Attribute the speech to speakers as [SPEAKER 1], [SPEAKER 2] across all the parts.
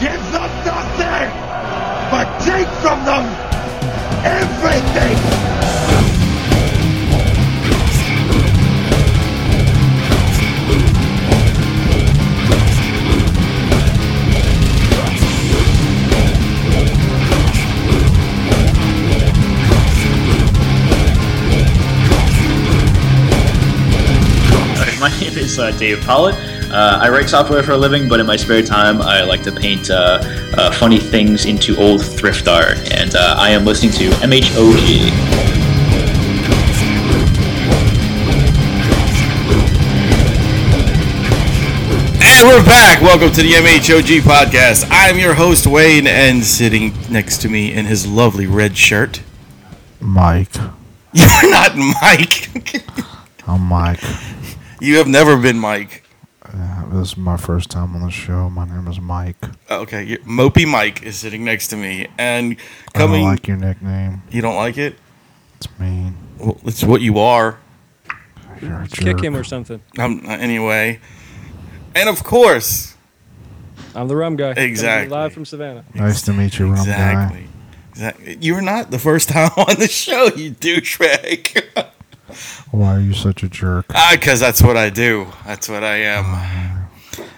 [SPEAKER 1] Give them nothing, but take from them everything.
[SPEAKER 2] My name is uh, Dave Pollitt. Uh, I write software for a living, but in my spare time, I like to paint uh, uh, funny things into old thrift art. And uh, I am listening to MHOG.
[SPEAKER 3] And we're back. Welcome to the MHOG podcast. I'm your host, Wayne, and sitting next to me in his lovely red shirt.
[SPEAKER 4] Mike.
[SPEAKER 3] You're not Mike.
[SPEAKER 4] I'm Mike.
[SPEAKER 3] you have never been Mike.
[SPEAKER 4] Uh, this is my first time on the show. My name is Mike.
[SPEAKER 3] Uh, Okay, you're- Mopey Mike is sitting next to me. And
[SPEAKER 4] I
[SPEAKER 3] coming.
[SPEAKER 4] don't like your nickname.
[SPEAKER 3] you don't like it?
[SPEAKER 4] It's mean.
[SPEAKER 3] Well, it's what you are.
[SPEAKER 4] You're a jerk.
[SPEAKER 5] Kick him or something.
[SPEAKER 3] Um, anyway. And of course,
[SPEAKER 5] I'm the rum guy. Coming to you
[SPEAKER 3] Exactly.
[SPEAKER 5] Live from Savannah.
[SPEAKER 4] Nice to meet you, rum guy.
[SPEAKER 3] exactly. Exactly. You're not the first time on the show, you douchebag.
[SPEAKER 4] Why are you such a jerk?
[SPEAKER 3] Because that's what I do. That's what I
[SPEAKER 4] Oh,
[SPEAKER 3] am.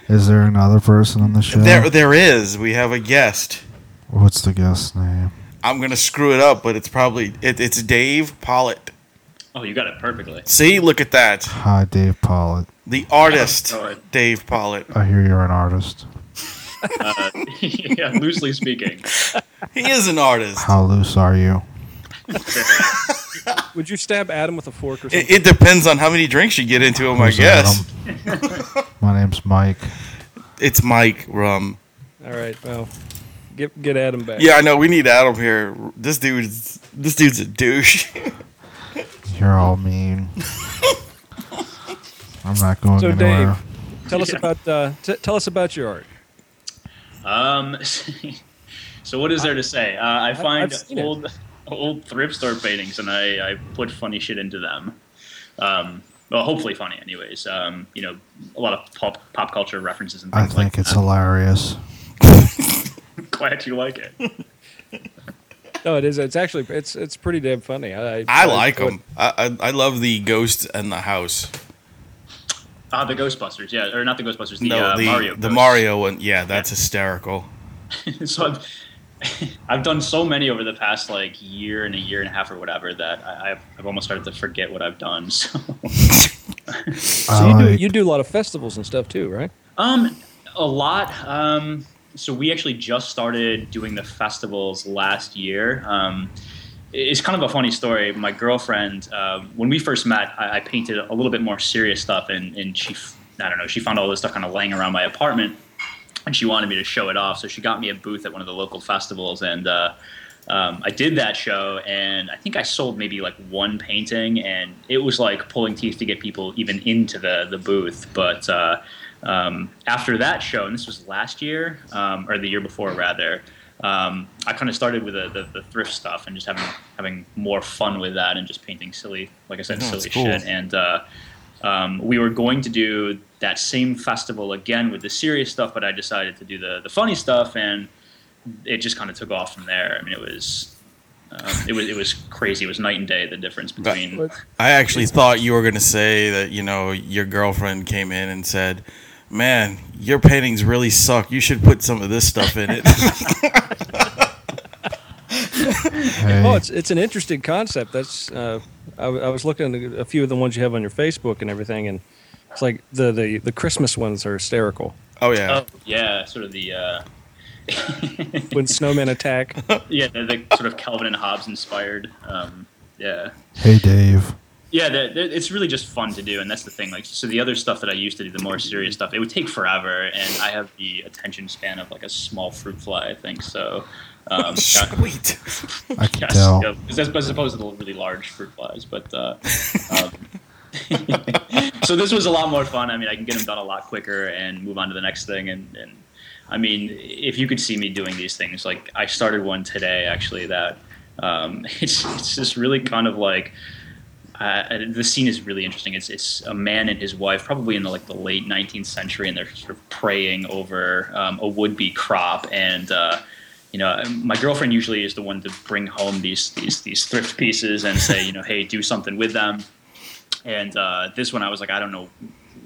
[SPEAKER 4] Is there another person on the show?
[SPEAKER 3] There, there is. We have a guest.
[SPEAKER 4] What's the guest's name?
[SPEAKER 3] I'm gonna screw it up, but it's probably it, it's Dave Pollitt.
[SPEAKER 2] Oh, you got it perfectly.
[SPEAKER 3] See, look at that,
[SPEAKER 4] Hi, Dave Pollitt.
[SPEAKER 3] the artist
[SPEAKER 2] Oh, sorry.
[SPEAKER 3] Dave Pollitt.
[SPEAKER 4] I hear you're an artist.
[SPEAKER 2] Uh, yeah, loosely speaking.
[SPEAKER 3] He is an artist.
[SPEAKER 4] How loose are you?
[SPEAKER 5] Would you stab Adam with a fork or something?
[SPEAKER 3] It, it depends on how many drinks you get into him, I
[SPEAKER 4] Who's
[SPEAKER 3] guess.
[SPEAKER 4] Adam? my name's Mike.
[SPEAKER 3] It's Mike Rum.
[SPEAKER 5] All right. Well, get get Adam back.
[SPEAKER 3] Yeah, I know. We need Adam here. This dude's this dude's a douche.
[SPEAKER 4] You're all mean. I'm not going
[SPEAKER 5] So,
[SPEAKER 4] anywhere.
[SPEAKER 5] Dave, Tell us about uh, t- tell us about your art.
[SPEAKER 2] Um, so what is there to say? Uh, I find
[SPEAKER 5] I've seen it.
[SPEAKER 2] old old thrift store paintings, and I, I put funny shit into them. Um, well, hopefully funny, anyways. Um, you know, a lot of pop pop culture references and
[SPEAKER 4] I
[SPEAKER 2] things like
[SPEAKER 4] think it's hilarious.
[SPEAKER 2] that. Glad you like it.
[SPEAKER 5] No, it is. It's actually it's it's pretty damn funny. I I,
[SPEAKER 3] I like him. I, I I love the ghost and the house.
[SPEAKER 2] Ah, the Ghostbusters, yeah, or not the Ghostbusters, the,
[SPEAKER 3] No,
[SPEAKER 2] uh,
[SPEAKER 3] the
[SPEAKER 2] Mario.
[SPEAKER 3] the
[SPEAKER 2] Ghosts.
[SPEAKER 3] Mario one. Yeah, that's hysterical.
[SPEAKER 2] so I've, I've done so many over the past like year and a year and a half or whatever that I, I've, I've almost started to forget what I've done. So.
[SPEAKER 5] So you do
[SPEAKER 4] like-
[SPEAKER 5] you do a lot of festivals and stuff too, right?
[SPEAKER 2] Um, a lot. Um, so we actually just started doing the festivals last year. Um, it's kind of a funny story. My girlfriend, uh, when we first met, I, I painted a little bit more serious stuff, and, and she, f- I don't know, she found all this stuff kind of laying around my apartment, and she wanted me to show it off. So she got me a booth at one of the local festivals, and uh, um, I did that show, and I think I sold maybe like one painting, and it was like pulling teeth to get people even into the the booth. But uh, um, after that show, and this was last year um, or the year before rather, um, I kind of started with the, the, the thrift stuff and just having having more fun with that and just painting silly, like I said,
[SPEAKER 3] Yeah,
[SPEAKER 2] silly
[SPEAKER 3] it's cool.
[SPEAKER 2] shit. And uh, um, we were going to do that same festival again with the serious stuff, but I decided to do the the funny stuff and it just kind of took off from there. I mean, it was um, it was it was crazy. It was night and day the difference between.
[SPEAKER 5] But-
[SPEAKER 3] I actually thought you were going to say that, you know, your girlfriend came in and said, Man, your paintings really suck. You should put some of this stuff in it.
[SPEAKER 4] Hey,
[SPEAKER 5] Oh, it's it's an interesting concept. That's uh, I, w- I was looking at a few of the ones you have on your Facebook and everything, and it's like the the, the Christmas ones are hysterical.
[SPEAKER 3] oh, yeah.
[SPEAKER 2] Oh, yeah, sort of the uh,
[SPEAKER 5] When snowmen attack,
[SPEAKER 2] yeah the, the sort of Calvin and Hobbes inspired. Um, yeah.
[SPEAKER 4] hey, Dave.
[SPEAKER 2] Yeah, the, the, it's really just fun to do, and that's the thing. Like, so the other stuff that I used to do, the more serious stuff, it would take forever, and I have the attention span of like a small fruit fly, I think. So, um,
[SPEAKER 3] Sweet.
[SPEAKER 4] I can
[SPEAKER 2] Yes,
[SPEAKER 4] tell.
[SPEAKER 2] yeah, 'cause that's as opposed to the really large fruit flies. But uh, um, so this was a lot more fun. I mean, I can get them done a lot quicker and move on to the next thing. And, and I mean, if you could see me doing these things, like I started one today actually that um, it's it's just really kind of like uh, the scene is really interesting. It's it's a man and his wife, probably in the like the late 19th century, and they're sort of praying over um, a would be crop. And uh, you know, my girlfriend usually is the one to bring home these these these thrift pieces and say, you know, hey, do something with them. And uh, this one, I was like, I don't know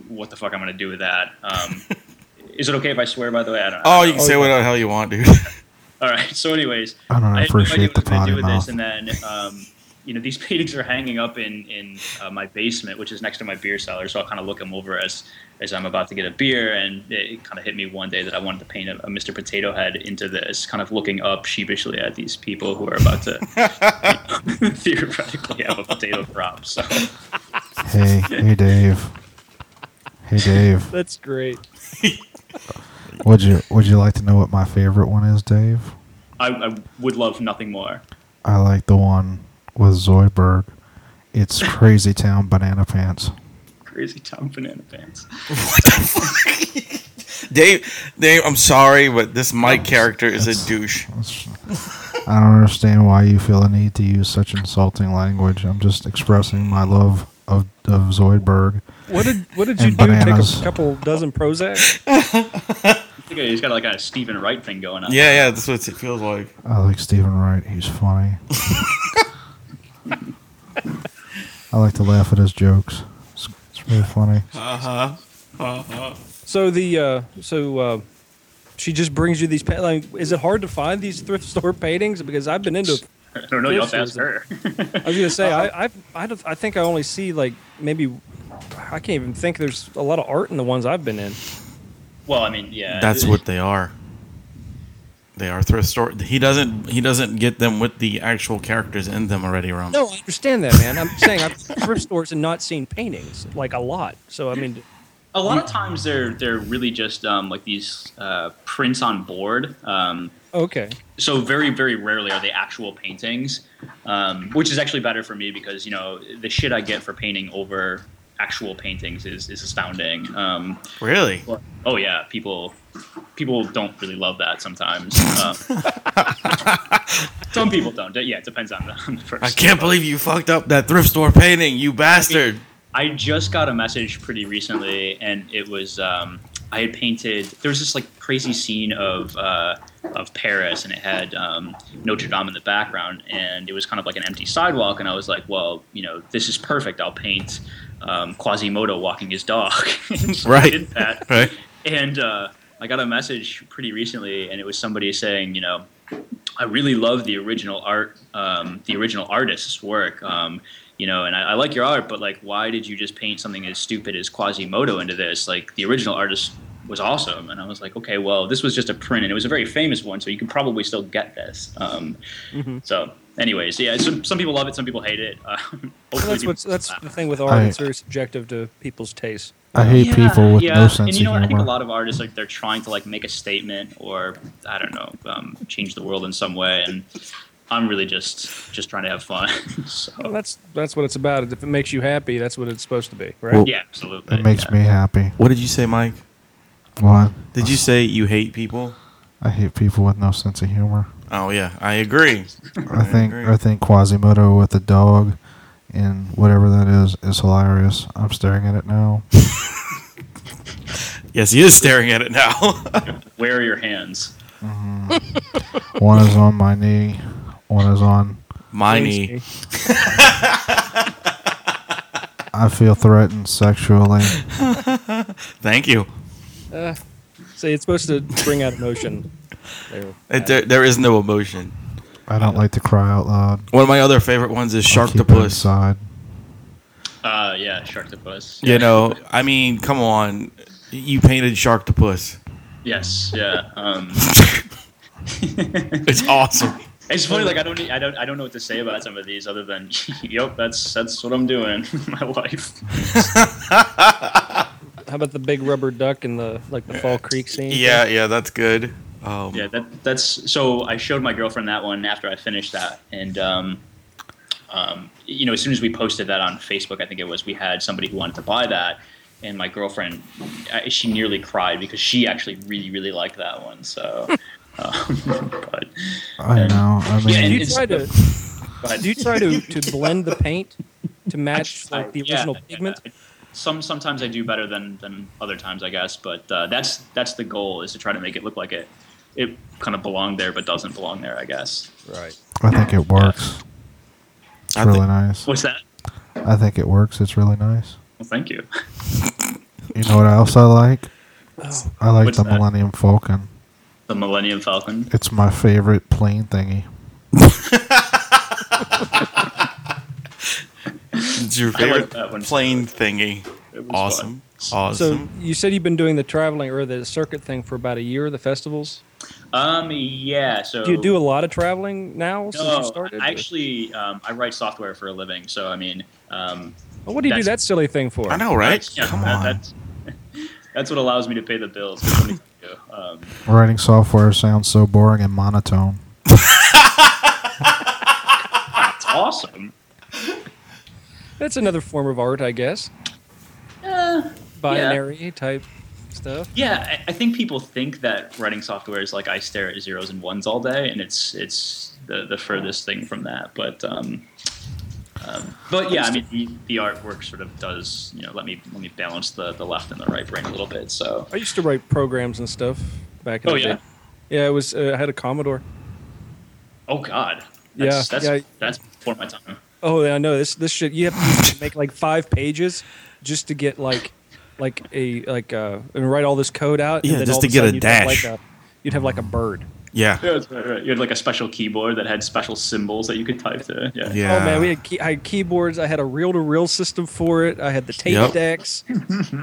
[SPEAKER 2] what the fuck I'm gonna do with that. Um, is it okay if I swear? By the way, I don't.
[SPEAKER 3] Oh,
[SPEAKER 2] I
[SPEAKER 3] you
[SPEAKER 2] don't
[SPEAKER 3] can
[SPEAKER 2] know.
[SPEAKER 3] say whatever the hell you want, dude.
[SPEAKER 2] All right. So, anyways,
[SPEAKER 4] I don't
[SPEAKER 2] had no idea
[SPEAKER 4] appreciate
[SPEAKER 2] what I was gonna
[SPEAKER 4] the
[SPEAKER 2] do
[SPEAKER 4] potty
[SPEAKER 2] with
[SPEAKER 4] mouth.
[SPEAKER 2] This, and then, um, you know, these paintings are hanging up in in uh, my basement, which is next to my beer cellar. So I'll kind of look them over as as I'm about to get a beer, and it kind of hit me one day that I wanted to paint a, a Mr. Potato Head into this, kind of looking up sheepishly at these people who are about to you know, theoretically have a potato crop. So
[SPEAKER 4] Hey, hey, Dave. Hey, Dave.
[SPEAKER 5] That's great.
[SPEAKER 4] Would you Would you like to know what my favorite one is, Dave?
[SPEAKER 2] I, I would love nothing more.
[SPEAKER 4] I like the one with Zoidberg. It's Crazy Town Banana Pants.
[SPEAKER 2] Crazy Tom Banana Pants.
[SPEAKER 3] Dave, Dave, I'm sorry, but this Mike character is a douche.
[SPEAKER 4] That's- I don't understand why you feel a need to use such insulting language. I'm just expressing my love of, of Zoidberg.
[SPEAKER 5] What did what did you
[SPEAKER 4] And
[SPEAKER 5] do?
[SPEAKER 4] bananas.
[SPEAKER 5] Take a couple dozen Prozac?
[SPEAKER 2] I think he's got like a Stephen Wright thing going on.
[SPEAKER 3] Yeah, yeah, that's what it feels like.
[SPEAKER 4] I like Stephen Wright. He's funny. I like to laugh at his jokes. It's, it's really funny.
[SPEAKER 5] So the uh, so uh, she just brings you these. Pa- like, is it hard to find these thrift store paintings? Because I've been into.
[SPEAKER 2] I don't know. You have to ask her.
[SPEAKER 5] I was gonna say I I I, don't, I think I only see like maybe I can't even think. There's a lot of art in the ones I've been in.
[SPEAKER 2] Well, I mean, yeah.
[SPEAKER 3] That's
[SPEAKER 2] it-
[SPEAKER 3] what they are. They are thrift store. He doesn't. He doesn't get them with the actual characters in them already, Rum.
[SPEAKER 5] No, I understand that, man. I'm saying I've been to thrift stores and not seen paintings like a lot. So I mean,
[SPEAKER 2] a lot of times they're they're really just um, like these uh, prints on board. Um,
[SPEAKER 5] okay.
[SPEAKER 2] so very very rarely are they actual paintings, um, which is actually better for me because you know the shit I get for painting over actual paintings is is astounding. Um,
[SPEAKER 3] Really?
[SPEAKER 2] but- oh yeah, people people don't really love that sometimes. Um, some people don't. Yeah, it depends on the, on the person.
[SPEAKER 3] I can't believe you fucked up that thrift store painting, you bastard.
[SPEAKER 2] I just got a message pretty recently, and it was um, I had painted. There was this like crazy scene of uh, of Paris, and it had um, Notre Dame in the background, and it was kind of like an empty sidewalk. And I was like, well, you know, this is perfect. I'll paint um, Quasimodo walking his dog. So I
[SPEAKER 3] Right.
[SPEAKER 2] did that.
[SPEAKER 3] Right.
[SPEAKER 2] And uh, I got a message pretty recently, and it was somebody saying, you know, I really love the original art, um, the original artist's work. Um, you know, and I, I like your art, but like, why did you just paint something as stupid as Quasimodo into this? Like, the original artist was awesome, and I was like, okay, well, this was just a print, and it was a very famous one, so you can probably still get this. Um, So, anyways, yeah, some, some people love it, some people hate it. Uh,
[SPEAKER 5] Mm-hmm. Well,
[SPEAKER 2] hopefully
[SPEAKER 5] that's what's
[SPEAKER 2] people-
[SPEAKER 5] that's the thing with
[SPEAKER 4] I-
[SPEAKER 5] art. It's very subjective to people's taste.
[SPEAKER 4] I hate
[SPEAKER 2] Yeah,
[SPEAKER 4] people with
[SPEAKER 2] yeah.
[SPEAKER 4] no sense
[SPEAKER 2] and you know
[SPEAKER 4] of
[SPEAKER 2] what? I think
[SPEAKER 4] humor.
[SPEAKER 2] a lot of artists like they're trying to like make a statement or I don't know, um, change the world in some way. And I'm really just just trying to have fun. so
[SPEAKER 5] Well, that's that's what it's about. If it makes you happy, that's what it's supposed to be, right?
[SPEAKER 4] Well-
[SPEAKER 2] yeah, absolutely.
[SPEAKER 4] it makes
[SPEAKER 2] yeah.
[SPEAKER 4] me happy.
[SPEAKER 3] What did you say, Mike?
[SPEAKER 4] What?
[SPEAKER 3] Did you say you hate people?
[SPEAKER 4] I hate people with no sense of humor.
[SPEAKER 3] Oh yeah, I agree.
[SPEAKER 4] I think
[SPEAKER 3] agree.
[SPEAKER 4] I think Quasimodo with the dog and whatever that is is hilarious. I'm staring at it now.
[SPEAKER 3] Yes, he is staring at it now.
[SPEAKER 2] Where are your hands?
[SPEAKER 4] One is on my knee. One is on.
[SPEAKER 3] My knee.
[SPEAKER 4] I feel threatened sexually.
[SPEAKER 3] Thank you.
[SPEAKER 5] Uh, See, it's supposed to bring out emotion. There. Uh,
[SPEAKER 3] It- there, there is no emotion.
[SPEAKER 4] I don't like to cry out loud.
[SPEAKER 3] One of my other favorite ones is
[SPEAKER 4] I keep it
[SPEAKER 3] Sharktopus.
[SPEAKER 4] inside.
[SPEAKER 2] Uh, yeah, Sharktopus.
[SPEAKER 3] You know, I mean, come on. You painted Sharktopus.
[SPEAKER 2] Yes. Yeah. Um,
[SPEAKER 3] It's awesome.
[SPEAKER 2] it's funny. Like I don't I don't I don't know what to say about some of these other than yep. That's that's what I'm doing. in my life.
[SPEAKER 5] How about the big rubber duck in the like the Fall Creek scene?
[SPEAKER 3] Yeah, yeah, that's good. Um,
[SPEAKER 2] Yeah, that that's so. I showed my girlfriend that one after I finished that, and um, um, you know, as soon as we posted that on Facebook, I think it was, we had somebody who wanted to buy that, and my girlfriend, I, she nearly cried because she actually really really liked that one. So, um, but
[SPEAKER 4] I know. I mean,
[SPEAKER 2] Yeah, and
[SPEAKER 5] Do you
[SPEAKER 2] it's-
[SPEAKER 5] try to
[SPEAKER 2] but
[SPEAKER 5] do you try to, to blend the paint? to match like the
[SPEAKER 2] Yeah,
[SPEAKER 5] original
[SPEAKER 2] yeah,
[SPEAKER 5] pigment.
[SPEAKER 2] I- Some sometimes I do better than than other times, I guess. But uh, that's that's the goal is to try to make it look like it it kind of belonged there, but doesn't belong there, I guess.
[SPEAKER 5] Right.
[SPEAKER 4] I think it works. It's
[SPEAKER 3] I
[SPEAKER 4] really
[SPEAKER 3] thi-
[SPEAKER 4] nice.
[SPEAKER 2] What's that?
[SPEAKER 4] I think it works. It's really nice.
[SPEAKER 2] Well, thank you.
[SPEAKER 4] You know what else I like?
[SPEAKER 5] Oh,
[SPEAKER 4] I like
[SPEAKER 2] What's
[SPEAKER 4] the
[SPEAKER 2] that?
[SPEAKER 4] Millennium Falcon.
[SPEAKER 2] The Millennium Falcon.
[SPEAKER 4] It's my favorite plane thingy.
[SPEAKER 3] It's
[SPEAKER 2] I
[SPEAKER 3] your
[SPEAKER 2] like
[SPEAKER 3] favorite
[SPEAKER 2] that one.
[SPEAKER 3] plane thingy.
[SPEAKER 2] It was
[SPEAKER 3] Awesome.
[SPEAKER 5] so
[SPEAKER 3] Awesome.
[SPEAKER 5] you said you've been doing the traveling or the circuit thing for about a year, the festivals.
[SPEAKER 2] fun. Um. Yeah. So
[SPEAKER 5] Do you do a lot of traveling now since you
[SPEAKER 2] No,
[SPEAKER 5] started?
[SPEAKER 2] I actually, um, I write software for a living. So I mean, um,
[SPEAKER 5] Well, what do you do that
[SPEAKER 2] that's-
[SPEAKER 5] silly thing for?
[SPEAKER 3] I know, right?
[SPEAKER 2] that's- yeah,
[SPEAKER 3] Come
[SPEAKER 2] that-
[SPEAKER 3] on.
[SPEAKER 2] That's, that's what allows me to pay the bills. That's what I do. Um,
[SPEAKER 4] Writing software sounds so boring and monotone.
[SPEAKER 2] it's awesome.
[SPEAKER 5] That's another form of art, I guess.
[SPEAKER 2] Uh,
[SPEAKER 5] Binary type stuff.
[SPEAKER 2] yeah, I, I think people think that writing software is like I stare at zeros and ones all day, and it's it's the, the furthest thing from that. But um, um, but yeah, I mean, the, the artwork sort of does you know let me let me balance the, the left and the right brain a little bit. So
[SPEAKER 5] I used to write programs and stuff back in
[SPEAKER 2] Oh,
[SPEAKER 5] the
[SPEAKER 2] yeah?
[SPEAKER 5] day. Yeah, it was. Uh, I had a Commodore.
[SPEAKER 2] oh god,
[SPEAKER 5] Yeah,
[SPEAKER 2] that's, that's,
[SPEAKER 5] yeah.
[SPEAKER 2] that's before my time.
[SPEAKER 5] Oh, yeah, I know this. This shit you have to make like five pages just to get like, like a like uh, and write all this code out.
[SPEAKER 3] Yeah,
[SPEAKER 5] and then
[SPEAKER 3] just
[SPEAKER 5] all
[SPEAKER 3] to
[SPEAKER 5] of
[SPEAKER 3] get a
[SPEAKER 5] sudden you'd have, like,
[SPEAKER 3] dash.
[SPEAKER 5] a- you'd have like a bird.
[SPEAKER 3] yeah.
[SPEAKER 2] Yeah, that's right, right. You had like a special keyboard that had special symbols that you could type to. Yeah.
[SPEAKER 3] Yeah.
[SPEAKER 5] Oh man, we had key- I had keyboards. I had a reel-to-reel system for it. I had the tape
[SPEAKER 3] Yep.
[SPEAKER 5] decks.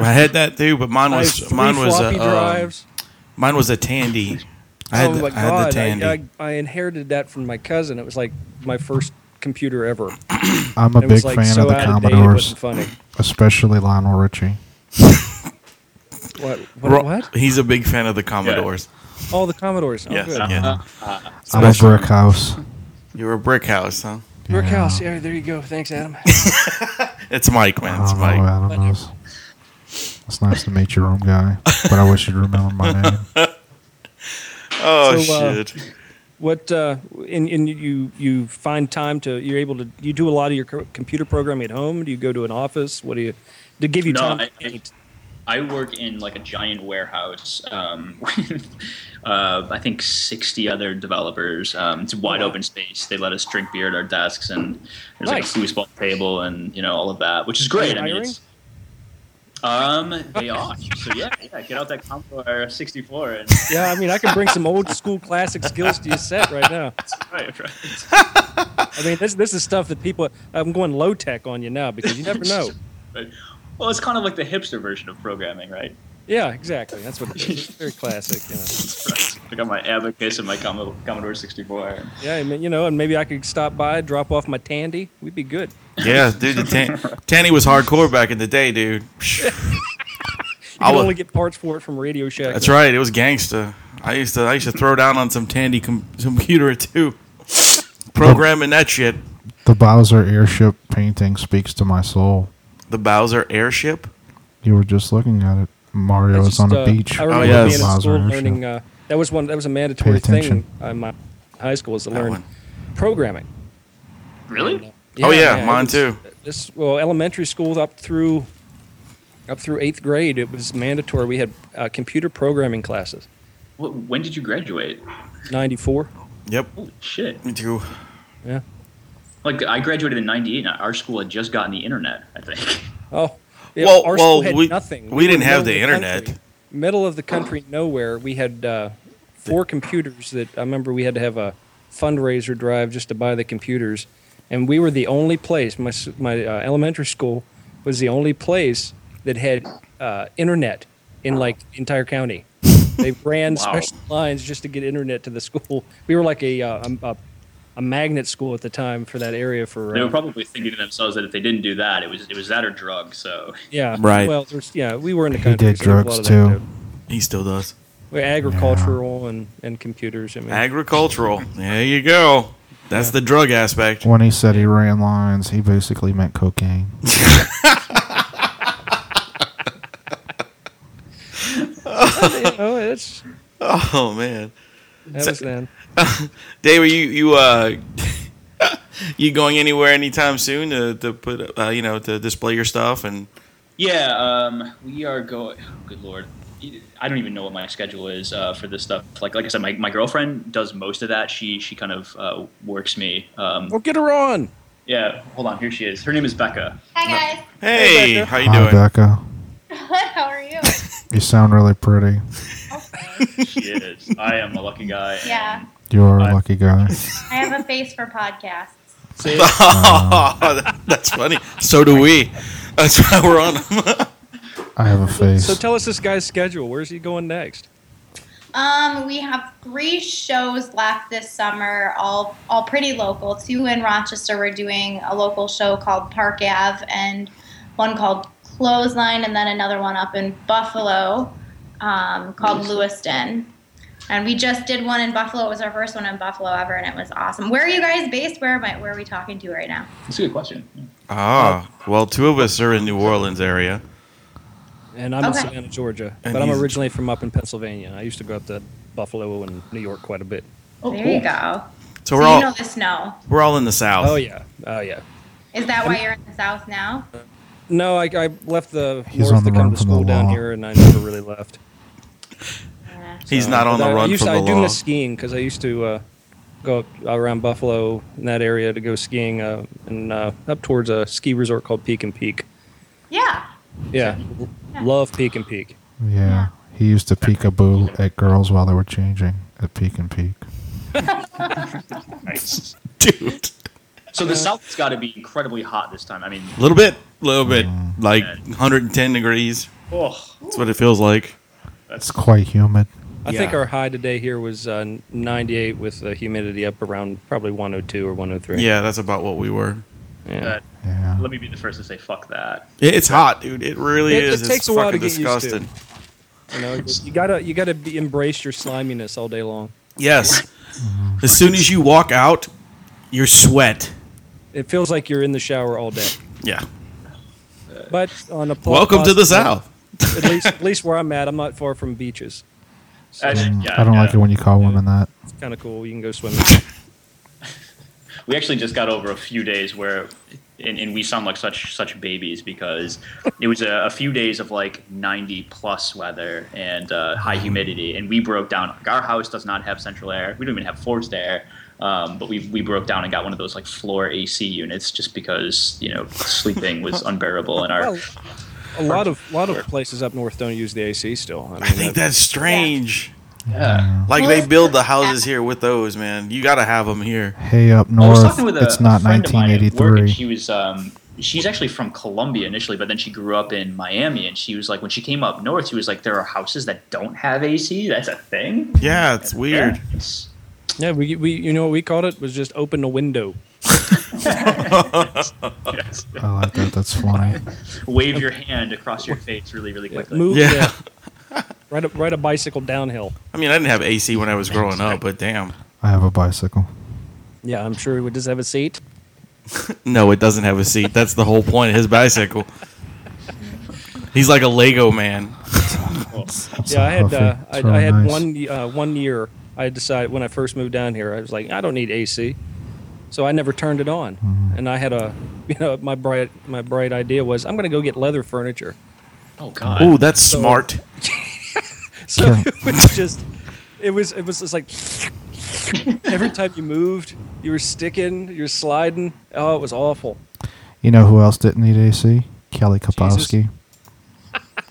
[SPEAKER 3] I had that too, but mine
[SPEAKER 5] I had
[SPEAKER 3] was
[SPEAKER 5] three
[SPEAKER 3] mine was
[SPEAKER 5] floppy
[SPEAKER 3] a um,
[SPEAKER 5] drives.
[SPEAKER 3] mine was a Tandy. I had,
[SPEAKER 5] oh
[SPEAKER 3] the,
[SPEAKER 5] my
[SPEAKER 3] I had the
[SPEAKER 5] god,
[SPEAKER 3] Tandy.
[SPEAKER 5] I, I, I inherited that from my cousin. It was like my first computer ever.
[SPEAKER 4] I'm a
[SPEAKER 5] it
[SPEAKER 4] big
[SPEAKER 5] was like
[SPEAKER 4] fan
[SPEAKER 5] so
[SPEAKER 4] of the
[SPEAKER 5] out of date, it
[SPEAKER 4] Commodores,
[SPEAKER 5] wasn't funny.
[SPEAKER 4] especially Lionel Richie.
[SPEAKER 5] What?
[SPEAKER 3] Ro-
[SPEAKER 5] What? what?
[SPEAKER 3] He's a big fan of the Commodores.
[SPEAKER 5] Oh, the Commodores. Oh,
[SPEAKER 3] Yes.
[SPEAKER 5] good.
[SPEAKER 3] Yeah.
[SPEAKER 2] Uh,
[SPEAKER 4] I'm a
[SPEAKER 3] Especially-
[SPEAKER 4] brick house.
[SPEAKER 3] You're a brick house, huh?
[SPEAKER 5] Brick
[SPEAKER 4] Yeah.
[SPEAKER 5] house. Yeah, there you go. Thanks, Adam.
[SPEAKER 3] It's Mike, man.
[SPEAKER 4] I
[SPEAKER 3] It's
[SPEAKER 4] don't know.
[SPEAKER 3] Mike.
[SPEAKER 4] I don't know. It's, it's nice to meet your own guy, but I wish you'd remember my name.
[SPEAKER 3] Oh
[SPEAKER 5] So, uh,
[SPEAKER 3] shit.
[SPEAKER 5] What? Uh, and, and you you find time to you're able to you do a lot of your co- computer programming at home. Do you go to an office? What do you to give you
[SPEAKER 2] No,
[SPEAKER 5] time
[SPEAKER 2] I-
[SPEAKER 5] to paint?
[SPEAKER 2] I work in like a giant warehouse um, with uh, I think 60 other developers. Um, it's a wide
[SPEAKER 5] Oh, wow.
[SPEAKER 2] open space. They let us drink beer at our desks, and there's
[SPEAKER 5] Nice.
[SPEAKER 2] like a foosball table and you know all of that, which is great.
[SPEAKER 5] Are
[SPEAKER 2] I
[SPEAKER 5] they
[SPEAKER 2] mean, it's, um, they are. so yeah, yeah, get out that Commodore 64 and
[SPEAKER 5] Yeah, I mean, I can bring some old school classic skills to your set right now.
[SPEAKER 2] right, right.
[SPEAKER 5] I mean, this this is stuff that people. I'm going low tech on you now because you never know.
[SPEAKER 2] But- Well, it's kind of like the hipster version of programming, right?
[SPEAKER 5] Yeah, exactly. That's what it is. It's very classic. You know.
[SPEAKER 2] right. I got my abacus and my Commo- Commodore 64.
[SPEAKER 5] Yeah, I mean, you know, and maybe I could stop by, drop off my Tandy. We'd be good.
[SPEAKER 3] Yeah, dude. The tan- Tandy was hardcore back in the day, dude. Psh.
[SPEAKER 5] You
[SPEAKER 3] I
[SPEAKER 5] can
[SPEAKER 3] was,
[SPEAKER 5] only get parts for it from Radio Shack.
[SPEAKER 3] that's right. It was gangsta. I used to I used to throw down on some Tandy com- computer too, programming that shit.
[SPEAKER 4] The Bowser airship painting speaks to my soul.
[SPEAKER 3] The Bowser airship.
[SPEAKER 4] You were just looking at it. Mario
[SPEAKER 5] I
[SPEAKER 4] is on
[SPEAKER 5] just,
[SPEAKER 4] a
[SPEAKER 5] uh,
[SPEAKER 4] beach.
[SPEAKER 5] I
[SPEAKER 2] Oh,
[SPEAKER 5] remember
[SPEAKER 3] yes.
[SPEAKER 5] being in
[SPEAKER 4] Bowser
[SPEAKER 5] school
[SPEAKER 4] airship.
[SPEAKER 5] learning. Uh, that was one. That was a mandatory
[SPEAKER 4] attention.
[SPEAKER 5] thing in my high school was to
[SPEAKER 3] That
[SPEAKER 5] learn
[SPEAKER 3] one.
[SPEAKER 5] programming. uh,
[SPEAKER 2] Really?
[SPEAKER 3] Oh, yeah,
[SPEAKER 5] it
[SPEAKER 3] mine
[SPEAKER 5] was-
[SPEAKER 3] too.
[SPEAKER 5] This well, elementary school up through up through eighth grade, it was mandatory. We had uh, computer programming classes.
[SPEAKER 2] Wh- When did you graduate?
[SPEAKER 5] Ninety four.
[SPEAKER 3] Yep.
[SPEAKER 2] Holy shit.
[SPEAKER 3] Me too.
[SPEAKER 5] Yeah.
[SPEAKER 2] Like, I graduated in 98, and our school had just gotten the internet, I think.
[SPEAKER 5] Oh. yeah,
[SPEAKER 3] Well-
[SPEAKER 5] our
[SPEAKER 3] well,
[SPEAKER 5] school had
[SPEAKER 3] we-
[SPEAKER 5] nothing.
[SPEAKER 3] we didn't
[SPEAKER 5] were
[SPEAKER 3] have
[SPEAKER 5] middle
[SPEAKER 3] the
[SPEAKER 5] of
[SPEAKER 3] internet.
[SPEAKER 5] country- middle of the country, nowhere. We had uh, four computers that I remember we had to have a fundraiser drive just to buy the computers, and we were the only place. My s- my uh, elementary school was the only place that had uh, internet in like the entire county. They ran
[SPEAKER 2] Wow.
[SPEAKER 5] special lines just to get internet to the school. We were like a uh, a, a, a magnet school at the time for that area for
[SPEAKER 2] They were
[SPEAKER 5] uh,
[SPEAKER 2] probably thinking to themselves that if they didn't do that, it was it was that or drugs. So
[SPEAKER 5] Yeah.
[SPEAKER 3] Right.
[SPEAKER 5] Well, there's, yeah, we were in the
[SPEAKER 4] He
[SPEAKER 5] country.
[SPEAKER 4] did
[SPEAKER 5] so there's a lot
[SPEAKER 4] drugs,
[SPEAKER 5] of that
[SPEAKER 4] too.
[SPEAKER 3] He still does.
[SPEAKER 5] We're agricultural and, and computers. I mean,
[SPEAKER 3] Agricultural. There you go. That's the drug aspect.
[SPEAKER 4] When he said he ran lines, he basically meant cocaine.
[SPEAKER 5] you know, it's
[SPEAKER 3] Oh man,
[SPEAKER 5] that was then.
[SPEAKER 3] David, you you uh, you going anywhere anytime soon to, to put uh, you know to display your stuff and
[SPEAKER 2] Yeah, um, we are going. Oh, good lord, I don't even know what my schedule is uh, for this stuff. Like, like I said, my, my girlfriend does most of that. She she kind of uh, works me. Um,
[SPEAKER 5] Well, Oh, get her on.
[SPEAKER 2] yeah, hold on, here she is. Her name is Becca.
[SPEAKER 6] Hi
[SPEAKER 3] hey,
[SPEAKER 5] Becca.
[SPEAKER 3] how you
[SPEAKER 4] Hi,
[SPEAKER 3] doing?
[SPEAKER 4] Becca.
[SPEAKER 6] guys. How are you?
[SPEAKER 4] You sound really pretty.
[SPEAKER 6] Okay.
[SPEAKER 2] She is. I am a lucky guy.
[SPEAKER 6] Yeah.
[SPEAKER 4] You are
[SPEAKER 2] Hi.
[SPEAKER 4] a lucky guy.
[SPEAKER 6] I have a face for podcasts.
[SPEAKER 2] Say-
[SPEAKER 3] That- that's funny. So do we. That's why we're on 'em.
[SPEAKER 4] I have a face.
[SPEAKER 5] So tell us this guy's schedule. Where's he going next?
[SPEAKER 6] Um, we have three shows left this summer, all all pretty local. Two in Rochester. We're doing a local show called Park Ave, and one called Clothesline, and then another one up in Buffalo um, called Lewiston. And we just did one in Buffalo. It was our first one in Buffalo ever, and it was awesome. Where are you guys based? Where am I, Where are we talking to right now?
[SPEAKER 2] That's a good question.
[SPEAKER 3] ah, well, two of us are in New Orleans area.
[SPEAKER 5] And I'm
[SPEAKER 6] Okay.
[SPEAKER 5] in Savannah, Georgia,
[SPEAKER 3] And
[SPEAKER 5] but I'm
[SPEAKER 3] he's-
[SPEAKER 5] originally from up in Pennsylvania. I used to go up to Buffalo and New York quite a bit.
[SPEAKER 2] Oh,
[SPEAKER 6] there
[SPEAKER 2] cool.
[SPEAKER 6] you go.
[SPEAKER 3] So
[SPEAKER 6] so
[SPEAKER 3] we're
[SPEAKER 6] you know
[SPEAKER 3] all
[SPEAKER 6] the snow.
[SPEAKER 3] we're all in the South.
[SPEAKER 5] Oh yeah, oh yeah.
[SPEAKER 6] Is that why you're in the South now?
[SPEAKER 5] No, I, I left the
[SPEAKER 4] He's on
[SPEAKER 5] north to
[SPEAKER 4] the
[SPEAKER 5] come
[SPEAKER 4] run
[SPEAKER 5] to
[SPEAKER 4] from the
[SPEAKER 5] school down
[SPEAKER 4] law.
[SPEAKER 5] here, and I never really left.
[SPEAKER 6] Yeah.
[SPEAKER 3] He's not on
[SPEAKER 5] But
[SPEAKER 3] the
[SPEAKER 5] I- I
[SPEAKER 3] run
[SPEAKER 5] used
[SPEAKER 3] from
[SPEAKER 5] to,
[SPEAKER 3] the
[SPEAKER 5] I do
[SPEAKER 3] law.
[SPEAKER 5] miss skiing because I used to uh, go up around Buffalo in that area to go skiing uh, and uh, up towards a ski resort called Peak and Peak.
[SPEAKER 6] Yeah.
[SPEAKER 5] Yeah,
[SPEAKER 6] Yeah.
[SPEAKER 5] love Peak and Peak.
[SPEAKER 4] yeah. He used to peekaboo at girls while they were changing at Peek and Peek.
[SPEAKER 2] Nice.
[SPEAKER 3] Dude,
[SPEAKER 2] So the South's got to be incredibly hot this time. I mean,
[SPEAKER 3] a little bit, a little bit, like 110 degrees.
[SPEAKER 2] oh,
[SPEAKER 3] That's what it feels like.
[SPEAKER 4] It's quite humid.
[SPEAKER 5] I think
[SPEAKER 3] Yeah.
[SPEAKER 5] our high today here was uh, 98 with the humidity up around probably 102 or 103.
[SPEAKER 3] Yeah, that's about what we were.
[SPEAKER 5] yeah.
[SPEAKER 2] that-
[SPEAKER 4] Yeah.
[SPEAKER 2] let me be the first to say fuck that.
[SPEAKER 3] It- It's hot, dude. It really
[SPEAKER 5] It- it
[SPEAKER 3] is.
[SPEAKER 5] takes
[SPEAKER 3] it's
[SPEAKER 5] a while
[SPEAKER 3] fucking
[SPEAKER 5] to get used to.
[SPEAKER 3] disgusting.
[SPEAKER 5] You know, you gotta you gotta be, embrace your sliminess all day long.
[SPEAKER 3] Yes. As soon as you walk out, you sweat.
[SPEAKER 5] It feels like you're in the shower all day.
[SPEAKER 3] Yeah.
[SPEAKER 5] But on a pl-
[SPEAKER 3] Welcome to the
[SPEAKER 5] positive-
[SPEAKER 3] South.
[SPEAKER 5] At least at least where I'm at, I'm not far from beaches. So
[SPEAKER 2] Actually,
[SPEAKER 4] Mm,
[SPEAKER 2] yeah,
[SPEAKER 4] I don't
[SPEAKER 2] yeah.
[SPEAKER 4] like it when you call women that.
[SPEAKER 5] it's kind of cool. You can go swimming.
[SPEAKER 2] We actually just got over a few days where, and, and we sound like such such babies because it was a, a few days of like 90 plus weather and uh, high humidity, and we broke down. Like our house does not have central air. We don't even have forced air. Um, but we we broke down and got one of those like floor AC units just because you know sleeping was unbearable and our
[SPEAKER 5] Well, a lot of lot of places up north don't use the AC still. mean,
[SPEAKER 3] I think
[SPEAKER 5] that-
[SPEAKER 3] that's strange.
[SPEAKER 2] Yeah.
[SPEAKER 3] Like they build the houses here with those, man. You got to have them here.
[SPEAKER 4] Hey, up
[SPEAKER 2] I was
[SPEAKER 4] north,
[SPEAKER 2] talking with a
[SPEAKER 4] it's not
[SPEAKER 2] friend of mine at work, and
[SPEAKER 4] 1983.
[SPEAKER 2] She was um, she's actually from Colombia initially, but then she grew up in Miami, and she was like, when she came up north, she was like, there are houses that don't have AC. That's a thing.
[SPEAKER 3] Yeah, it's weird.
[SPEAKER 2] Yeah, it's-
[SPEAKER 5] yeah, we, we you know what we called it was just open a window.
[SPEAKER 2] yes.
[SPEAKER 4] I like that. That's funny.
[SPEAKER 2] Wave your hand across your face really, really quickly.
[SPEAKER 5] Move
[SPEAKER 3] Yeah.
[SPEAKER 5] yeah. Ride a, ride a bicycle downhill.
[SPEAKER 3] I mean, I didn't have AC when I was growing up, but damn.
[SPEAKER 4] I have a bicycle.
[SPEAKER 5] Yeah, I'm sure he would just have a seat.
[SPEAKER 3] No, it doesn't have a seat. That's the whole point of his bicycle. He's like a Lego man.
[SPEAKER 4] It's
[SPEAKER 5] yeah, I had
[SPEAKER 4] huffy.
[SPEAKER 5] uh,
[SPEAKER 4] It's
[SPEAKER 5] I,
[SPEAKER 4] really
[SPEAKER 5] I had
[SPEAKER 4] nice.
[SPEAKER 5] one uh, one year. I decided when I first moved down here, I was like, I don't need AC, so I never turned it on. And I had a, you know, my bright my bright idea was I'm going to go get leather furniture.
[SPEAKER 2] Oh God.
[SPEAKER 3] Ooh, that's smart.
[SPEAKER 5] So
[SPEAKER 4] Yeah.
[SPEAKER 5] it was just, it was it was just like every time you moved, you were sticking, you were sliding. Oh, it was awful.
[SPEAKER 4] You know who else didn't need AC? Kelly Kapowski.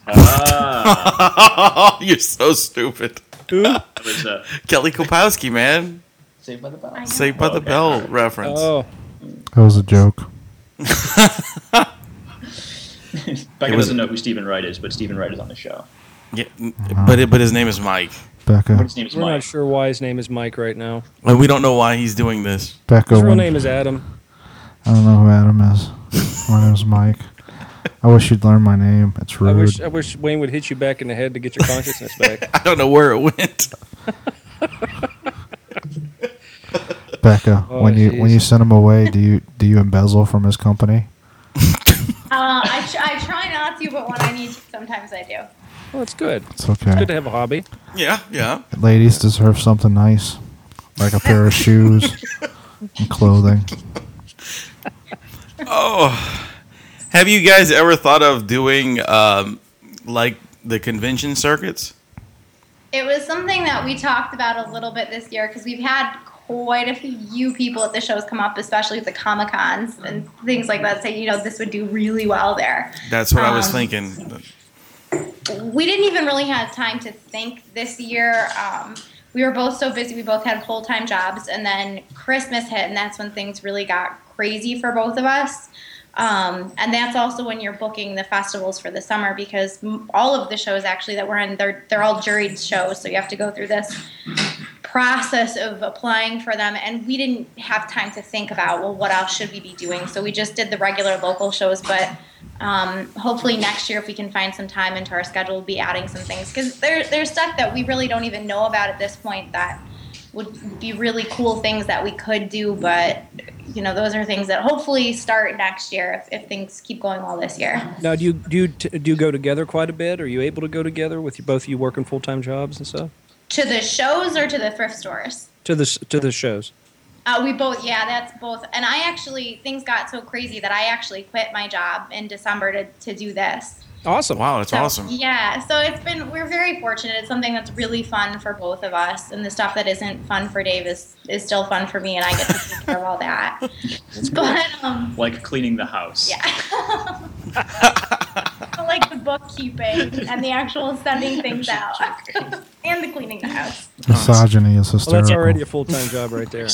[SPEAKER 2] Ah,
[SPEAKER 3] You're so stupid.
[SPEAKER 5] Who?
[SPEAKER 2] that was uh,
[SPEAKER 3] Kelly Kapowski, man.
[SPEAKER 2] Saved by the Bell.
[SPEAKER 6] I
[SPEAKER 3] Saved by the
[SPEAKER 2] Okay.
[SPEAKER 3] Bell reference.
[SPEAKER 5] Oh,
[SPEAKER 4] That was a joke.
[SPEAKER 2] Becca
[SPEAKER 3] It was-
[SPEAKER 2] doesn't know who Stephen Wright is, but Stephen Wright is on the show.
[SPEAKER 3] Yeah, n- but it, but his name is Mike,
[SPEAKER 4] Becca.
[SPEAKER 2] His name is
[SPEAKER 5] we're not
[SPEAKER 2] Mike.
[SPEAKER 5] sure why his name is Mike right now.
[SPEAKER 3] and we don't know why he's doing this.
[SPEAKER 4] Becca.
[SPEAKER 5] His real
[SPEAKER 4] Win-
[SPEAKER 5] name is Adam.
[SPEAKER 4] I don't know who Adam is. my name's Mike. I wish you'd learn my name. It's
[SPEAKER 5] I
[SPEAKER 4] rude.
[SPEAKER 5] wish I wish Wayne would hit you back in the head to get your consciousness back.
[SPEAKER 3] I don't know where it went.
[SPEAKER 4] Becca,
[SPEAKER 5] Oh,
[SPEAKER 4] when you when you
[SPEAKER 5] jeez.
[SPEAKER 4] send him away, do you do you embezzle from his company?
[SPEAKER 6] Uh, I, tr- I try not to, but when I need to, sometimes I do.
[SPEAKER 5] Well, that's good.
[SPEAKER 4] It's
[SPEAKER 5] It's
[SPEAKER 4] okay.
[SPEAKER 5] good to have a hobby.
[SPEAKER 3] Yeah, yeah.
[SPEAKER 4] Ladies deserve something nice, like a pair of shoes and clothing.
[SPEAKER 3] Oh, have you guys ever thought of doing um, like the convention circuits?
[SPEAKER 6] It was something that we talked about a little bit this year because we've had quite a few people at the shows come up, especially at the Comic Cons and things like that, say, you know, this would do really well there.
[SPEAKER 3] That's what I was
[SPEAKER 6] Um,
[SPEAKER 3] thinking.
[SPEAKER 6] we didn't even really have time to think this year. Um, we were both so busy. We both had full time jobs, and then Christmas hit, and that's when things really got crazy for both of us. Um, and that's also when you're booking the festivals for the summer because m- all of the shows actually that we're in they're they're all juried shows, so you have to go through this process of applying for them. And we didn't have time to think about well, what else should we be doing? So we just did the regular local shows, but um, hopefully next year if we can find some time into our schedule we'll be adding some things because there, there's stuff that we really don't even know about at this point that would be really cool things that we could do but you know those are things that hopefully start next year if, if things keep going well this year
[SPEAKER 5] Now, do you do you t- do you go together quite a bit? Are you able to go together with you, both of you working full time jobs and stuff
[SPEAKER 6] to the shows or to the thrift stores
[SPEAKER 5] to the s- to the shows?
[SPEAKER 6] Uh, we both, yeah, that's both. And I actually, things got so crazy that I actually quit my job in December to, to do this.
[SPEAKER 5] Awesome.
[SPEAKER 3] Wow, that's
[SPEAKER 6] So,
[SPEAKER 3] awesome.
[SPEAKER 6] Yeah, so it's been we're very fortunate. It's something that's really fun for both of us, and the stuff that isn't fun for Dave is, is still fun for me, and I get to take care of all that. But um,
[SPEAKER 2] like cleaning the house.
[SPEAKER 6] yeah, I like the bookkeeping and the actual sending things out, and the cleaning the house.
[SPEAKER 4] Misogyny is hysterical.
[SPEAKER 5] Well, that's already a full time job right there.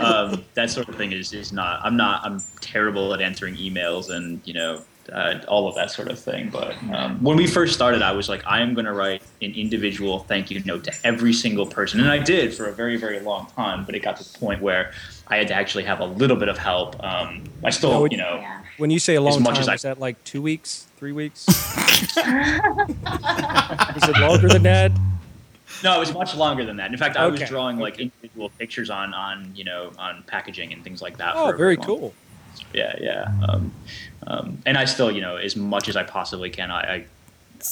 [SPEAKER 2] um, that sort of thing is, is not. I'm not. I'm terrible at answering emails and you know uh, all of that sort of thing. But um, when we first started, I was like, I am going to write an individual thank you note to every single person, and I did for a very very long time. But it got to the point where I had to actually have a little bit of help. Um, I
[SPEAKER 5] Now,
[SPEAKER 2] still,
[SPEAKER 5] would-
[SPEAKER 2] you know,
[SPEAKER 6] Yeah.
[SPEAKER 5] When you say a long
[SPEAKER 2] As much
[SPEAKER 5] time,
[SPEAKER 2] as I-
[SPEAKER 5] is that like two weeks, three weeks? is it longer than that?
[SPEAKER 2] No, it was much longer than that. In fact, I was
[SPEAKER 5] Okay.
[SPEAKER 2] drawing like individual pictures on on you know on packaging and things like that.
[SPEAKER 5] Oh,
[SPEAKER 2] for a
[SPEAKER 5] very
[SPEAKER 2] long-
[SPEAKER 5] cool.
[SPEAKER 2] Yeah, yeah. Um, um, and I still, you know, as much as I possibly can, I I,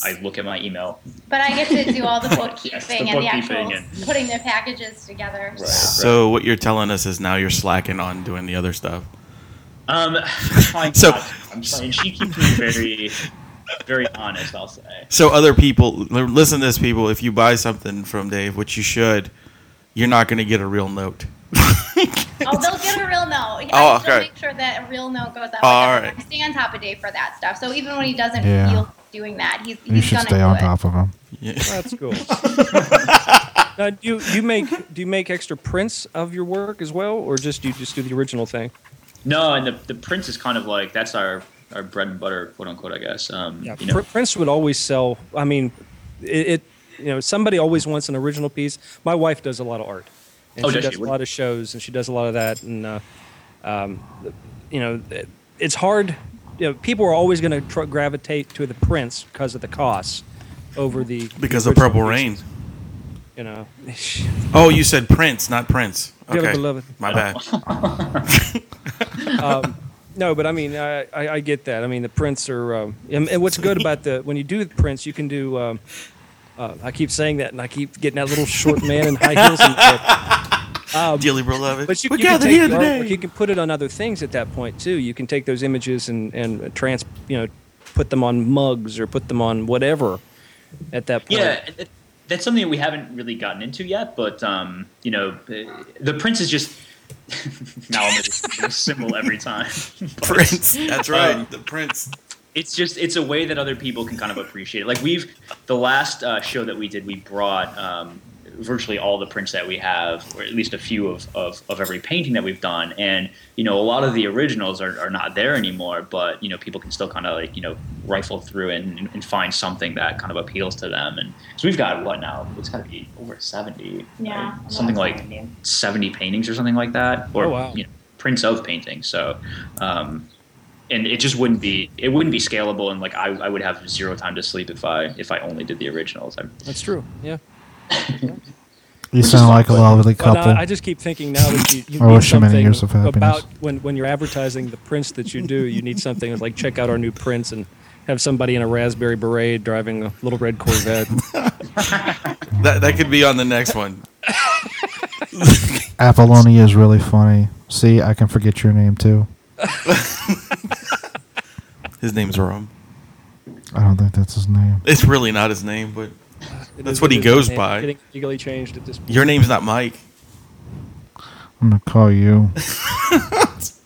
[SPEAKER 2] I look at my email.
[SPEAKER 6] But I get to do all the bookkeeping
[SPEAKER 2] Yes, the
[SPEAKER 6] and the
[SPEAKER 2] bookkeeping
[SPEAKER 6] actual
[SPEAKER 2] and-
[SPEAKER 6] putting the packages together.
[SPEAKER 3] So what you're telling us is now you're slacking on doing the other stuff.
[SPEAKER 2] Um, I'm trying
[SPEAKER 3] So-
[SPEAKER 2] not to. I'm trying. She keeps me very, very honest. I'll say.
[SPEAKER 3] So other people, l- listen to this, people. If you buy something from Dave, which you should, you're not going to get a real note.
[SPEAKER 6] Oh, they'll get a real note.
[SPEAKER 3] Oh,
[SPEAKER 6] I still
[SPEAKER 3] okay.
[SPEAKER 6] make sure that a real note goes out.
[SPEAKER 3] All
[SPEAKER 6] Like,
[SPEAKER 3] right.
[SPEAKER 6] I stay on top of Dave for that stuff. So even when he doesn't
[SPEAKER 4] Yeah.
[SPEAKER 6] feel doing that, he's, he's
[SPEAKER 4] You should
[SPEAKER 6] gonna
[SPEAKER 4] stay
[SPEAKER 6] do
[SPEAKER 4] on
[SPEAKER 6] it.
[SPEAKER 4] top of him.
[SPEAKER 3] Yeah.
[SPEAKER 5] That's cool. now, do you, do you make do you make extra prints of your work as well, or just do you just do the original thing?
[SPEAKER 2] No, and the the prince is kind of like that's our our bread and butter, quote unquote. I guess. Um,
[SPEAKER 5] Yeah,
[SPEAKER 2] you know,
[SPEAKER 5] Pr- Prince would always sell. I mean, it, it you know somebody always wants an original piece. My wife does a lot of art, and
[SPEAKER 2] Oh,
[SPEAKER 5] she
[SPEAKER 2] does she?
[SPEAKER 5] does a lot of shows, and she does a lot of that. And uh, um, you know, it- it's hard. You know, people are always going to tr- gravitate to the prints because of the costs over the
[SPEAKER 3] Because
[SPEAKER 5] the
[SPEAKER 3] of Purple
[SPEAKER 5] original
[SPEAKER 3] Rain.
[SPEAKER 5] pieces, You know,
[SPEAKER 3] Oh, you said Prince, not Prince.
[SPEAKER 5] Yeah,
[SPEAKER 3] Okay,
[SPEAKER 5] beloved.
[SPEAKER 3] my bad.
[SPEAKER 5] No, but I mean, I, I, I get that. I mean, the prints are, um, and, and what's good about the when you do the prints, you can do. Um, uh, I keep saying that, and I keep getting that little short man in high heels. And, Um,
[SPEAKER 3] Dearly beloved,
[SPEAKER 5] but you,
[SPEAKER 3] we
[SPEAKER 5] you can
[SPEAKER 3] gathered
[SPEAKER 5] take
[SPEAKER 3] here
[SPEAKER 5] the artwork, you
[SPEAKER 3] today.
[SPEAKER 5] can put it on other things at that point too. You can take those images and and trans, you know, put them on mugs or put them on whatever. At that point,
[SPEAKER 2] Yeah, that- that's something that we haven't really gotten into yet. But um, you know, the, the prince is just now I'm a symbol every time. But
[SPEAKER 3] Prince. That's right,
[SPEAKER 2] Um,
[SPEAKER 3] the Prince.
[SPEAKER 2] It's just it's a way that other people can kind of appreciate it. Like we've the last uh, show that we did, we brought um, virtually all the prints that we have, or at least a few of, of of every painting that we've done. And you know, a lot of the originals are, are not there anymore. But you know, people can still kind of like you know rifle through and, and find something that kind of appeals to them. And so we've got what now? It's got to be over seventy.
[SPEAKER 6] Yeah,
[SPEAKER 2] right? something like 70 paintings or something like that, or
[SPEAKER 5] Oh, wow.
[SPEAKER 2] you know, prints of paintings. So, um, and it just wouldn't be it wouldn't be scalable, and like I, I would have zero time to sleep if I if I only did the originals. I'm,
[SPEAKER 5] that's true. Yeah,
[SPEAKER 4] You sound like a lovely
[SPEAKER 5] but uh,
[SPEAKER 4] couple.
[SPEAKER 5] I, I just keep thinking now that you, you
[SPEAKER 4] I
[SPEAKER 5] need
[SPEAKER 4] wish you many
[SPEAKER 5] something
[SPEAKER 4] years of happiness.
[SPEAKER 5] about when when you're advertising the prints that you do. You need something that's like check out our new prints and have somebody in a raspberry beret driving a little red Corvette.
[SPEAKER 3] That that could be on the next one.
[SPEAKER 4] Apollonia is really funny. See, I can forget your name too.
[SPEAKER 3] His name's Rum.
[SPEAKER 4] I don't think that's his name.
[SPEAKER 3] It's really not his name, but
[SPEAKER 5] It
[SPEAKER 3] That's
[SPEAKER 5] is-
[SPEAKER 3] what
[SPEAKER 5] it
[SPEAKER 3] he
[SPEAKER 5] is
[SPEAKER 3] goes
[SPEAKER 5] name.
[SPEAKER 3] by.
[SPEAKER 5] Getting legally changed at this point.
[SPEAKER 3] your name's not Mike.
[SPEAKER 4] I'm gonna call you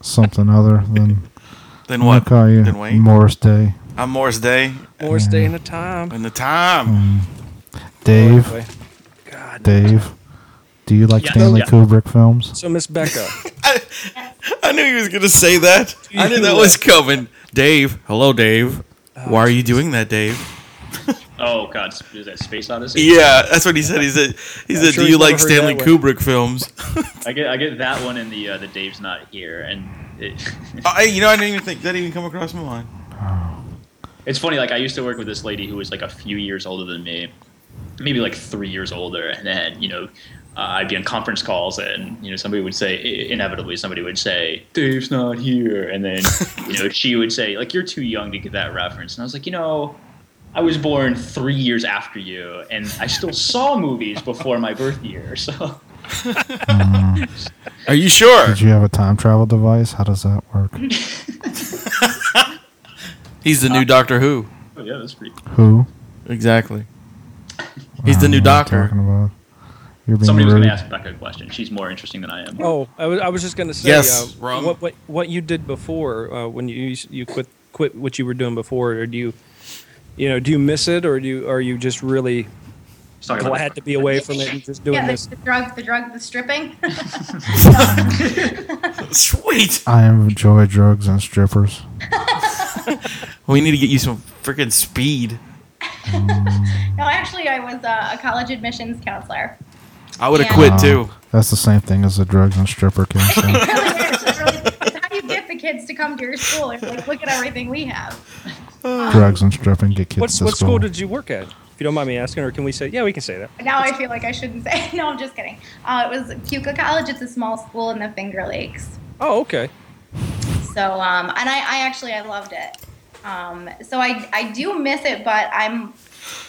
[SPEAKER 4] something other than
[SPEAKER 3] Then
[SPEAKER 4] I'm gonna
[SPEAKER 3] what?
[SPEAKER 4] call you
[SPEAKER 3] Then Wayne.
[SPEAKER 4] Morris Day,
[SPEAKER 3] I'm Morris Day.
[SPEAKER 5] More stay in a time.
[SPEAKER 3] And the time.
[SPEAKER 4] Um. Dave,
[SPEAKER 5] Anyway,
[SPEAKER 4] Dave. Do you like
[SPEAKER 2] Yeah.
[SPEAKER 4] Stanley
[SPEAKER 2] Yeah.
[SPEAKER 4] Kubrick films?
[SPEAKER 5] So Miss Becca,
[SPEAKER 3] I knew he was gonna say that. I knew that was coming. Dave. Hello, Dave. Why are you doing that, Dave?
[SPEAKER 2] Oh God, sp- is that Space Odyssey?
[SPEAKER 3] Yeah, that's what he said. He said, he
[SPEAKER 5] I'm
[SPEAKER 3] said,
[SPEAKER 5] sure
[SPEAKER 3] do you
[SPEAKER 5] he's never
[SPEAKER 3] like
[SPEAKER 5] heard
[SPEAKER 3] Stanley
[SPEAKER 5] that one.
[SPEAKER 3] Kubrick films?
[SPEAKER 2] I get I get that one and the uh, the Dave's not here, and it,
[SPEAKER 3] I, you know, I didn't even think that didn't even come across my mind.
[SPEAKER 2] it's funny. Like I used to work with this lady who was like a few years older than me, maybe like three years older, and then you know. Uh, I'd be on conference calls, and you know somebody would say i- inevitably somebody would say Dave's not here, and then you know she would say like you're too young to get that reference, and I was like you know I was born three years after you, and I still saw movies before my birth year, so
[SPEAKER 3] Are you sure?
[SPEAKER 4] Uh, Did you have a time travel device? How does that work?
[SPEAKER 3] He's the new Doctor Who.
[SPEAKER 2] Oh, yeah, that's pretty.
[SPEAKER 4] Who?
[SPEAKER 3] Exactly. He's the
[SPEAKER 4] I don't
[SPEAKER 3] new
[SPEAKER 4] know what
[SPEAKER 3] doctor.
[SPEAKER 4] I'm talking about. You're being
[SPEAKER 2] Somebody was
[SPEAKER 4] rude.
[SPEAKER 2] going to ask Becca a question. She's more interesting than I am.
[SPEAKER 5] oh, I was, I was just gonna say,
[SPEAKER 3] Yes,
[SPEAKER 5] uh,
[SPEAKER 3] Rum.
[SPEAKER 5] what what what you did before uh, when you you quit quit what you were doing before, or do you, you know, do you miss it, or do you, are you just really
[SPEAKER 2] He's talking about
[SPEAKER 5] glad to be away from it and just doing
[SPEAKER 6] yeah,
[SPEAKER 5] this?
[SPEAKER 6] the, the drug, the drug, the stripping.
[SPEAKER 3] Sweet.
[SPEAKER 4] I enjoy drugs and strippers.
[SPEAKER 3] We need to get you some freaking speed.
[SPEAKER 6] no, actually, I was uh, a college admissions counselor.
[SPEAKER 3] I would have
[SPEAKER 6] Yeah.
[SPEAKER 3] quit
[SPEAKER 4] Wow.
[SPEAKER 3] too.
[SPEAKER 4] Uh, That's the same thing as the drugs and stripper case. so.
[SPEAKER 6] Really, it's really- it's how you get the kids to come to your school. It's like, look at everything we have.
[SPEAKER 4] drugs and stripping get kids
[SPEAKER 5] What's,
[SPEAKER 4] to
[SPEAKER 5] what
[SPEAKER 4] school.
[SPEAKER 5] school did you work at? If you don't mind me asking, or can we say? Yeah, we can say that.
[SPEAKER 6] Now I feel like I shouldn't say. No, I'm just kidding. Uh, it was Puka College. It's a small school in the Finger Lakes.
[SPEAKER 5] Oh, okay.
[SPEAKER 6] So, um, and I, I actually I loved it. Um, so I, I do miss it, but I'm.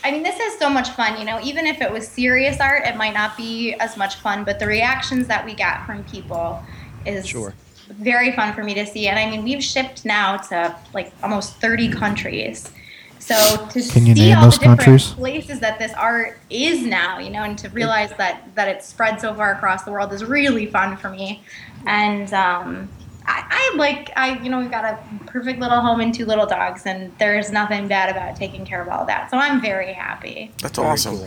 [SPEAKER 6] I mean, this is so much fun. You know, even if it was serious art, it might not be as much fun. But the reactions that we got from people is
[SPEAKER 5] Sure.
[SPEAKER 6] very fun for me to see. And I mean, we've shipped now to like almost 30 countries. So to
[SPEAKER 4] Can you
[SPEAKER 6] see
[SPEAKER 4] name
[SPEAKER 6] all
[SPEAKER 4] those
[SPEAKER 6] the different
[SPEAKER 4] countries?
[SPEAKER 6] places that this art is now, you know, and to realize that that it spread so far across the world is really fun for me. And um, I, I like I you know we've got a perfect little home and two little dogs, and there is nothing bad about taking care of all that. So I'm very happy.
[SPEAKER 3] That's awesome.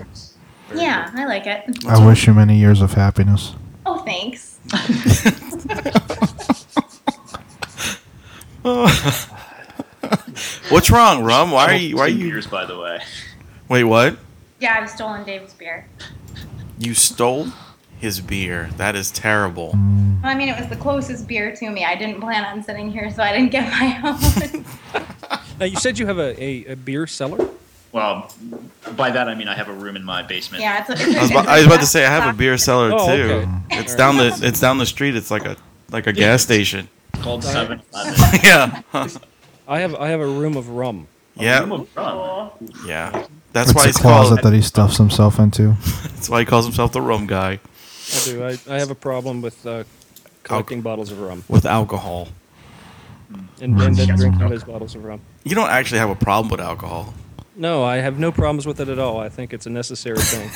[SPEAKER 6] Yeah, I like it.
[SPEAKER 4] I wish you many years of happiness.
[SPEAKER 6] Oh, thanks.
[SPEAKER 3] What's wrong, Rum? Why are you? Why are
[SPEAKER 2] Two
[SPEAKER 3] you?
[SPEAKER 2] Years, by the way.
[SPEAKER 3] Wait, what?
[SPEAKER 6] Yeah, I've stolen Dave's beer.
[SPEAKER 3] You stole his beer. That is terrible.
[SPEAKER 6] I mean, it was the closest beer to me. I didn't plan on sitting here, so I didn't get my own.
[SPEAKER 5] Now you said you have a, a, a beer cellar.
[SPEAKER 2] Well, by that I mean I have a room in my basement.
[SPEAKER 6] yeah, it's a, it's a-
[SPEAKER 3] I was, about, I was about to say I have a beer cellar
[SPEAKER 5] Oh,
[SPEAKER 3] too.
[SPEAKER 5] okay.
[SPEAKER 3] It's down the it's down the street. It's like a like a gas station.
[SPEAKER 2] It's called Seven Eleven.
[SPEAKER 3] yeah.
[SPEAKER 5] I have I have a room of rum.
[SPEAKER 2] Room
[SPEAKER 3] Yeah.
[SPEAKER 2] of rum.
[SPEAKER 3] Yeah. That's
[SPEAKER 4] That's
[SPEAKER 3] why
[SPEAKER 4] a
[SPEAKER 3] he's
[SPEAKER 4] closet
[SPEAKER 3] called.
[SPEAKER 4] that he stuffs himself into.
[SPEAKER 3] That's why he calls himself the rum guy
[SPEAKER 5] I do. I, I have a problem with uh, collecting bottles of rum
[SPEAKER 3] with alcohol.
[SPEAKER 5] and, and then drinking those bottles of rum.
[SPEAKER 3] You don't actually have a problem with alcohol.
[SPEAKER 5] No, I have no problems with it at all. I think it's a necessary thing.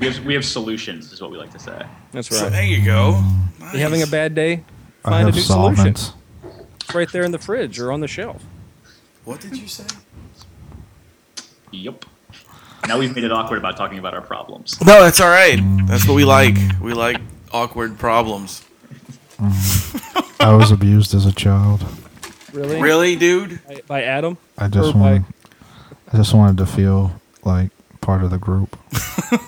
[SPEAKER 2] We have we have solutions, is what we like to say.
[SPEAKER 5] That's
[SPEAKER 3] So
[SPEAKER 5] right.
[SPEAKER 3] there you go.
[SPEAKER 5] You having a bad day?
[SPEAKER 4] I
[SPEAKER 5] Find a
[SPEAKER 4] have
[SPEAKER 5] new solution.
[SPEAKER 4] solvents.
[SPEAKER 5] It's right there in the fridge or on the shelf.
[SPEAKER 3] What did you say?
[SPEAKER 2] Yep. Now we've made it awkward about talking about our problems.
[SPEAKER 3] No, that's all right. That's what we like. We like awkward problems.
[SPEAKER 4] I was abused as a child.
[SPEAKER 5] Really?
[SPEAKER 3] Really, dude?
[SPEAKER 5] By, by Adam?
[SPEAKER 4] I just
[SPEAKER 5] Or by-
[SPEAKER 4] wanted, I just wanted to feel like part of the group.
[SPEAKER 5] Oh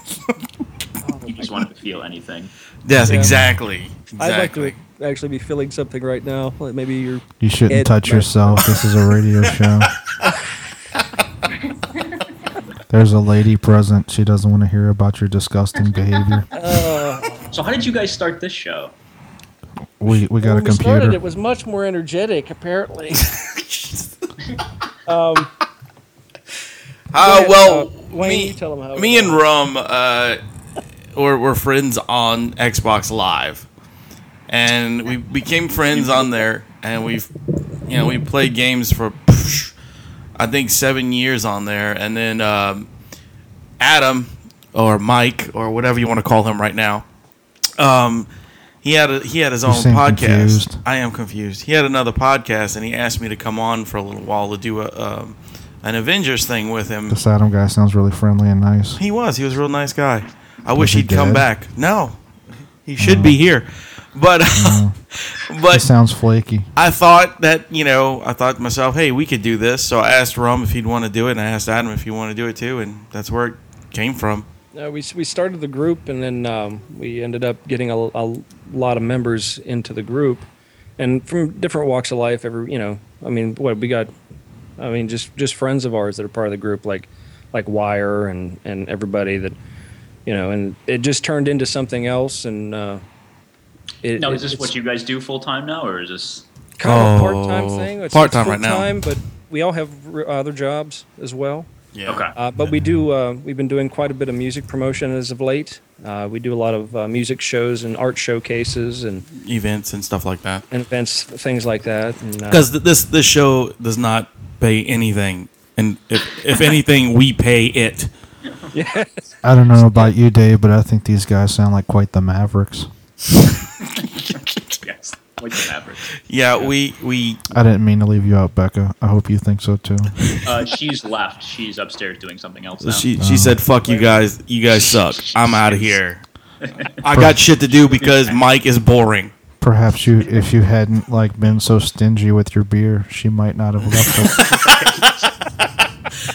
[SPEAKER 2] You just wanted to feel anything.
[SPEAKER 3] Yes,
[SPEAKER 5] Yeah.
[SPEAKER 3] exactly. Exactly.
[SPEAKER 5] I'd like to actually be feeling something right now. Like maybe you're.
[SPEAKER 4] You shouldn't
[SPEAKER 5] Ed-
[SPEAKER 4] touch
[SPEAKER 5] no.
[SPEAKER 4] yourself. This is a radio show. There's a lady present. She doesn't want to hear about your disgusting behavior. Uh,
[SPEAKER 2] So how did you guys start this show?
[SPEAKER 4] We we got a
[SPEAKER 5] when we started,
[SPEAKER 4] computer.
[SPEAKER 5] it was much more energetic, apparently.
[SPEAKER 3] Uh,
[SPEAKER 5] ahead,
[SPEAKER 3] well,
[SPEAKER 5] uh, Wayne,
[SPEAKER 3] me,
[SPEAKER 5] you tell 'em how it
[SPEAKER 3] me and
[SPEAKER 5] goes.
[SPEAKER 3] Rum uh, were, were friends on Xbox Live. and we became friends on there, and we've, you know, we played games for, psh, I think seven years on there, and then um, Adam or Mike or whatever you want to call him right now, um, he had a, he had his own
[SPEAKER 4] seem
[SPEAKER 3] podcast.
[SPEAKER 4] confused.
[SPEAKER 3] I am confused. He had another podcast, and he asked me to come on for a little while to do a um, an Avengers thing with him.
[SPEAKER 4] This Adam guy sounds really friendly and nice.
[SPEAKER 3] He was. He was a real nice guy. I wish
[SPEAKER 4] he
[SPEAKER 3] he'd come
[SPEAKER 4] dead?
[SPEAKER 3] back. No, he should be here. But
[SPEAKER 4] He
[SPEAKER 3] but
[SPEAKER 4] sounds flaky.
[SPEAKER 3] I thought that you know I thought to myself, hey, we could do this. So I asked Rum if he'd want to do it, and I asked Adam if he wanted to do it too, and that's where it came from.
[SPEAKER 5] Uh, we, we started the group and then um, we ended up getting a, a lot of members into the group and from different walks of life every you know i mean what we got i mean just just friends of ours that are part of the group like like wire and and everybody that you know and it just turned into something else and uh it,
[SPEAKER 2] Now,
[SPEAKER 5] it-
[SPEAKER 2] is this
[SPEAKER 5] it's
[SPEAKER 2] what you guys do full time now, or is this?
[SPEAKER 5] kind of
[SPEAKER 3] Oh,
[SPEAKER 5] a part-time thing it's,
[SPEAKER 3] part-time
[SPEAKER 5] it's
[SPEAKER 3] right now.
[SPEAKER 5] full-time, but we all have r- other jobs as well
[SPEAKER 3] Yeah.
[SPEAKER 2] Okay.
[SPEAKER 5] uh, but we do. Uh, we've been doing quite a bit of music promotion as of late. Uh, we do a lot of uh, music shows and art showcases and,
[SPEAKER 3] Events and stuff like that.
[SPEAKER 5] and events, things like that. And, uh,
[SPEAKER 3] Because th- this this show does not pay anything, and if if anything, we pay it.
[SPEAKER 4] I don't know about you, Dave, but I think these guys sound like quite the Mavericks.
[SPEAKER 2] Yes. Like the Mavericks.
[SPEAKER 3] Yeah, we we
[SPEAKER 4] I didn't mean to leave you out, Becca. I hope you think so too.
[SPEAKER 2] Uh, she's left. She's upstairs doing something else now.
[SPEAKER 3] She she said, "Fuck you guys. You guys suck. I'm out of here. I got shit to do because Mike is boring."
[SPEAKER 4] Perhaps you, if you hadn't like been so stingy with your beer, she might not have left. it.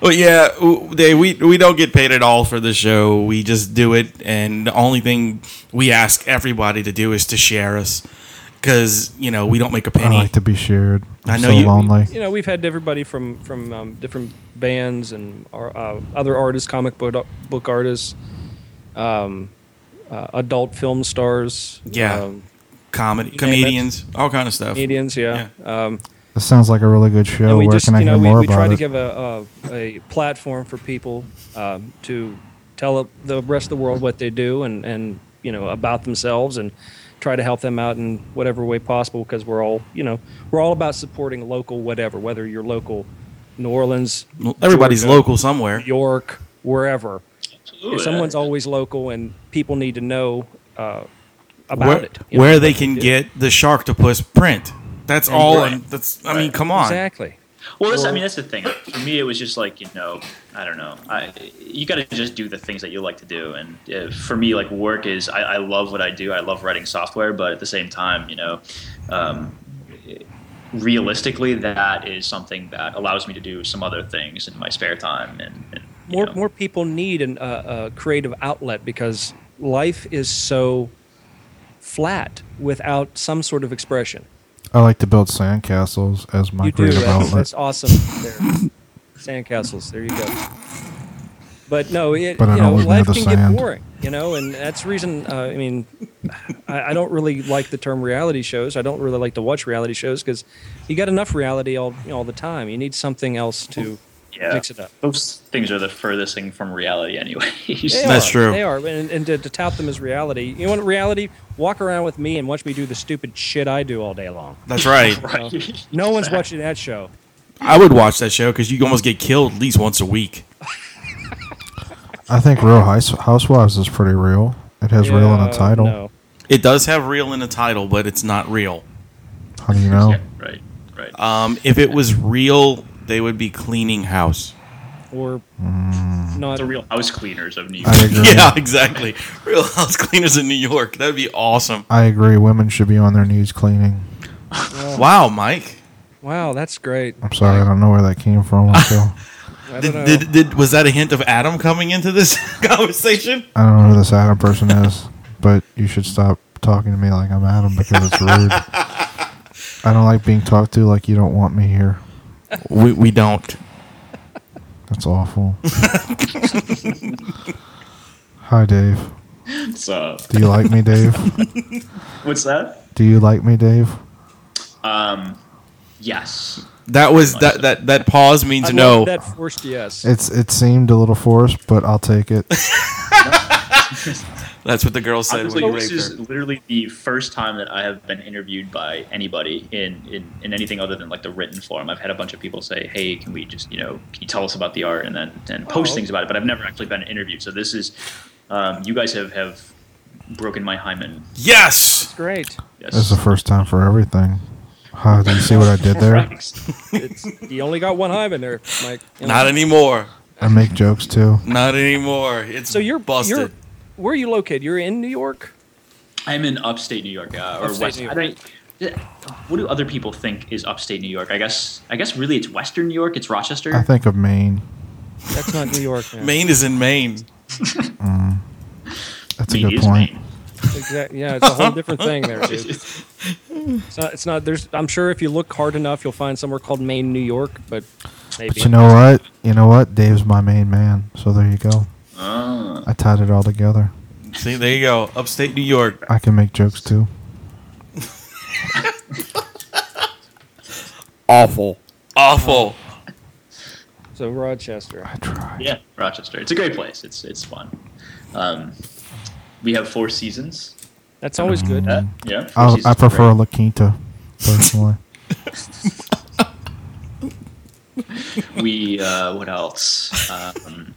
[SPEAKER 3] Well, yeah, w- they we we don't get paid at all for the show. We just do it, and the only thing we ask everybody to do is to share us, because you know we don't make a
[SPEAKER 4] I
[SPEAKER 3] penny.
[SPEAKER 4] like to be shared. I'm
[SPEAKER 3] I know
[SPEAKER 4] so
[SPEAKER 3] you-
[SPEAKER 4] lonely.
[SPEAKER 5] you know, we've had everybody from from um, different bands and our, uh, other artists, comic book book artists, um, uh, adult film stars,
[SPEAKER 3] Yeah.
[SPEAKER 5] um,
[SPEAKER 3] Comedy,
[SPEAKER 5] it.
[SPEAKER 3] comedians, all kind of stuff.
[SPEAKER 5] comedians, yeah. Um,
[SPEAKER 4] This sounds like a really good show.
[SPEAKER 5] and we
[SPEAKER 4] Oh, Where
[SPEAKER 5] just
[SPEAKER 4] can I
[SPEAKER 5] you
[SPEAKER 4] hear
[SPEAKER 5] know we,
[SPEAKER 4] more
[SPEAKER 5] we try
[SPEAKER 4] about
[SPEAKER 5] to
[SPEAKER 4] it?
[SPEAKER 5] give a, a a platform for people um, to tell the rest of the world what they do and and you know about themselves and try to help them out in whatever way possible because we're all you know we're all about supporting local whatever whether you're local New Orleans
[SPEAKER 3] Well, Everybody's
[SPEAKER 5] Georgia,
[SPEAKER 3] local somewhere.
[SPEAKER 5] New York wherever
[SPEAKER 2] Absolutely.
[SPEAKER 5] someone's always local and people need to know uh, about
[SPEAKER 3] Where,
[SPEAKER 5] it you know,
[SPEAKER 3] where
[SPEAKER 5] what
[SPEAKER 3] they can get the Sharktopus print. That's all.
[SPEAKER 2] Right.
[SPEAKER 3] and That's. I mean, come on.
[SPEAKER 5] exactly
[SPEAKER 2] Well, that's, I mean, that's the thing. For me, it was just like you know, I don't know. I you got to just do the things that you like to do. And uh, for me, like work is, I, I love what I do. I love writing software, but at the same time, you know, um, realistically, that is something that allows me to do some other things in my spare time. And, and you
[SPEAKER 5] more
[SPEAKER 2] know.
[SPEAKER 5] more people need an, uh, a creative outlet because life is so flat without some sort of expression.
[SPEAKER 4] I like to build sandcastles as my
[SPEAKER 5] you do
[SPEAKER 4] creative
[SPEAKER 5] that's,
[SPEAKER 4] outlet.
[SPEAKER 5] that's awesome. There. Sandcastles, there you go. But no, it,
[SPEAKER 4] But I
[SPEAKER 5] you
[SPEAKER 4] don't
[SPEAKER 5] know,
[SPEAKER 4] live near
[SPEAKER 5] life
[SPEAKER 4] the
[SPEAKER 5] can
[SPEAKER 4] sand.
[SPEAKER 5] get boring, you know, and that's the reason. Uh, I mean, I, I don't really like the term reality shows. I don't really like to watch reality shows because you got enough reality all all the time. You need something else to
[SPEAKER 2] Yeah.
[SPEAKER 5] mix it up.
[SPEAKER 2] those things are the furthest thing from reality, anyway.
[SPEAKER 5] They
[SPEAKER 3] That's
[SPEAKER 5] are.
[SPEAKER 3] true.
[SPEAKER 5] They are, and, and to, to tout them as reality. You want reality? Walk around with me and watch me do the stupid shit I do all day long.
[SPEAKER 3] That's right.
[SPEAKER 2] right.
[SPEAKER 5] No one's watching that show.
[SPEAKER 3] I would watch that show because you almost get killed at least once a week.
[SPEAKER 4] I think Real House- Housewives is pretty real. It has real in the
[SPEAKER 5] Yeah,
[SPEAKER 4] title.
[SPEAKER 5] Uh, No.
[SPEAKER 3] It does have real in the title, but it's not real.
[SPEAKER 4] How do you know?
[SPEAKER 2] Yeah, right. Right.
[SPEAKER 3] Um, if it was real, they would be cleaning house.
[SPEAKER 5] Or
[SPEAKER 3] Mm.
[SPEAKER 5] not.
[SPEAKER 2] the real house cleaners of New York.
[SPEAKER 4] I agree.
[SPEAKER 3] Yeah, exactly. Real house cleaners in New York. That'd be awesome.
[SPEAKER 4] I agree. Women should be on their knees cleaning.
[SPEAKER 3] Wow, Mike.
[SPEAKER 5] Wow, that's great.
[SPEAKER 4] I'm sorry, I don't know where that came from. Until,
[SPEAKER 5] I
[SPEAKER 3] Did,
[SPEAKER 5] don't know.
[SPEAKER 3] did, did was that a hint of Adam coming into this conversation?
[SPEAKER 4] I don't know who this Adam person is, but you should stop talking to me like I'm Adam because it's rude. I don't like being talked to like you don't want me here.
[SPEAKER 3] We we don't.
[SPEAKER 4] That's awful. Hi, Dave.
[SPEAKER 2] So,
[SPEAKER 4] Do you like me, Dave?
[SPEAKER 2] what's that?
[SPEAKER 4] Do you like me, Dave?
[SPEAKER 2] Um, yes.
[SPEAKER 3] That was that that that pause means
[SPEAKER 5] I
[SPEAKER 3] no.
[SPEAKER 5] love That forced yes.
[SPEAKER 4] It's it seemed a little forced, but I'll take it.
[SPEAKER 3] That's what the girl said
[SPEAKER 2] Honestly,
[SPEAKER 3] when you
[SPEAKER 2] this
[SPEAKER 3] raped
[SPEAKER 2] is
[SPEAKER 3] her.
[SPEAKER 2] literally the first time that I have been interviewed by anybody in, in, in anything other than like the written form. I've had a bunch of people say, "Hey, can we just you know can you tell us about the art and then and post
[SPEAKER 5] Oh.
[SPEAKER 2] things about it?" But I've never actually been interviewed. So this is um, you guys have have broken my hymen.
[SPEAKER 3] Yes.
[SPEAKER 5] It's great.
[SPEAKER 4] That's
[SPEAKER 2] Yes.
[SPEAKER 4] the first time for everything. Huh, do you see what I did there?
[SPEAKER 2] Thanks.
[SPEAKER 5] It's you only got one hive in there, Mike. You know?
[SPEAKER 3] Not anymore.
[SPEAKER 4] I make jokes too.
[SPEAKER 3] Not anymore. It's
[SPEAKER 5] so you're
[SPEAKER 3] busted.
[SPEAKER 5] You're, where are you located? You're in New York.
[SPEAKER 2] I'm in upstate New York uh, or
[SPEAKER 5] Upstate
[SPEAKER 2] West.
[SPEAKER 5] New
[SPEAKER 2] I
[SPEAKER 5] York.
[SPEAKER 2] don't, what do other people think is upstate New York? I guess I guess really it's Western New York. It's Rochester.
[SPEAKER 4] I think of Maine.
[SPEAKER 5] That's not New York. Man.
[SPEAKER 3] Maine is in Maine.
[SPEAKER 4] That's a
[SPEAKER 2] Maine
[SPEAKER 4] good
[SPEAKER 2] is
[SPEAKER 4] point.
[SPEAKER 2] Maine.
[SPEAKER 5] Exactly. Yeah, it's a whole different thing there. Dude. It's not. It's not. There's. I'm sure if you look hard enough, you'll find somewhere called Maine, New York. But maybe.
[SPEAKER 4] But you know what? You know what? Dave's my main man. So there you go.
[SPEAKER 2] Ah.
[SPEAKER 4] I tied it all together.
[SPEAKER 3] See, there you go. Upstate New York.
[SPEAKER 4] I can make jokes too.
[SPEAKER 3] Awful. Awful.
[SPEAKER 5] so Rochester.
[SPEAKER 4] I try.
[SPEAKER 2] Yeah, Rochester. It's a great place. It's it's fun. Um, we have four seasons.
[SPEAKER 5] That's always good.
[SPEAKER 2] Uh, yeah, four
[SPEAKER 4] Mm. Oh, I,
[SPEAKER 2] seasons
[SPEAKER 4] I
[SPEAKER 2] are
[SPEAKER 4] prefer
[SPEAKER 2] great.
[SPEAKER 4] La Quinta, personally.
[SPEAKER 2] We uh, what else? Um,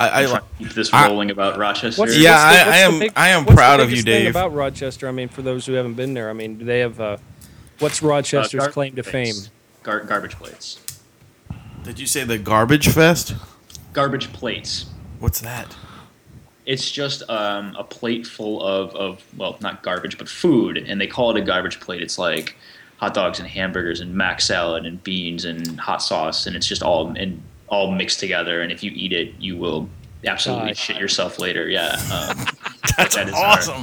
[SPEAKER 3] I, I
[SPEAKER 2] trying
[SPEAKER 3] like.
[SPEAKER 2] to keep this
[SPEAKER 3] I-
[SPEAKER 2] rolling about Rochester.
[SPEAKER 5] What's-
[SPEAKER 3] Yeah,
[SPEAKER 5] what's
[SPEAKER 3] I- I
[SPEAKER 5] what's
[SPEAKER 3] am-
[SPEAKER 5] big-
[SPEAKER 3] I am
[SPEAKER 5] what's the
[SPEAKER 3] proud of
[SPEAKER 5] biggest
[SPEAKER 3] you,
[SPEAKER 5] thing
[SPEAKER 3] Dave.
[SPEAKER 5] About Rochester, I mean, for those who haven't been there, I mean, do they have uh, what's Rochester's
[SPEAKER 2] Uh, gar-
[SPEAKER 5] claim to fame?
[SPEAKER 2] plates. Gar- garbage plates.
[SPEAKER 3] Did you say the garbage fest?
[SPEAKER 2] Garbage plates.
[SPEAKER 3] What's that?
[SPEAKER 2] It's just um, a plate full of, of well, not garbage, but food, and they call it a garbage plate. It's like hot dogs and hamburgers and mac salad and beans and hot sauce, and it's just all and all mixed together. And if you eat it, you will absolutely
[SPEAKER 5] Die.
[SPEAKER 2] shit yourself later. Yeah, um,
[SPEAKER 3] That's
[SPEAKER 2] That is our-
[SPEAKER 3] awesome.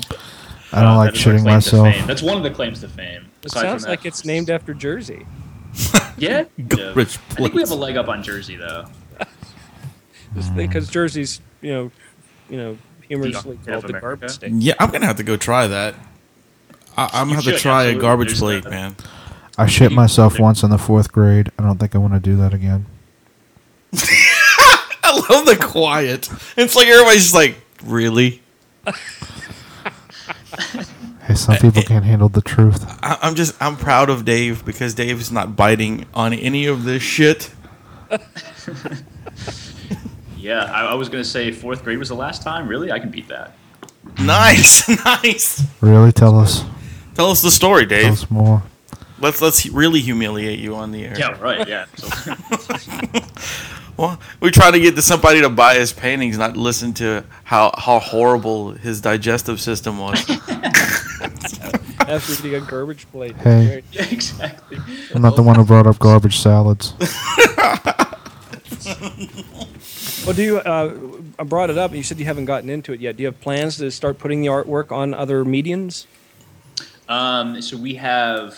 [SPEAKER 4] I don't
[SPEAKER 2] uh,
[SPEAKER 4] like
[SPEAKER 2] that is our
[SPEAKER 4] shitting
[SPEAKER 2] claim to
[SPEAKER 4] myself.
[SPEAKER 2] fame. That's one of the claims to fame.
[SPEAKER 5] It
[SPEAKER 2] Aside from
[SPEAKER 5] sounds
[SPEAKER 2] that-
[SPEAKER 5] like it's named after Jersey.
[SPEAKER 2] Yeah, yeah.
[SPEAKER 3] Garbage
[SPEAKER 2] I think we
[SPEAKER 3] plates.
[SPEAKER 2] have a leg up on Jersey though.
[SPEAKER 4] Hmm.
[SPEAKER 5] because Jersey's you know you know humorously
[SPEAKER 2] Yeah,
[SPEAKER 5] called
[SPEAKER 2] of
[SPEAKER 5] the
[SPEAKER 2] America.
[SPEAKER 5] garbage state.
[SPEAKER 3] Yeah, I'm gonna have to go try that. I, I'm gonna
[SPEAKER 2] You
[SPEAKER 3] have to
[SPEAKER 2] should,
[SPEAKER 3] try a
[SPEAKER 2] absolutely.
[SPEAKER 3] garbage
[SPEAKER 2] There's
[SPEAKER 3] plate,
[SPEAKER 2] that.
[SPEAKER 3] man.
[SPEAKER 4] I shit myself once in the fourth grade. I don't think I want to do that again.
[SPEAKER 3] I love the quiet. It's like everybody's just like, really?
[SPEAKER 4] Hey, some people can't handle the truth.
[SPEAKER 3] I, I'm just, I'm proud of Dave because Dave is not biting on any of this shit.
[SPEAKER 2] Yeah, I, I was gonna say fourth grade was the last time. Really, I can beat that.
[SPEAKER 3] Nice, nice.
[SPEAKER 4] Really? Tell us.
[SPEAKER 3] Tell us the story,
[SPEAKER 4] Tell
[SPEAKER 3] Dave.
[SPEAKER 4] us more.
[SPEAKER 3] Let's let's really humiliate you on the air.
[SPEAKER 2] Yeah, right. Yeah. So,
[SPEAKER 3] Well, we try to get to somebody to buy his paintings, not listen to how how horrible his digestive system was.
[SPEAKER 5] After eating a garbage plate.
[SPEAKER 4] Hey.
[SPEAKER 5] Great.
[SPEAKER 2] yeah, exactly.
[SPEAKER 4] I'm not the one who brought up garbage salads.
[SPEAKER 5] Well, do you? Uh, I brought it up, and you said you haven't gotten into it yet. Do you have plans to start putting the artwork on other mediums?
[SPEAKER 2] Um, so we have,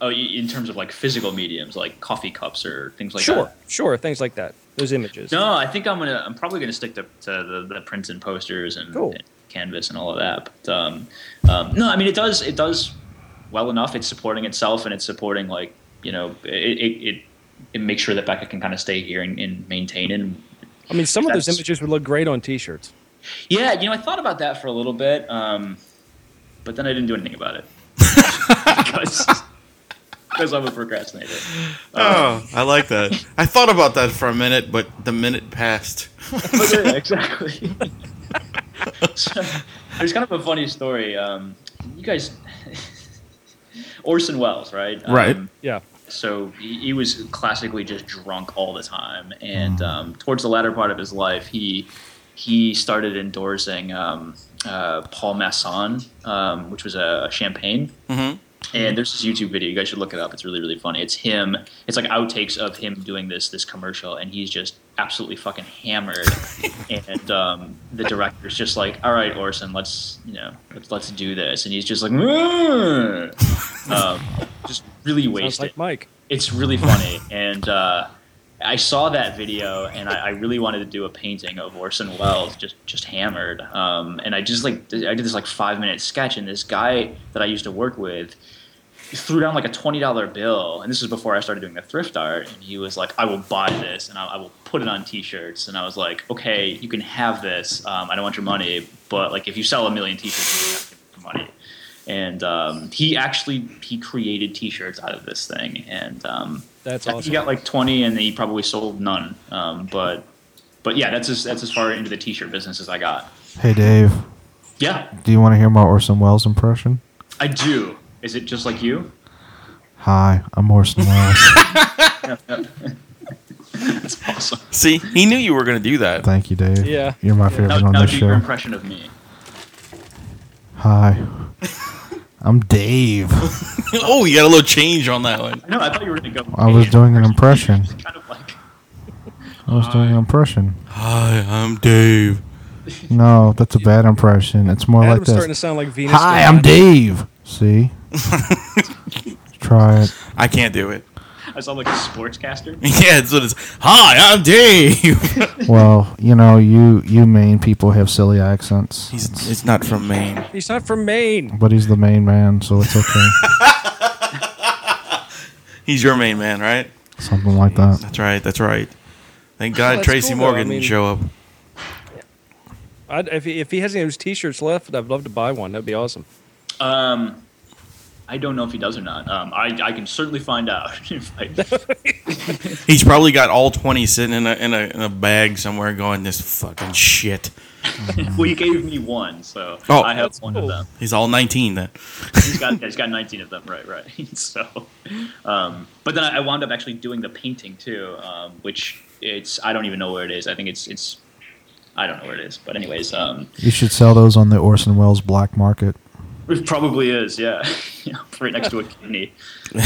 [SPEAKER 2] oh, y- in terms of like physical mediums, like coffee cups or things like
[SPEAKER 5] sure,
[SPEAKER 2] that.
[SPEAKER 5] sure, things like that. Those images.
[SPEAKER 2] No, I think I'm gonna. I'm probably gonna stick to, to the, the prints and posters and,
[SPEAKER 5] Cool.
[SPEAKER 2] and canvas and all of that. But um, um, no, I mean it does it does well enough. It's supporting itself and it's supporting like you know it it it, it makes sure that Becca can kind of stay here and, and maintain and
[SPEAKER 5] I mean, some of those
[SPEAKER 2] That's-
[SPEAKER 5] images would look great on T-shirts.
[SPEAKER 2] yeah, you know I thought about that for a little bit, um, but then I didn't do anything about it because because I'm a procrastinator.
[SPEAKER 3] Oh, I like that. I thought about that for a minute, but the minute passed.
[SPEAKER 2] But yeah, exactly. so, there's kind of a funny story. Um, you guys, Orson Welles, right?
[SPEAKER 3] Right.
[SPEAKER 2] Um,
[SPEAKER 5] Yeah.
[SPEAKER 2] so he, he was classically just drunk all the time,
[SPEAKER 5] Mm-hmm.
[SPEAKER 2] and um, towards the latter part of his life, he he started endorsing um, uh, Paul Masson, um, which was a champagne.
[SPEAKER 5] Mm-hmm.
[SPEAKER 3] Mhm.
[SPEAKER 2] And there's this YouTube video. You guys should look it up. It's really, really funny. It's him. It's like outtakes of him doing this this commercial, and he's just absolutely fucking hammered. and um, the director's just like, "All right, Orson, let's you know, let's, let's do this." And he's just like, "Mm." um, just really
[SPEAKER 5] Sounds
[SPEAKER 2] wasted
[SPEAKER 5] like Mike.
[SPEAKER 2] it's really funny and uh, i saw that video and I, I really wanted to do a painting of orson welles just just hammered um, and i just like i did this like five minute sketch and this guy that i used to work with threw down like a twenty dollar bill, and this was before I started doing the thrift art. And he was like, "I will buy this, and I, I will put it on T-shirts." And I was like, "Okay, you can have this. Um, I don't want your money, but like if you sell a million T-shirts, you have to give me the money." And um, he actually he created T-shirts out of this thing, and um,
[SPEAKER 5] That's
[SPEAKER 2] I think
[SPEAKER 5] awesome.
[SPEAKER 2] He got like twenty, and he probably sold none. Um, but but yeah, that's as that's as far into the T-shirt business as I got.
[SPEAKER 4] Hey, Dave,
[SPEAKER 2] Yeah,
[SPEAKER 4] do you want to hear my Orson Welles impression?
[SPEAKER 2] I do. Is it just like you?
[SPEAKER 4] Hi, I'm Orson Welles.
[SPEAKER 2] That's awesome.
[SPEAKER 3] See, he knew you were going to do that.
[SPEAKER 4] Thank you, Dave.
[SPEAKER 5] Yeah.
[SPEAKER 4] You're my
[SPEAKER 2] Now,
[SPEAKER 4] favorite on
[SPEAKER 2] now
[SPEAKER 4] this
[SPEAKER 2] do your
[SPEAKER 4] show.
[SPEAKER 2] impression of me.
[SPEAKER 4] Hi, I'm Dave.
[SPEAKER 3] oh, you got a little change on that one.
[SPEAKER 2] No, I thought you were going to go.
[SPEAKER 4] I was doing an impression.
[SPEAKER 2] kind of like
[SPEAKER 4] I was doing an impression.
[SPEAKER 3] Hi, I'm Dave.
[SPEAKER 4] No, that's a bad impression. It's more like
[SPEAKER 5] Adam's starting to
[SPEAKER 4] this.
[SPEAKER 5] sound like Venus.
[SPEAKER 4] Hi,
[SPEAKER 5] Wilde.
[SPEAKER 4] I'm Dave. See? Try it.
[SPEAKER 3] I can't do it.
[SPEAKER 2] I sound like a sportscaster.
[SPEAKER 3] Yeah, that's what it's. Hi, I'm Dave.
[SPEAKER 4] Well, you know, you you Maine people have silly accents,
[SPEAKER 3] He's, it's not from Maine.
[SPEAKER 5] He's not from Maine.
[SPEAKER 4] but he's the Maine man, so it's okay.
[SPEAKER 3] He's your main man, right?
[SPEAKER 4] Something like that.
[SPEAKER 3] That's right. That's right. Thank God
[SPEAKER 5] that's
[SPEAKER 3] Tracy
[SPEAKER 5] cool, though.
[SPEAKER 3] Morgan
[SPEAKER 5] I mean-
[SPEAKER 3] didn't show up.
[SPEAKER 5] I'd, if, he, if he has any of his T-shirts left, I'd love to buy one. That'd be awesome.
[SPEAKER 2] Um, I don't know if he does or not. Um, I, I can certainly find out. if I,
[SPEAKER 3] He's probably got all twenty sitting in a in a, in a bag somewhere, going this fucking shit.
[SPEAKER 2] well, he gave me one, so
[SPEAKER 3] Oh.
[SPEAKER 2] I have
[SPEAKER 5] That's
[SPEAKER 2] one
[SPEAKER 5] cool.
[SPEAKER 2] of them.
[SPEAKER 3] He's all nineteen then.
[SPEAKER 2] He's got he's got 19 of them, right? Right. so, um, but then I, I wound up actually doing the painting too, um, which it's I don't even know where it is. I think it's it's I don't know where it is, but anyways, um,
[SPEAKER 4] You should sell those on the Orson Welles black market.
[SPEAKER 2] it probably is. Yeah, Yeah, right next to a kidney.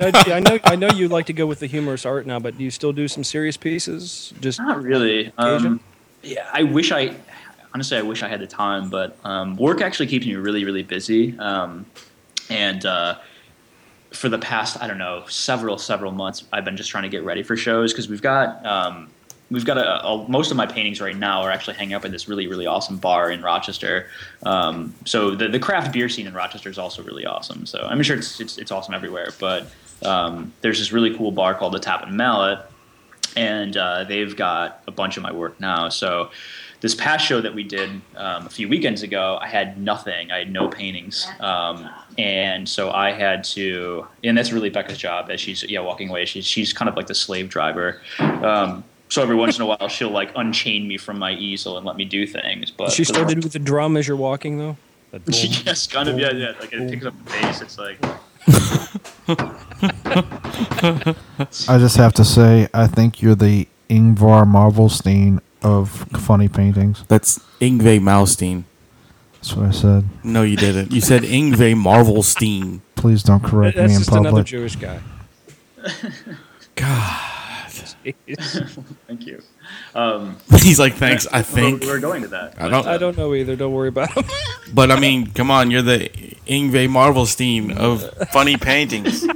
[SPEAKER 5] Now, I know, I know you like to go with the humorous art now, but do you still do some serious pieces? Just
[SPEAKER 2] Not really.
[SPEAKER 5] Occasion?
[SPEAKER 2] Um, yeah, I wish I honestly I wish I had the time, but um, work actually keeps me really really busy. Um, and uh, for the past I don't know several several months, I've been just trying to get ready for shows because we've got um, we've got a, a most of my paintings right now are actually hanging up in this really really awesome bar in Rochester. Um, so the the craft beer scene in Rochester is also really awesome. So I'm sure it's it's, it's awesome everywhere, but. Um, there's this really cool bar called the Tap and Mallet, and uh, they've got a bunch of my work now. So this past show that we did um, a few weekends ago, I had nothing. I had no paintings, um, and so I had to. And that's really Becca's job. As she's yeah walking away, she's she's kind of like the slave driver. Um, so every once in a while, she'll like unchain me from my easel and let me do things. But
[SPEAKER 5] she
[SPEAKER 2] for the-
[SPEAKER 5] started with the drum as you're walking, though. That boom.
[SPEAKER 2] yes, kind of. Yeah, yeah. Like it picks up the bass. It's like
[SPEAKER 4] I just have to say, I think you're the Ingvar Marvelstein of funny paintings.
[SPEAKER 3] That's Ingve Malstein.
[SPEAKER 4] That's what I said.
[SPEAKER 3] No, you didn't. You said Ingve Marvelstein.
[SPEAKER 4] Please don't correct
[SPEAKER 5] That's
[SPEAKER 4] me in
[SPEAKER 5] just another
[SPEAKER 4] public.
[SPEAKER 5] Jewish guy.
[SPEAKER 3] God.
[SPEAKER 2] thank you. Um,
[SPEAKER 3] He's like, thanks. I think.
[SPEAKER 2] we were going to that.
[SPEAKER 3] I don't.
[SPEAKER 5] I don't know either. Don't worry about him.
[SPEAKER 3] But I mean, come on. You're the Ingve Marvelstein of funny paintings.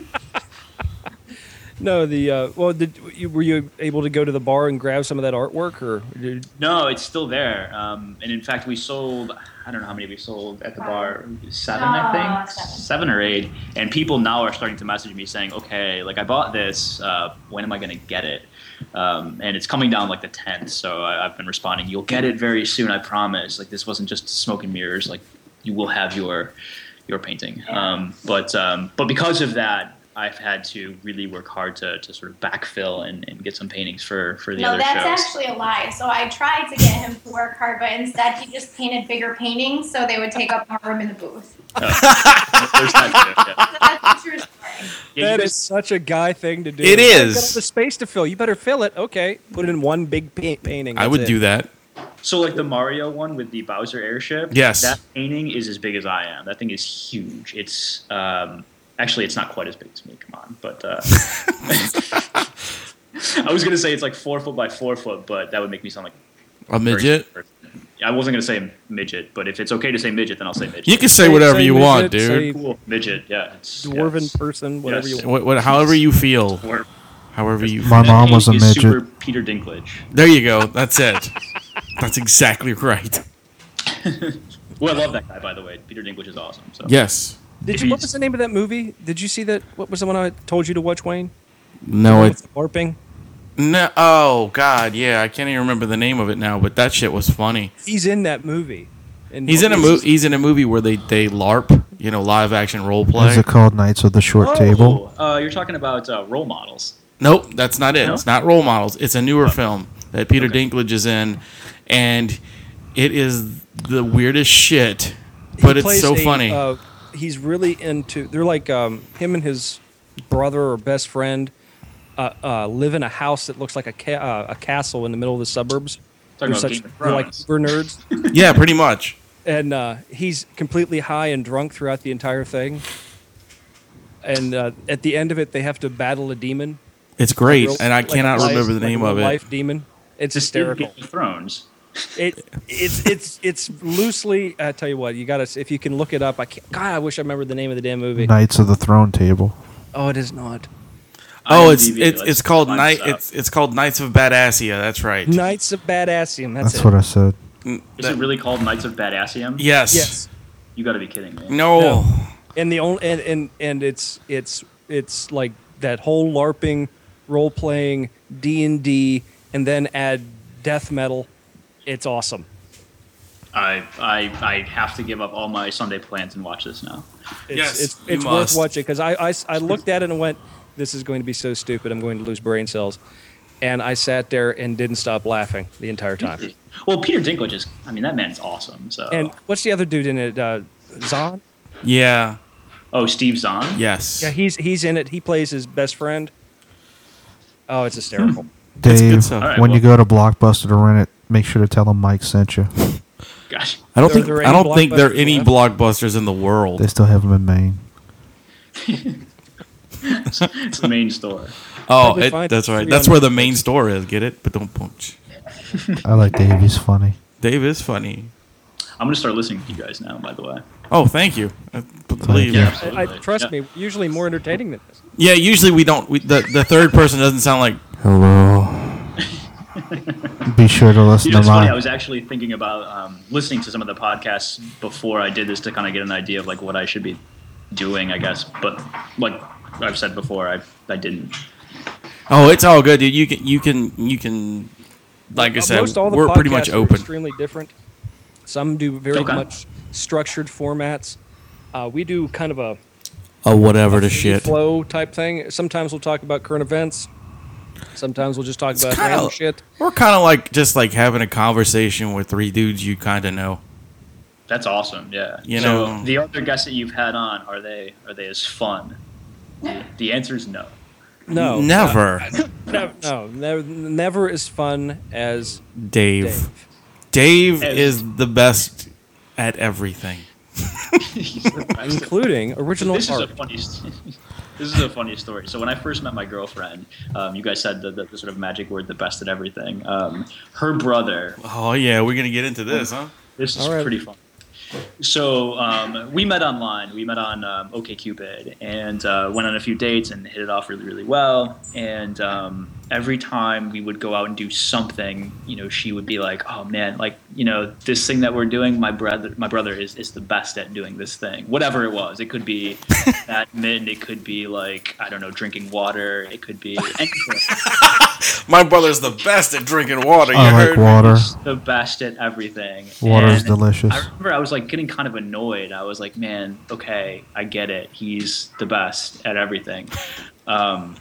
[SPEAKER 5] no, the uh, well, did, you, were you able to go to the bar and grab some of that artwork, or did,
[SPEAKER 2] No, it's still there. Um, and in fact, we sold, I don't know how many we sold at the bar, seven, I
[SPEAKER 6] Ah,
[SPEAKER 2] think,
[SPEAKER 6] seven.
[SPEAKER 2] seven or eight. And people now are starting to message me saying, okay, like I bought this, uh, when am I going to get it? Um, and it's coming down like the 10th. So I, I've been responding, you'll get it very soon, I promise. Like this wasn't just smoke and mirrors. Like you will have your your painting. Um, but um, but because of that, I've had to really work hard to, to sort of backfill and, and get some paintings for, for the
[SPEAKER 6] No,
[SPEAKER 2] other
[SPEAKER 6] that's
[SPEAKER 2] shows.
[SPEAKER 6] actually a lie. So I tried to get him to work hard, but instead he just painted bigger paintings so they would take up more room in the booth.
[SPEAKER 2] There's that too, yeah.
[SPEAKER 6] So that's the true story.
[SPEAKER 2] Yeah, you
[SPEAKER 5] that
[SPEAKER 2] guys-
[SPEAKER 5] is such a guy thing to do.
[SPEAKER 3] It
[SPEAKER 5] I've got
[SPEAKER 3] is.
[SPEAKER 5] all the space to fill. You better fill it. Okay, put it in one big paint painting.
[SPEAKER 3] I would do that.
[SPEAKER 2] so like the Mario one with the Bowser airship.
[SPEAKER 3] Yes.
[SPEAKER 2] That painting is as big as I am. That thing is huge. It's um, actually it's not quite as big as me. Come on, but uh, I was gonna say it's like four foot by four foot, but that would make me sound like
[SPEAKER 3] A
[SPEAKER 2] a very
[SPEAKER 3] midget.
[SPEAKER 2] short person. I wasn't gonna say midget, but if it's okay to say midget, then I'll say midget.
[SPEAKER 3] You can say whatever you want, dude.
[SPEAKER 2] cool midget. Yeah. It's,
[SPEAKER 5] Dwarven
[SPEAKER 2] yeah,
[SPEAKER 5] person, whatever
[SPEAKER 2] Yes.
[SPEAKER 5] you want.
[SPEAKER 3] What, what, however you feel.
[SPEAKER 2] it's dwarf.
[SPEAKER 3] However you.
[SPEAKER 4] My
[SPEAKER 2] That
[SPEAKER 4] mom was a
[SPEAKER 2] painting is Super
[SPEAKER 4] midget.
[SPEAKER 2] Peter Dinklage.
[SPEAKER 3] There you go. That's it. That's exactly right.
[SPEAKER 2] Well, I love that guy by the way. Peter Dinklage is awesome. So
[SPEAKER 3] Yes.
[SPEAKER 5] Did
[SPEAKER 2] If
[SPEAKER 5] you?
[SPEAKER 2] you
[SPEAKER 5] What was
[SPEAKER 2] just-
[SPEAKER 5] the name of that movie? Did you see that? What was the one I told you to watch, Wayne?
[SPEAKER 3] No, I
[SPEAKER 5] With the Warping.
[SPEAKER 3] no. Oh God, yeah, I can't even remember the name of it now. But that shit was funny.
[SPEAKER 5] He's in that movie. And
[SPEAKER 3] He's in a
[SPEAKER 5] just-
[SPEAKER 3] movie. He's in a movie where they they LARP, you know, live action role play.
[SPEAKER 4] Is it called Knights of the
[SPEAKER 5] Oh.
[SPEAKER 4] Short Table?
[SPEAKER 2] Uh, you're talking about uh, role models.
[SPEAKER 3] Nope, that's not it.
[SPEAKER 2] No?
[SPEAKER 3] It's not role models. It's a
[SPEAKER 5] Oh.
[SPEAKER 3] newer film that Peter Dinklage is in, and it is the weirdest shit.
[SPEAKER 5] he
[SPEAKER 3] But it's
[SPEAKER 5] plays
[SPEAKER 3] so
[SPEAKER 5] a,
[SPEAKER 3] funny.
[SPEAKER 5] uh, he's really into. They're like um, him and his brother or best friend uh, uh, live in a house that looks like a ca- uh, a castle in the middle of the suburbs.
[SPEAKER 2] Talking
[SPEAKER 5] They're
[SPEAKER 2] about
[SPEAKER 5] such-
[SPEAKER 2] Game of
[SPEAKER 5] they're like
[SPEAKER 2] Thrones.
[SPEAKER 5] super nerds,
[SPEAKER 3] yeah, pretty much.
[SPEAKER 5] and uh, he's completely high and drunk throughout the entire thing. And uh, at the end of it, they have to battle a demon.
[SPEAKER 3] It's great,
[SPEAKER 5] Real-
[SPEAKER 3] and I
[SPEAKER 5] like
[SPEAKER 3] cannot
[SPEAKER 5] life-
[SPEAKER 3] remember the
[SPEAKER 5] like a
[SPEAKER 3] name of
[SPEAKER 5] real
[SPEAKER 3] it.
[SPEAKER 5] Life demon. It's
[SPEAKER 2] Just Game
[SPEAKER 5] hysterical.
[SPEAKER 2] of Thrones.
[SPEAKER 5] It it's it's it's loosely. I tell you what, you gotta if you can look it up. I can't. God, I wish I remembered the name of the damn movie.
[SPEAKER 4] Knights of the Throne Table.
[SPEAKER 5] Oh, it is not.
[SPEAKER 3] Oh, it's
[SPEAKER 2] IMDb,
[SPEAKER 3] it's
[SPEAKER 2] let's
[SPEAKER 3] it's called
[SPEAKER 2] find
[SPEAKER 3] night.
[SPEAKER 2] this out.
[SPEAKER 3] It's it's called Knights of Badassia. That's right.
[SPEAKER 5] Knights of Badassium. That's,
[SPEAKER 4] That's
[SPEAKER 5] it.
[SPEAKER 4] what I said.
[SPEAKER 2] Is it really called Knights of Badassium?
[SPEAKER 3] Yes.
[SPEAKER 5] yes,
[SPEAKER 2] You got to be kidding me.
[SPEAKER 3] No.
[SPEAKER 5] No.
[SPEAKER 4] Oh.
[SPEAKER 5] and the only and, and and it's it's it's like that whole LARPing, role playing D and D, and then add death metal. It's awesome.
[SPEAKER 2] I, I I have to give up all my Sunday plans and watch this now.
[SPEAKER 5] It's,
[SPEAKER 3] Yes,
[SPEAKER 5] it's,
[SPEAKER 3] you
[SPEAKER 5] it's
[SPEAKER 3] must.
[SPEAKER 5] worth watching because I, I s- I looked at it and went, "This is going to be so stupid. I'm going to lose brain cells," and I sat there and didn't stop laughing the entire time.
[SPEAKER 2] Well, Peter Dinklage is. I mean, that man's awesome. So.
[SPEAKER 3] Oh.
[SPEAKER 5] and what's the other dude in it? Uh, Zahn.
[SPEAKER 3] Yeah.
[SPEAKER 2] oh, Steve Zahn.
[SPEAKER 3] Yes.
[SPEAKER 5] Yeah, he's he's in it. He plays his best friend. Oh, it's hysterical.
[SPEAKER 2] Hmm.
[SPEAKER 3] That's good
[SPEAKER 4] Dave,
[SPEAKER 3] stuff.
[SPEAKER 2] All right,
[SPEAKER 4] when you
[SPEAKER 2] well-
[SPEAKER 4] go to Blockbuster to rent it, make sure to tell them Mike sent you.
[SPEAKER 2] Gosh.
[SPEAKER 3] I don't
[SPEAKER 5] Are
[SPEAKER 3] think
[SPEAKER 5] there
[SPEAKER 3] I
[SPEAKER 5] any
[SPEAKER 3] don't think there are
[SPEAKER 5] blockbusters
[SPEAKER 3] any
[SPEAKER 5] left?
[SPEAKER 3] blockbusters in the world.
[SPEAKER 4] They still have them in Maine.
[SPEAKER 2] It's the main store.
[SPEAKER 3] oh,
[SPEAKER 5] probably
[SPEAKER 3] it-
[SPEAKER 5] find
[SPEAKER 3] that's right.
[SPEAKER 5] three
[SPEAKER 3] That's
[SPEAKER 5] on
[SPEAKER 3] where the main store is. Get it? But don't punch.
[SPEAKER 4] I like Dave. He's funny.
[SPEAKER 3] Dave is funny.
[SPEAKER 2] I'm gonna start listening to you guys now. By the way.
[SPEAKER 3] Oh, thank you. I believe
[SPEAKER 4] you.
[SPEAKER 3] me.
[SPEAKER 2] Yeah.
[SPEAKER 5] I, I, trust me, usually more entertaining than this.
[SPEAKER 3] Yeah. Usually we don't. We, the the third person doesn't sound like hello.
[SPEAKER 4] Be sure to listen
[SPEAKER 2] You know,
[SPEAKER 4] to
[SPEAKER 2] it's funny. I
[SPEAKER 4] mine.
[SPEAKER 2] was actually thinking about um, listening to some of the podcasts before I did this to kind of get an idea of like what I should be doing, I guess. But like I've said before, I I didn't.
[SPEAKER 3] Oh, it's all good, dude. You can you can you can. Like I said,
[SPEAKER 5] Uh, Most all the
[SPEAKER 3] we're pretty much
[SPEAKER 5] podcasts are
[SPEAKER 3] open.
[SPEAKER 5] Extremely different. Some do very
[SPEAKER 2] Okay.
[SPEAKER 5] much structured formats. Uh, we do kind of a
[SPEAKER 3] Oh, whatever to
[SPEAKER 5] free
[SPEAKER 3] shit.
[SPEAKER 5] flow type thing. Sometimes we'll talk about current events. Sometimes we'll just talk about
[SPEAKER 3] kinda-
[SPEAKER 5] random shit.
[SPEAKER 3] We're kind of like just like having a conversation with three dudes you kind of know.
[SPEAKER 2] That's awesome. Yeah.
[SPEAKER 3] You
[SPEAKER 2] so
[SPEAKER 3] know-
[SPEAKER 2] the other guests that you've had on are they are they as fun? The, the answer is no.
[SPEAKER 5] No,
[SPEAKER 3] Never,
[SPEAKER 5] no, no, never, never as fun as
[SPEAKER 3] Dave.
[SPEAKER 5] Dave.
[SPEAKER 3] Dave
[SPEAKER 2] Dave.
[SPEAKER 3] is the best at everything.
[SPEAKER 5] including original
[SPEAKER 2] this
[SPEAKER 5] art.
[SPEAKER 2] is a funny. st- this is a funny story. So when I first met my girlfriend, um, you guys said the, the, the sort of magic word, the best at everything. Um, her brother
[SPEAKER 3] Oh yeah, we're gonna get into this,
[SPEAKER 5] Uh-huh.
[SPEAKER 3] huh?
[SPEAKER 2] This is
[SPEAKER 5] All right.
[SPEAKER 2] pretty fun. So um, we met online. We met on um, OKCupid and uh, went on a few dates and hit it off really, really well. And um, every time we would go out and do something, you know, she would be like, "Oh man, like you know, this thing that we're doing, my brother, my brother is is the best at doing this thing. Whatever it was, it could be badminton, it could be like I don't know, drinking water, it could be anything."
[SPEAKER 3] My brother's the best at drinking water. You
[SPEAKER 4] I like
[SPEAKER 3] heard me?
[SPEAKER 4] water.
[SPEAKER 2] He's the best at everything.
[SPEAKER 4] Water's
[SPEAKER 2] And
[SPEAKER 4] delicious.
[SPEAKER 2] I remember I was like getting kind of annoyed. I was like, man, okay, I get it. He's the best at everything. Um,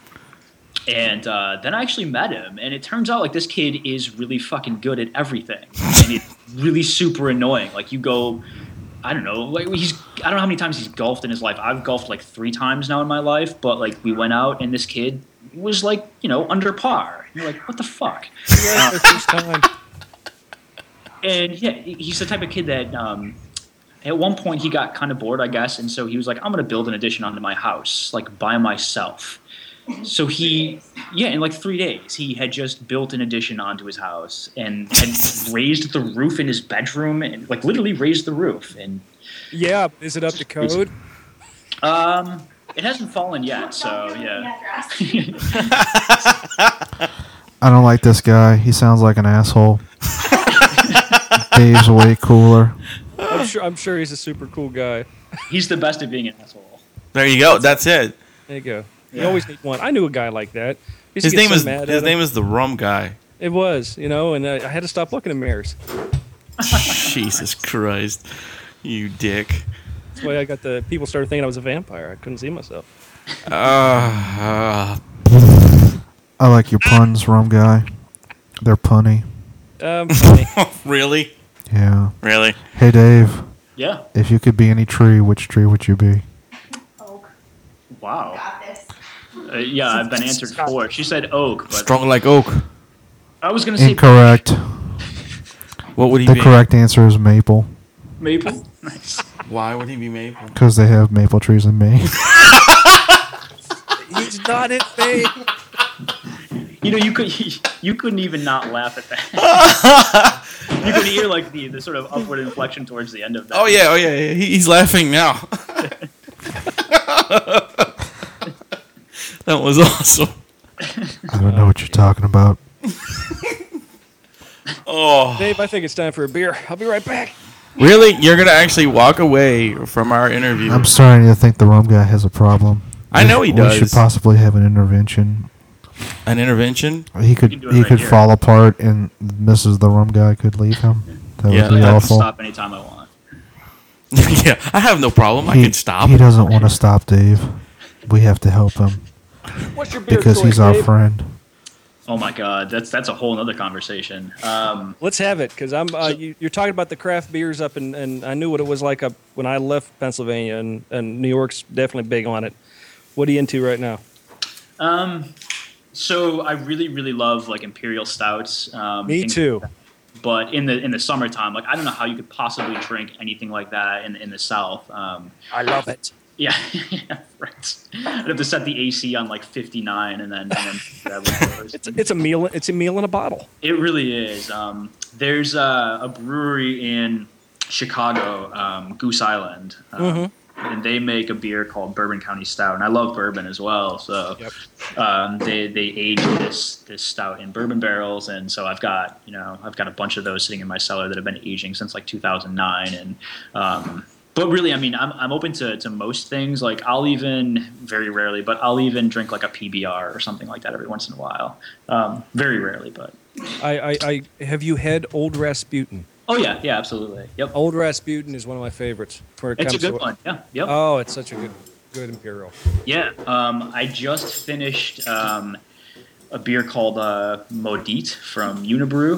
[SPEAKER 2] and uh, then I actually met him, and it turns out like this kid is really fucking good at everything, and it's really super annoying. Like you go, I don't know, like he's I don't know how many times he's golfed in his life. I've golfed like three times now in my life, but like we went out, and this kid was like you know under par. You're like, what the fuck?
[SPEAKER 5] the first time.
[SPEAKER 2] and yeah, he's the type of kid that um, at one point he got kind of bored, I guess, and so he was like, "I'm going to build an addition onto my house, like by myself." So he, yeah, in like three days, he had just built an addition onto his house and had raised the roof in his bedroom, and like literally raised the roof. And
[SPEAKER 5] Yeah, is it up to code?
[SPEAKER 2] um, it hasn't fallen yet, so yeah.
[SPEAKER 4] I don't like this guy. He sounds like an asshole. Dave's way cooler.
[SPEAKER 5] I'm sure. I'm sure he's a super cool guy.
[SPEAKER 2] He's the best at being an asshole.
[SPEAKER 3] There you go. That's it.
[SPEAKER 5] There you go. You always need one. I knew a guy like that. I
[SPEAKER 3] His
[SPEAKER 5] used to get
[SPEAKER 3] name
[SPEAKER 5] so
[SPEAKER 3] is
[SPEAKER 5] mad
[SPEAKER 3] his
[SPEAKER 5] at
[SPEAKER 3] name
[SPEAKER 5] him.
[SPEAKER 3] is the rum guy.
[SPEAKER 5] It was, you know, and uh, I, I had to stop looking at mirrors.
[SPEAKER 3] Jesus Christ, you dick.
[SPEAKER 5] That's why I got the people started thinking I was a vampire. I couldn't see myself.
[SPEAKER 3] Uh,
[SPEAKER 4] I like your puns, rum guy. They're punny.
[SPEAKER 5] Um, funny.
[SPEAKER 3] uh, really,
[SPEAKER 4] Yeah.
[SPEAKER 3] really.
[SPEAKER 4] Hey, Dave.
[SPEAKER 2] Yeah.
[SPEAKER 4] If you could be any tree, which tree would you be?
[SPEAKER 6] Oak,
[SPEAKER 2] Wow.
[SPEAKER 6] got Oh, this.
[SPEAKER 2] Uh, yeah, I've been answered four. She said oak, but
[SPEAKER 3] Strong like oak.
[SPEAKER 2] I was gonna say
[SPEAKER 4] Incorrect.
[SPEAKER 3] What would he
[SPEAKER 4] The
[SPEAKER 3] be?
[SPEAKER 4] correct answer is maple
[SPEAKER 2] maple. Nice.
[SPEAKER 3] Why would he be maple?
[SPEAKER 4] because they have maple trees in Maine.
[SPEAKER 5] He's not his thing.
[SPEAKER 2] You know, you could you couldn't even not laugh at that. you could hear like the, the sort of upward inflection towards the end of that.
[SPEAKER 3] Oh yeah, oh yeah. yeah. He, he's laughing now. that was awesome.
[SPEAKER 4] I don't know what
[SPEAKER 3] Uh,
[SPEAKER 4] you're talking about.
[SPEAKER 3] Oh,
[SPEAKER 5] Dave, I think it's time for a beer. I'll be right back.
[SPEAKER 3] really? You're gonna actually walk away from our interview?
[SPEAKER 4] I'm starting to think the rum guy has a problem.
[SPEAKER 3] I know he
[SPEAKER 4] We
[SPEAKER 3] does.
[SPEAKER 4] should possibly have an intervention.
[SPEAKER 3] An intervention?
[SPEAKER 4] He could
[SPEAKER 2] can
[SPEAKER 4] he
[SPEAKER 2] do it right
[SPEAKER 4] could
[SPEAKER 2] here.
[SPEAKER 4] fall apart, and Mrs. the rum guy could leave him. That
[SPEAKER 3] Yeah,
[SPEAKER 4] would
[SPEAKER 2] I
[SPEAKER 4] be
[SPEAKER 2] have to
[SPEAKER 4] awful.
[SPEAKER 2] stop anytime I want.
[SPEAKER 3] yeah, I have no problem. I
[SPEAKER 4] He-
[SPEAKER 3] can stop.
[SPEAKER 4] He doesn't want to stop, Dave. We have to help him
[SPEAKER 5] What's your beer
[SPEAKER 4] because
[SPEAKER 5] choice,
[SPEAKER 4] he's our
[SPEAKER 5] Dave?
[SPEAKER 4] friend.
[SPEAKER 2] Oh my god, that's that's a whole other conversation. Um,
[SPEAKER 5] Let's have it, because I'm. Uh, you, you're talking about the craft beers up, in, and I knew what it was like up when I left Pennsylvania, and, and New York's definitely big on it. What are you into right now?
[SPEAKER 2] um, so I really really love like imperial stouts. Um,
[SPEAKER 5] Me
[SPEAKER 2] things-
[SPEAKER 5] too.
[SPEAKER 2] But in the in the summertime, like I don't know how you could possibly drink anything like that in in the south. Um,
[SPEAKER 5] I love it.
[SPEAKER 2] yeah, yeah, right. I'd have to set the AC on like 59 and then. And then grab one of those.
[SPEAKER 5] It's, it's a meal. It's a meal in a bottle.
[SPEAKER 2] It really is. Um, there's uh, a brewery in Chicago, um, Goose Island, um,
[SPEAKER 5] Mhm.
[SPEAKER 2] and they make a beer called Bourbon County Stout. And I love bourbon as well, so um, they they age this this stout in bourbon barrels, and so I've got you know I've got a bunch of those sitting in my cellar that have been aging since like 2009, and um, but really, I mean, I'm, I'm open to, to most things. Like, I'll even, very rarely, but I'll even drink like a PBR or something like that every once in a while. Um, very rarely, but
[SPEAKER 5] I, I, I have you had Old Rasputin?
[SPEAKER 2] Oh yeah, yeah, absolutely. Yep.
[SPEAKER 5] Old Rasputin is one of my favorites. For it
[SPEAKER 2] it's a
[SPEAKER 5] comes
[SPEAKER 2] good
[SPEAKER 5] to-
[SPEAKER 2] one. Yeah. Yep.
[SPEAKER 5] Oh, it's such a good, good imperial.
[SPEAKER 2] yeah. Um, I just finished um, a beer called uh, Modit from Unibrew,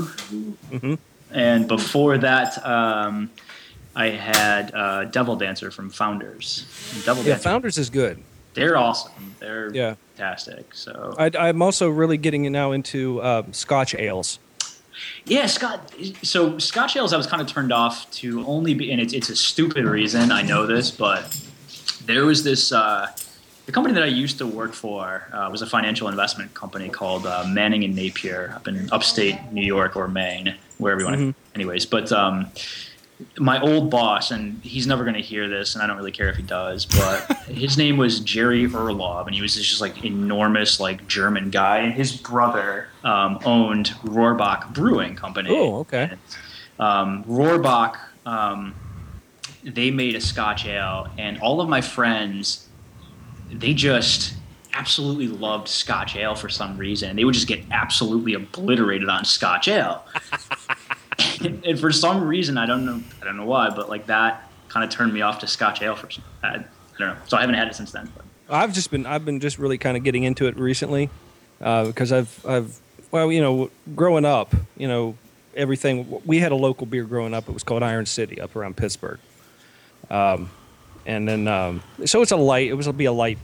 [SPEAKER 5] Mm-hmm.
[SPEAKER 2] and before that, um, I had uh, Devil Dancer from Founders. Devil
[SPEAKER 5] Yeah,
[SPEAKER 2] Dancer.
[SPEAKER 5] Founders is good.
[SPEAKER 2] they're awesome. They're
[SPEAKER 5] Yeah.
[SPEAKER 2] fantastic. So
[SPEAKER 5] I, I'm also really getting now into um, Scotch ales.
[SPEAKER 2] Yeah, Scott. So Scotch ales, I was kind of turned off to only be, and it's it's a stupid reason. I know this, but there was this uh, the company that I used to work for uh, was a financial investment company called uh, Manning and Napier up in upstate New York or Maine, wherever you want. to
[SPEAKER 5] Mm-hmm.
[SPEAKER 2] Anyways, but um, my old boss, and he's never going to hear this, and I don't really care if he does, but his name was Jerry Erlob, and he was this just like enormous, like German guy, and his brother um, owned Rohrbach Brewing Company.
[SPEAKER 5] Oh, okay.
[SPEAKER 2] Um, Rohrbach, um, they made a Scotch ale, and all of my friends, they just absolutely loved Scotch ale for some reason. They would just get absolutely obliterated on Scotch ale and, and for some reason, I don't know, I don't know why, but like that kind of turned me off to Scotch ale for some. I, I don't know, so I haven't had it since then. But
[SPEAKER 5] I've just been I've been just really kind of getting into it recently uh, because I've I've well you know growing up you know everything we had a local beer growing up it was called Iron City up around Pittsburgh, um, and then um, so it's a light it was be a light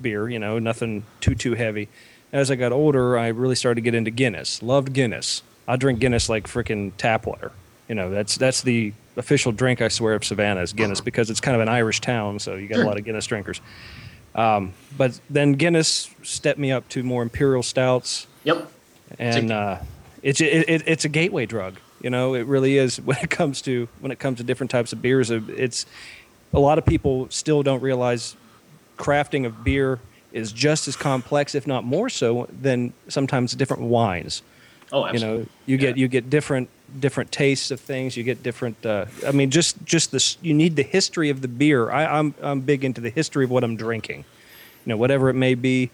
[SPEAKER 5] beer you know nothing too too heavy. As I got older, I really started to get into Guinness. Loved Guinness. I drink Guinness like freaking tap water. You know that's that's the official drink I swear of Savannah is Guinness because it's kind of an Irish town, so you got a lot of Guinness drinkers but then Guinness stepped me up to more imperial stouts,
[SPEAKER 2] yep,
[SPEAKER 5] and uh, it's it, it, it's a gateway drug. You know, it really is when it comes to when it comes to different types of beers. uh, It's a lot of people still don't realize crafting of beer is just as complex, if not more so, than sometimes different wines.
[SPEAKER 2] Oh,
[SPEAKER 5] you
[SPEAKER 2] absolutely.
[SPEAKER 5] know you get you get different different tastes of things you get different uh, i mean just just this you need the history of the beer I, i'm i'm big into the history of what i'm drinking you know whatever it may be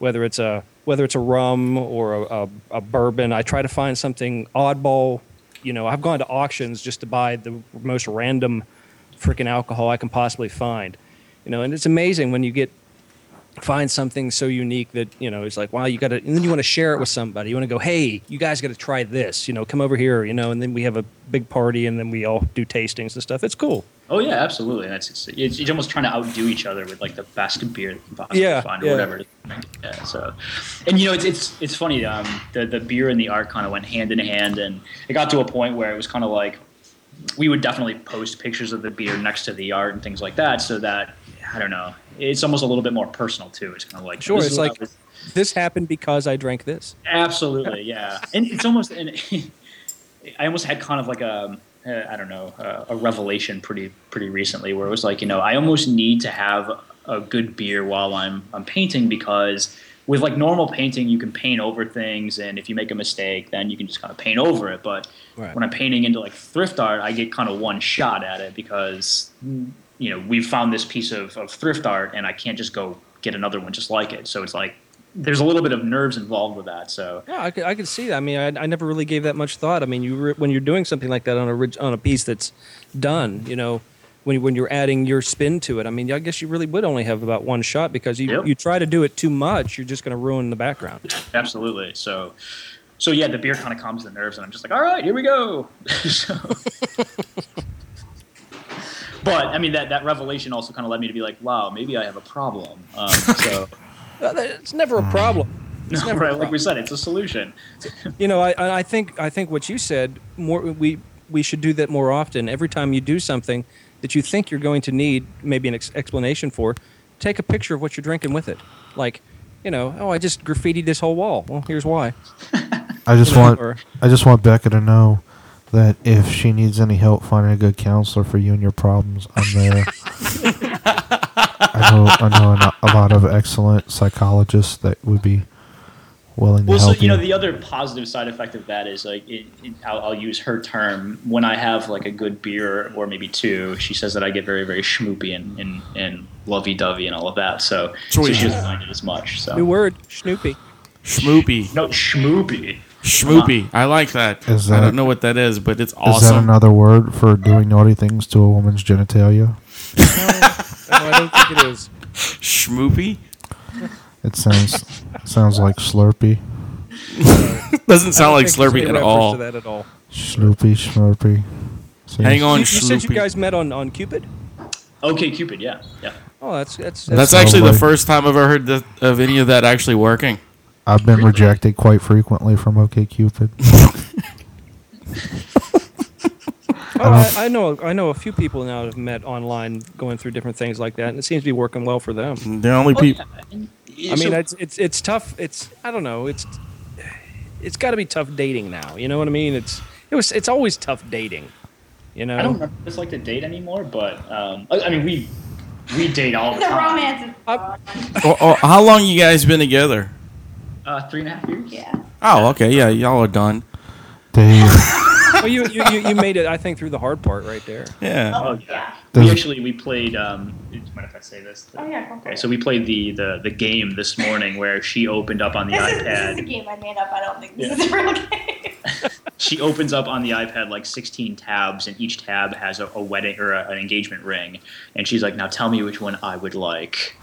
[SPEAKER 5] whether it's a whether it's a rum or a, a, a bourbon i try to find something oddball you know i've gone to auctions just to buy the most random freaking alcohol i can possibly find you know and it's amazing when you get find something so unique that you know it's like wow you got to and then you want to share it with somebody you want to go hey you guys got to try this you know come over here you know and then we have a big party and then we all do tastings and stuff it's cool
[SPEAKER 2] Oh yeah, absolutely. That's it's, it's, it's almost trying to outdo each other with like the best beer that you can possibly
[SPEAKER 5] Yeah,
[SPEAKER 2] find
[SPEAKER 5] yeah.
[SPEAKER 2] or whatever. Yeah, so, and you know it's it's it's funny. Um, the the beer and the art kind of went hand in hand, and it got to a point where it was kind of like we would definitely post pictures of the beer next to the art and things like that, so that I don't know. It's almost a little bit more personal too. It's kind of like
[SPEAKER 5] sure
[SPEAKER 2] this
[SPEAKER 5] it's
[SPEAKER 2] is what I
[SPEAKER 5] like
[SPEAKER 2] was-
[SPEAKER 5] this happened because i drank this
[SPEAKER 2] Absolutely, yeah. And it's almost, and I almost had kind of like a, uh, I don't know, uh, a revelation pretty pretty recently where it was like, you know, I almost need to have a good beer while I'm I'm painting because with like normal painting, you can paint over things, and if you make a mistake, then you can just kind of paint over it. But
[SPEAKER 5] Right.
[SPEAKER 2] when I'm painting into like thrift art, I get kind of one shot at it because you know we've found this piece of, of thrift art, and I can't just go get another one just like it. So it's like there's a little bit of nerves involved with that. So
[SPEAKER 5] yeah i could, I could see that i mean I, I never really gave that much thought i mean you re, when you're doing something like that on a rig- on a piece that's done you know when, you- when you're adding your spin to it i mean i guess you really would only have about one shot because you,
[SPEAKER 2] Yep.
[SPEAKER 5] you try to do it too much you're just going to ruin the background
[SPEAKER 2] absolutely. So so yeah, the beer kind of calms the nerves, and I'm just like, all right, here we go. so, but I mean that that revelation also kind of led me to be like, wow, maybe I have a problem. Um, so
[SPEAKER 5] Uh, that- it's never a problem
[SPEAKER 2] no,
[SPEAKER 5] never a
[SPEAKER 2] right, like we
[SPEAKER 5] problem.
[SPEAKER 2] said, it's a solution.
[SPEAKER 5] You know, I and I think I think what you said more we we should do that more often. Every time you do something that you think you're going to need maybe an ex- explanation for, take a picture of what you're drinking with it. Like, you know, oh, I just graffitied this whole wall. Well, here's why.
[SPEAKER 4] I just
[SPEAKER 5] You know,
[SPEAKER 4] want
[SPEAKER 5] or-
[SPEAKER 4] I just want Becca to know that if she needs any help finding a good counselor for you and your problems, I'm there. I know I know a no- a lot of excellent psychologists that would be willing to
[SPEAKER 2] Well, so
[SPEAKER 4] help
[SPEAKER 2] you
[SPEAKER 4] you.
[SPEAKER 2] know, the other positive side effect of that is like, it, it, I'll, I'll use her term when I have like a good beer or maybe two. She says that I get very, very schmoopy and and, and lovey dovey and all of that. So, so
[SPEAKER 3] Sweet.
[SPEAKER 2] she doesn't mind it as much.
[SPEAKER 5] New
[SPEAKER 2] So
[SPEAKER 5] word, Snoopy.
[SPEAKER 3] Schmoopy.
[SPEAKER 2] no schmoopy.
[SPEAKER 3] Schmoopy. I like that.
[SPEAKER 4] Is
[SPEAKER 3] I
[SPEAKER 4] that-
[SPEAKER 3] don't know what that is, but it's
[SPEAKER 4] Is that
[SPEAKER 3] awesome.
[SPEAKER 4] another word for doing naughty things to a woman's genitalia?
[SPEAKER 5] No, I don't think it is.
[SPEAKER 3] Schmoopy?
[SPEAKER 4] It sounds sounds like Slurpee,
[SPEAKER 3] Doesn't sound
[SPEAKER 5] I
[SPEAKER 3] like
[SPEAKER 5] don't think there's any
[SPEAKER 3] Slurpee at
[SPEAKER 5] reference
[SPEAKER 3] all.
[SPEAKER 5] To that at all.
[SPEAKER 4] Sloopy, Slurpee. Seems-
[SPEAKER 3] Hang
[SPEAKER 5] You,
[SPEAKER 3] on,
[SPEAKER 5] you said you
[SPEAKER 3] Schmoopy.
[SPEAKER 5] guys met on on Cupid.
[SPEAKER 2] Okay, Cupid. Yeah, yeah.
[SPEAKER 5] Oh, that's that's,
[SPEAKER 3] That's
[SPEAKER 4] That's
[SPEAKER 3] actually the
[SPEAKER 4] lovely.
[SPEAKER 3] first time I've ever heard th- of any of that actually working.
[SPEAKER 4] I've been rejected quite frequently from OKCupid.
[SPEAKER 5] Oh, I, I know I know a few people now that have met online going through different things like that, and it seems to be working well for them.
[SPEAKER 3] The only people.
[SPEAKER 5] I mean,
[SPEAKER 2] So-
[SPEAKER 5] it's it's it's tough. It's I don't know. It's it's got to be tough dating now. You know what I mean? It's it was it's always tough dating. You know,
[SPEAKER 2] I don't remember what it's like to date anymore, but um, I, I mean, we we date all the
[SPEAKER 6] The
[SPEAKER 2] time.
[SPEAKER 6] romance is
[SPEAKER 5] Up.
[SPEAKER 3] Oh, oh, how long you guys been together?
[SPEAKER 2] Uh, three and a half years.
[SPEAKER 6] yeah.
[SPEAKER 3] Oh, okay, yeah, y'all are done.
[SPEAKER 4] They,
[SPEAKER 5] well, you, you you you made it. I think through the hard part right there.
[SPEAKER 3] Yeah.
[SPEAKER 2] Oh yeah.
[SPEAKER 4] Does-
[SPEAKER 2] We actually we played. Um, do you mind if I say this?
[SPEAKER 6] Oh yeah. go for
[SPEAKER 2] Okay,
[SPEAKER 6] it.
[SPEAKER 2] so we played the, the the game this morning where she opened up on the
[SPEAKER 6] this is, this is a
[SPEAKER 2] iPad.
[SPEAKER 6] game I made up. I don't think this
[SPEAKER 2] Yeah.
[SPEAKER 6] is a real game.
[SPEAKER 2] She opens up on the iPad like 16 tabs, and each tab has a, a wedding or a, an engagement ring. And she's like, "Now tell me which one I would like."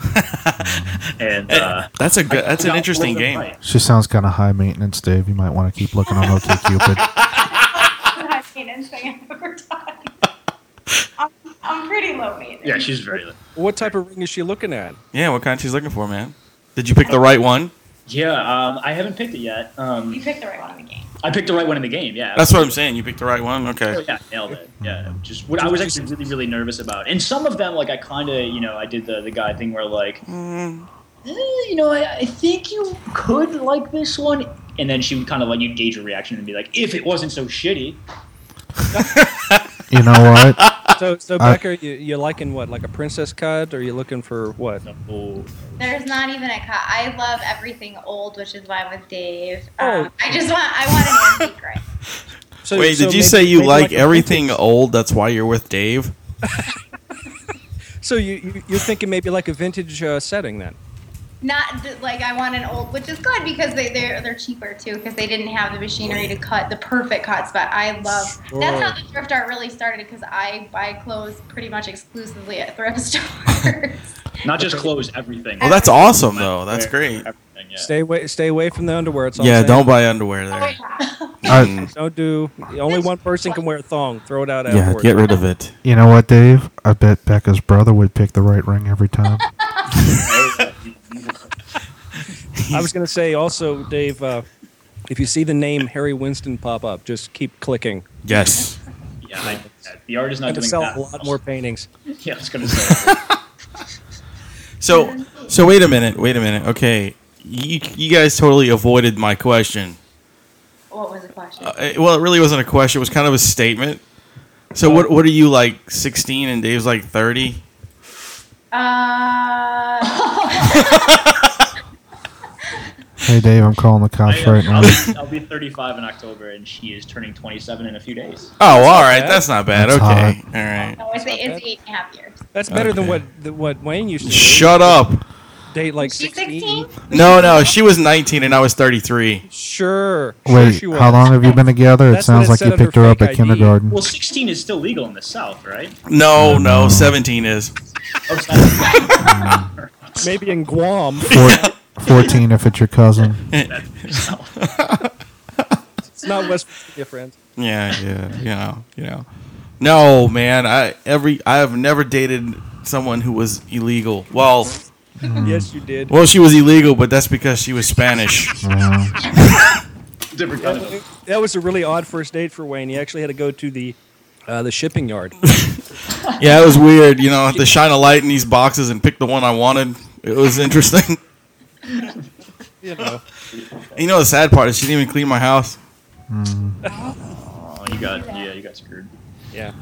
[SPEAKER 2] and uh,
[SPEAKER 3] That's a good.
[SPEAKER 2] I got
[SPEAKER 3] That's an
[SPEAKER 2] all
[SPEAKER 3] interesting
[SPEAKER 2] of them
[SPEAKER 3] game.
[SPEAKER 2] right.
[SPEAKER 4] she sounds kind of high maintenance, Dave. You might want to keep looking on OKCupid.
[SPEAKER 6] high maintenance thing I've ever done. I'm, I'm pretty low maintenance.
[SPEAKER 2] Yeah, she's very.
[SPEAKER 5] What type of ring is she looking at?
[SPEAKER 3] Yeah, what kind she's looking for, man? Did you pick the right one?
[SPEAKER 2] Yeah, um, I haven't picked it yet. Um,
[SPEAKER 6] You picked the right one in the game.
[SPEAKER 2] I picked the right one in the game. Yeah,
[SPEAKER 3] That's what I'm saying. You picked the right one.
[SPEAKER 2] Oh,
[SPEAKER 3] Okay.
[SPEAKER 2] yeah, nailed it.
[SPEAKER 5] Um,
[SPEAKER 2] Yeah, just what I was actually really, really nervous about. And some of them, like I kind of, you know, I did the the guy thing where like,
[SPEAKER 3] Mm.
[SPEAKER 2] "Eh, you know, I, I think you could like this one, and then she would kind of like you gauge her reaction and be like, if it wasn't so shitty.
[SPEAKER 4] You know what?
[SPEAKER 5] So, so
[SPEAKER 4] I-
[SPEAKER 5] Becca, you, you liking what? Like a princess cut, or you looking for what?
[SPEAKER 2] Oh,
[SPEAKER 6] There's not even a cut. I love everything old, which is why I'm with Dave.
[SPEAKER 5] Oh.
[SPEAKER 6] Um, I just want I want an antique ring.
[SPEAKER 5] So,
[SPEAKER 3] Wait,
[SPEAKER 5] so
[SPEAKER 3] did you
[SPEAKER 5] maybe-
[SPEAKER 3] say you
[SPEAKER 5] maybe
[SPEAKER 3] like,
[SPEAKER 5] a
[SPEAKER 3] everything
[SPEAKER 5] vintage-
[SPEAKER 3] old? That's why you're with Dave.
[SPEAKER 5] So you, you you're thinking maybe like a vintage uh, setting then?
[SPEAKER 6] Not th- like I want an old, which is good because they they're, they're cheaper too because they didn't have the machinery to cut the perfect cuts. But I love that's how the thrift art really started because I buy clothes pretty much exclusively at thrift stores.
[SPEAKER 2] not just clothes, everything.
[SPEAKER 3] Well, Oh, that's awesome though. That's great.
[SPEAKER 2] Everything, yeah.
[SPEAKER 5] Stay away, stay away from the underwear. It's all
[SPEAKER 3] Yeah,
[SPEAKER 5] I'm
[SPEAKER 3] don't
[SPEAKER 5] saying.
[SPEAKER 3] buy underwear
[SPEAKER 6] Oh,
[SPEAKER 3] there. Uh,
[SPEAKER 6] yeah.
[SPEAKER 4] I,
[SPEAKER 5] don't do. Only one person can wear a thong. Throw it out
[SPEAKER 3] Yeah,
[SPEAKER 5] afterwards.
[SPEAKER 3] get rid of it.
[SPEAKER 4] you know what, Dave? I bet Becca's brother would pick the right ring every time.
[SPEAKER 5] I was going to say also, Dave, uh, if you see the name Harry Winston pop up, just keep clicking.
[SPEAKER 3] Yes.
[SPEAKER 2] Yeah, I, the art is not
[SPEAKER 5] I'm going
[SPEAKER 2] doing
[SPEAKER 5] to sell
[SPEAKER 2] that.
[SPEAKER 5] a lot more paintings.
[SPEAKER 2] Yeah, I was gonna say.
[SPEAKER 3] So, so wait a minute. Wait a minute. Okay, you you guys totally avoided my question.
[SPEAKER 6] what was the question?
[SPEAKER 3] Uh, well, it really wasn't a question. It was kind of a statement. So what what are you like 16 and Dave's like 30?
[SPEAKER 6] Uh,
[SPEAKER 4] hey, Dave, I'm calling the cops right
[SPEAKER 2] I'll,
[SPEAKER 4] now.
[SPEAKER 2] be, I'll be 35 in October, and she is turning 27 in a few days.
[SPEAKER 3] Oh, all right.
[SPEAKER 5] bad.
[SPEAKER 3] That's not bad.
[SPEAKER 4] That's
[SPEAKER 3] okay. All right.
[SPEAKER 6] no, it's, it's eight and a half years.
[SPEAKER 5] That's better than
[SPEAKER 3] Okay.
[SPEAKER 5] what than what Wayne used to do.
[SPEAKER 3] Shut up.
[SPEAKER 5] date like
[SPEAKER 6] She's
[SPEAKER 5] 16.
[SPEAKER 6] 16.
[SPEAKER 3] No, no. She was 19 and I was 33.
[SPEAKER 5] Sure. sure
[SPEAKER 4] Wait,
[SPEAKER 5] she was.
[SPEAKER 4] how long have you been together? It
[SPEAKER 5] That's what
[SPEAKER 4] sounds
[SPEAKER 5] it
[SPEAKER 4] like
[SPEAKER 5] said
[SPEAKER 4] you
[SPEAKER 5] under
[SPEAKER 4] picked her up
[SPEAKER 5] fake
[SPEAKER 4] at
[SPEAKER 5] ID.
[SPEAKER 4] kindergarten.
[SPEAKER 2] Well, 16 is still legal in the South, right?
[SPEAKER 3] No, no. 17 is.
[SPEAKER 2] Oh, sorry.
[SPEAKER 5] Maybe in Guam.
[SPEAKER 4] Four, 14 if it's your cousin.
[SPEAKER 5] it's not West Virginia, friends.
[SPEAKER 3] Yeah, yeah. You know, you know. No, man. I every I have never dated someone who was illegal. Well,
[SPEAKER 5] Yes, you did.
[SPEAKER 3] well, she was illegal, but that's because she was Spanish.
[SPEAKER 4] Yeah.
[SPEAKER 2] different kind of.
[SPEAKER 5] That was a really odd first date for Wayne. He actually had to go to the uh, the shipping yard.
[SPEAKER 3] Yeah, it was weird. You know, I had to shine a light in these boxes and pick the one I wanted. It was interesting.
[SPEAKER 5] You know,
[SPEAKER 3] You know, the sad part is she didn't even clean my house.
[SPEAKER 2] Oh, you got yeah, you got screwed.
[SPEAKER 5] yeah.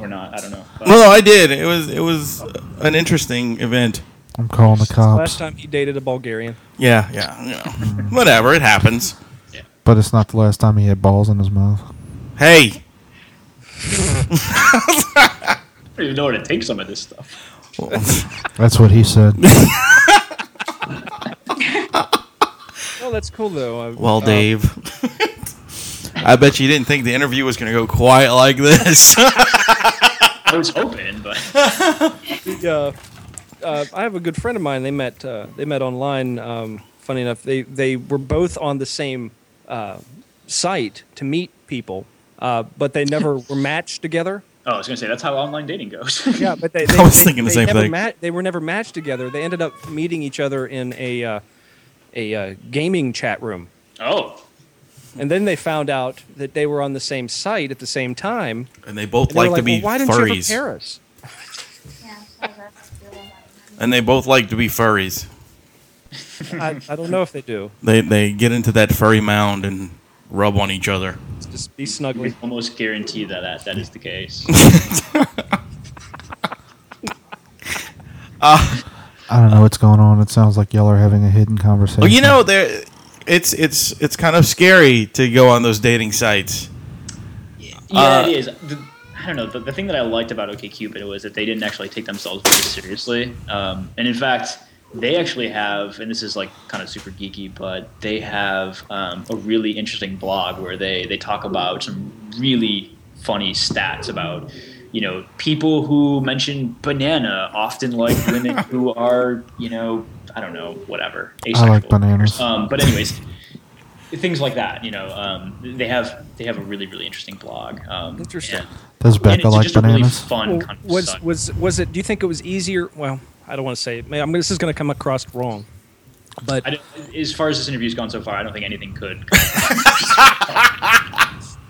[SPEAKER 2] Or not? I don't know. But
[SPEAKER 3] No, no, I did. It was it was an interesting event.
[SPEAKER 4] I'm calling the
[SPEAKER 5] Last
[SPEAKER 4] cops.
[SPEAKER 5] time he dated a Bulgarian.
[SPEAKER 3] Yeah, yeah, you know. whatever. It happens.
[SPEAKER 4] But it's not the last time he had balls in his mouth.
[SPEAKER 3] Hey,
[SPEAKER 2] I don't even know where to take some of this stuff.
[SPEAKER 4] That's what he said.
[SPEAKER 5] Well, that's cool though. Uh,
[SPEAKER 3] well,
[SPEAKER 5] uh,
[SPEAKER 3] Dave, I bet you didn't think the interview was going to go quiet like this.
[SPEAKER 2] I was hoping, but
[SPEAKER 5] uh, uh, I have a good friend of mine. They met. Uh, they met online. Um, funny enough, they they were both on the same uh, site to meet people, uh, but they never were matched together.
[SPEAKER 2] oh, I was gonna say that's how online dating goes.
[SPEAKER 5] Yeah, but they. they
[SPEAKER 3] I was
[SPEAKER 5] they-
[SPEAKER 3] thinking the
[SPEAKER 5] they
[SPEAKER 3] same
[SPEAKER 5] never
[SPEAKER 3] thing.
[SPEAKER 5] ma- they were never matched together. They ended up meeting each other in a uh, a uh, gaming chat room,
[SPEAKER 2] oh,
[SPEAKER 5] and then they found out that they were on the same site at the same time.
[SPEAKER 3] and they both
[SPEAKER 5] And they were
[SPEAKER 3] like, to
[SPEAKER 5] like,
[SPEAKER 3] be
[SPEAKER 5] "Well, why didn't you ever
[SPEAKER 3] furries.
[SPEAKER 5] pair us?
[SPEAKER 6] Yeah, so that's really
[SPEAKER 3] and they both like to be furries.
[SPEAKER 5] I, I don't know if they do.
[SPEAKER 3] They they get into that furry mound and rub on each other.
[SPEAKER 5] It's just be
[SPEAKER 2] we
[SPEAKER 5] snuggly.
[SPEAKER 2] can almost guarantee that that, that is the case.
[SPEAKER 4] I don't know what's going on. It sounds like y'all are having a hidden conversation.
[SPEAKER 3] Well, you know, there it's it's it's kind of scary to go on those dating sites.
[SPEAKER 2] Yeah,
[SPEAKER 3] Uh,
[SPEAKER 2] it is. The, I don't know. The, the thing that I liked about OKCupid was that they didn't actually take themselves very seriously. Um, and in fact, they actually have, and this is like kind of super geeky, but they have um, a really interesting blog where they, they talk about some really funny stats about, you know, people who mention banana often like women who are, you know, I don't know, whatever.
[SPEAKER 4] I like
[SPEAKER 2] asexual.
[SPEAKER 4] bananas.
[SPEAKER 2] Um, but anyways, things like that. You know, um, they have they have a really really interesting blog. Um,
[SPEAKER 5] Interesting.
[SPEAKER 2] and-
[SPEAKER 4] Does
[SPEAKER 2] and
[SPEAKER 4] Becca
[SPEAKER 2] it's
[SPEAKER 4] like
[SPEAKER 2] just a really
[SPEAKER 4] bananas?
[SPEAKER 2] fun
[SPEAKER 5] Well,
[SPEAKER 2] kind of
[SPEAKER 5] was
[SPEAKER 2] site.
[SPEAKER 5] was was it? Do you think it was easier? Well, I don't want to say. it. Man, I'm, this is going to come across wrong, but
[SPEAKER 2] I don't- as far as this interview's gone so far, I don't think anything could. come of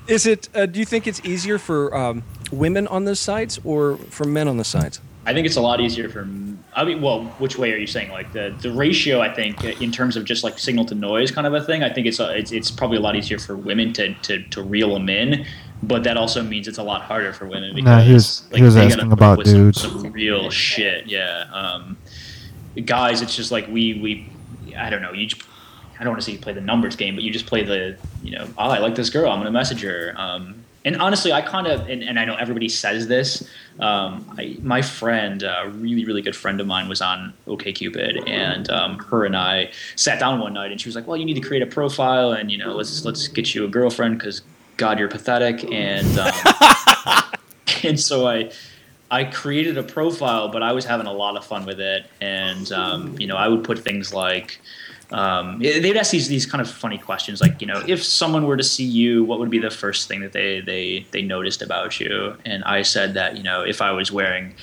[SPEAKER 5] is it? Uh, do you think it's easier for um, women on those sites or for men on the sites?
[SPEAKER 2] it. I think it's a lot easier for. m- I mean, well, which way are you saying? Like the, the ratio, I think, in terms of just like uh, signal to noise kind of a thing. I think it's a, it's, it's probably a lot easier for women to to, to reel them in. but that also means it's a lot harder for women. Because,
[SPEAKER 4] he was- he was
[SPEAKER 2] they gotta
[SPEAKER 4] asking
[SPEAKER 2] put up
[SPEAKER 4] about
[SPEAKER 2] with some-
[SPEAKER 4] dudes.
[SPEAKER 2] some real shit, yeah. Um, guys, it's just like we we I don't know. You, just, I don't want to say you play the numbers game, but you just play the you know. Oh, I like this girl. I'm gonna message her. Um, and honestly, I kind of and, and I know everybody says this. Um, I, my friend, a really really good friend of mine, was on OKCupid, and um, her and I sat down one night, and she was like, "Well, you need to create a profile, and you know, let's let's get you a girlfriend because God, you're pathetic." And um, and so I I created a profile, but I was having a lot of fun with it, and um, you know I would put things like um, eh, they'd ask these these kind of funny questions, like you know if someone were to see you, what would be the first thing that they they they noticed about you? And I said that you know if I was wearing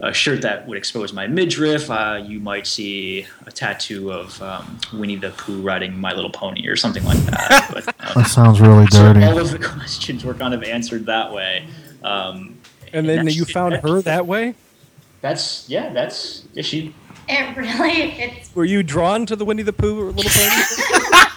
[SPEAKER 2] a shirt that would expose my midriff, uh, you might see a tattoo of um, Winnie the Pooh riding My Little Pony or something like that. But, um,
[SPEAKER 4] That sounds really
[SPEAKER 2] so
[SPEAKER 4] dirty.
[SPEAKER 2] all of the questions were kind of answered that way. Um,
[SPEAKER 5] And then
[SPEAKER 2] that's-
[SPEAKER 5] you found her that way?
[SPEAKER 2] That's yeah. That's yeah, she.
[SPEAKER 6] It really, it's
[SPEAKER 5] Were you drawn to the Winnie the Pooh or Little Pony?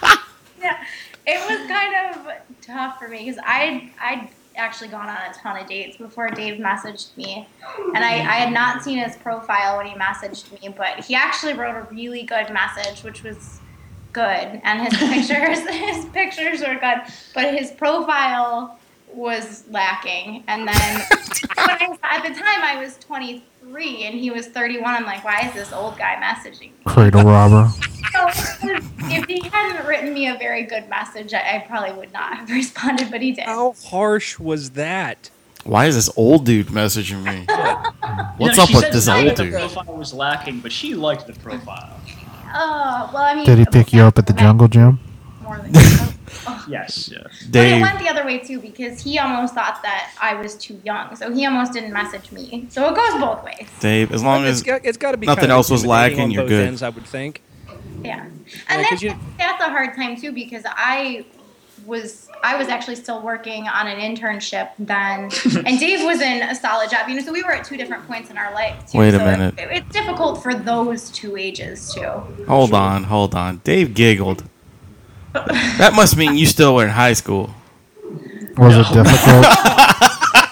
[SPEAKER 6] yeah, it was kind of tough for me because I I'd actually gone on a ton of dates before Dave messaged me, and I, I had not seen his profile when he messaged me, but he actually wrote a really good message, which was good, and his pictures his pictures were good, but his profile was lacking, and then when I, at the time I was 23 and he was 31. I'm like, why is this old guy messaging me?
[SPEAKER 4] Cradle robber.
[SPEAKER 6] So if he hadn't written me a very good message, I, I probably would not have responded, but he did.
[SPEAKER 5] How harsh was that?
[SPEAKER 3] Why is this old dude messaging me? What's
[SPEAKER 2] No,
[SPEAKER 3] up
[SPEAKER 2] she
[SPEAKER 3] with
[SPEAKER 2] said
[SPEAKER 3] this
[SPEAKER 2] that
[SPEAKER 3] old
[SPEAKER 2] the
[SPEAKER 3] dude?
[SPEAKER 2] profile was lacking, but she liked the profile.
[SPEAKER 6] Oh, well, I mean,
[SPEAKER 4] Did he pick you up at the jungle gym?
[SPEAKER 6] More than Oh, but
[SPEAKER 2] Yes. Yeah.
[SPEAKER 6] it
[SPEAKER 3] Dave,
[SPEAKER 6] went the other way too because he almost thought that I was too young, so he almost didn't message me. So it goes both ways.
[SPEAKER 3] Dave, as long
[SPEAKER 5] It's
[SPEAKER 3] as
[SPEAKER 5] got, it's got to be
[SPEAKER 3] nothing
[SPEAKER 5] kinda
[SPEAKER 3] else was
[SPEAKER 5] intimidating
[SPEAKER 3] lacking,
[SPEAKER 5] on
[SPEAKER 3] you're
[SPEAKER 5] both
[SPEAKER 3] good.
[SPEAKER 5] Ends, I would think.
[SPEAKER 6] Yeah, and
[SPEAKER 5] Like,
[SPEAKER 6] then
[SPEAKER 5] 'cause you-
[SPEAKER 6] that's a hard time too because I was I was actually still working on an internship then, and Dave was in a solid job. You know, so we were at two different points in our life. Too,
[SPEAKER 3] Wait a
[SPEAKER 6] so
[SPEAKER 3] minute.
[SPEAKER 6] It, it's difficult for those two ages too.
[SPEAKER 3] hold on, hold on. Dave giggled. That must mean you still were in high school.
[SPEAKER 4] Was it difficult?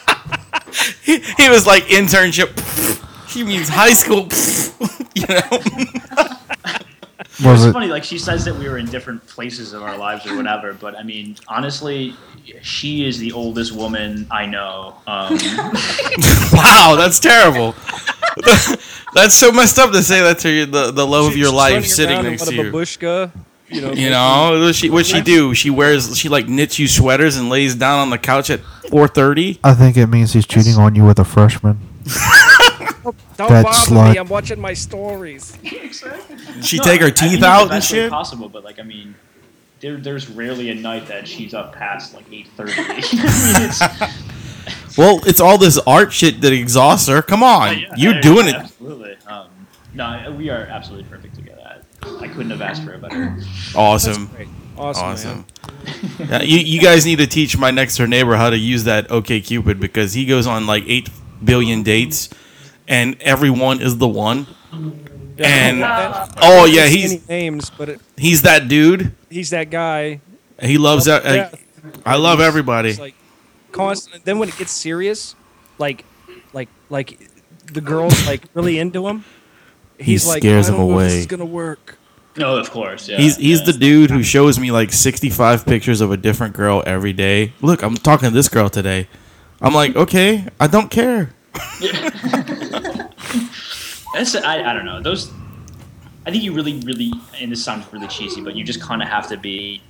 [SPEAKER 3] He, he was like internship. He means high school. you know.
[SPEAKER 2] It's
[SPEAKER 4] Was it
[SPEAKER 2] funny. Like she says that we were in different places of our lives or whatever, but I mean, honestly, she is the oldest woman I know. Um,
[SPEAKER 3] Wow, that's terrible. that's so messed up to say that to your, the the love of your
[SPEAKER 5] She's
[SPEAKER 3] life
[SPEAKER 5] running
[SPEAKER 3] sitting
[SPEAKER 5] around in
[SPEAKER 3] next
[SPEAKER 5] one
[SPEAKER 3] to
[SPEAKER 5] of
[SPEAKER 3] you.
[SPEAKER 5] Babushka, you know,
[SPEAKER 3] You know what she what she do? She wears she like knits you sweaters and lays down on the couch at four thirty.
[SPEAKER 4] I think it means he's cheating on you with a freshman.
[SPEAKER 5] Don't
[SPEAKER 4] That
[SPEAKER 5] bother
[SPEAKER 4] slut.
[SPEAKER 5] me. I'm watching my stories.
[SPEAKER 3] She
[SPEAKER 2] no,
[SPEAKER 3] take
[SPEAKER 2] I-
[SPEAKER 3] her
[SPEAKER 2] I think
[SPEAKER 3] teeth
[SPEAKER 2] it's the
[SPEAKER 3] out and
[SPEAKER 2] best way
[SPEAKER 3] shit.
[SPEAKER 2] Possible, but like I mean, there, there's rarely a night that she's up past like eight thirty.
[SPEAKER 3] Well, it's all this art shit that exhausts her. Come on, you're doing it.
[SPEAKER 2] Absolutely. Um, no, we are absolutely perfect together. I, I couldn't have asked for a better.
[SPEAKER 3] Awesome,
[SPEAKER 5] Great. Awesome.
[SPEAKER 3] awesome.
[SPEAKER 5] Man.
[SPEAKER 3] Yeah, you you guys need to teach my next door neighbor how to use that OK Cupid because he goes on like eight billion dates, and everyone is the one. And oh yeah,
[SPEAKER 5] Any
[SPEAKER 3] he's
[SPEAKER 5] names, but it,
[SPEAKER 3] he's that dude.
[SPEAKER 5] he's that guy.
[SPEAKER 3] He loves that.
[SPEAKER 5] Yeah.
[SPEAKER 3] I love everybody.
[SPEAKER 5] It's like constant. Then when it gets serious, like, like, like the girls like really into him. He's like,
[SPEAKER 3] scares
[SPEAKER 5] I don't
[SPEAKER 3] them
[SPEAKER 5] know if This
[SPEAKER 3] away.
[SPEAKER 5] is gonna work.
[SPEAKER 2] No, Oh, of course. Yeah,
[SPEAKER 3] He's he's
[SPEAKER 2] yeah.
[SPEAKER 3] the dude who shows me like 65 pictures of a different girl every day. Look, I'm talking to this girl today. I'm like, okay, I don't care.
[SPEAKER 2] That's I, I don't know those. I think you really, really, and this sounds really cheesy, but you just kind of have to be.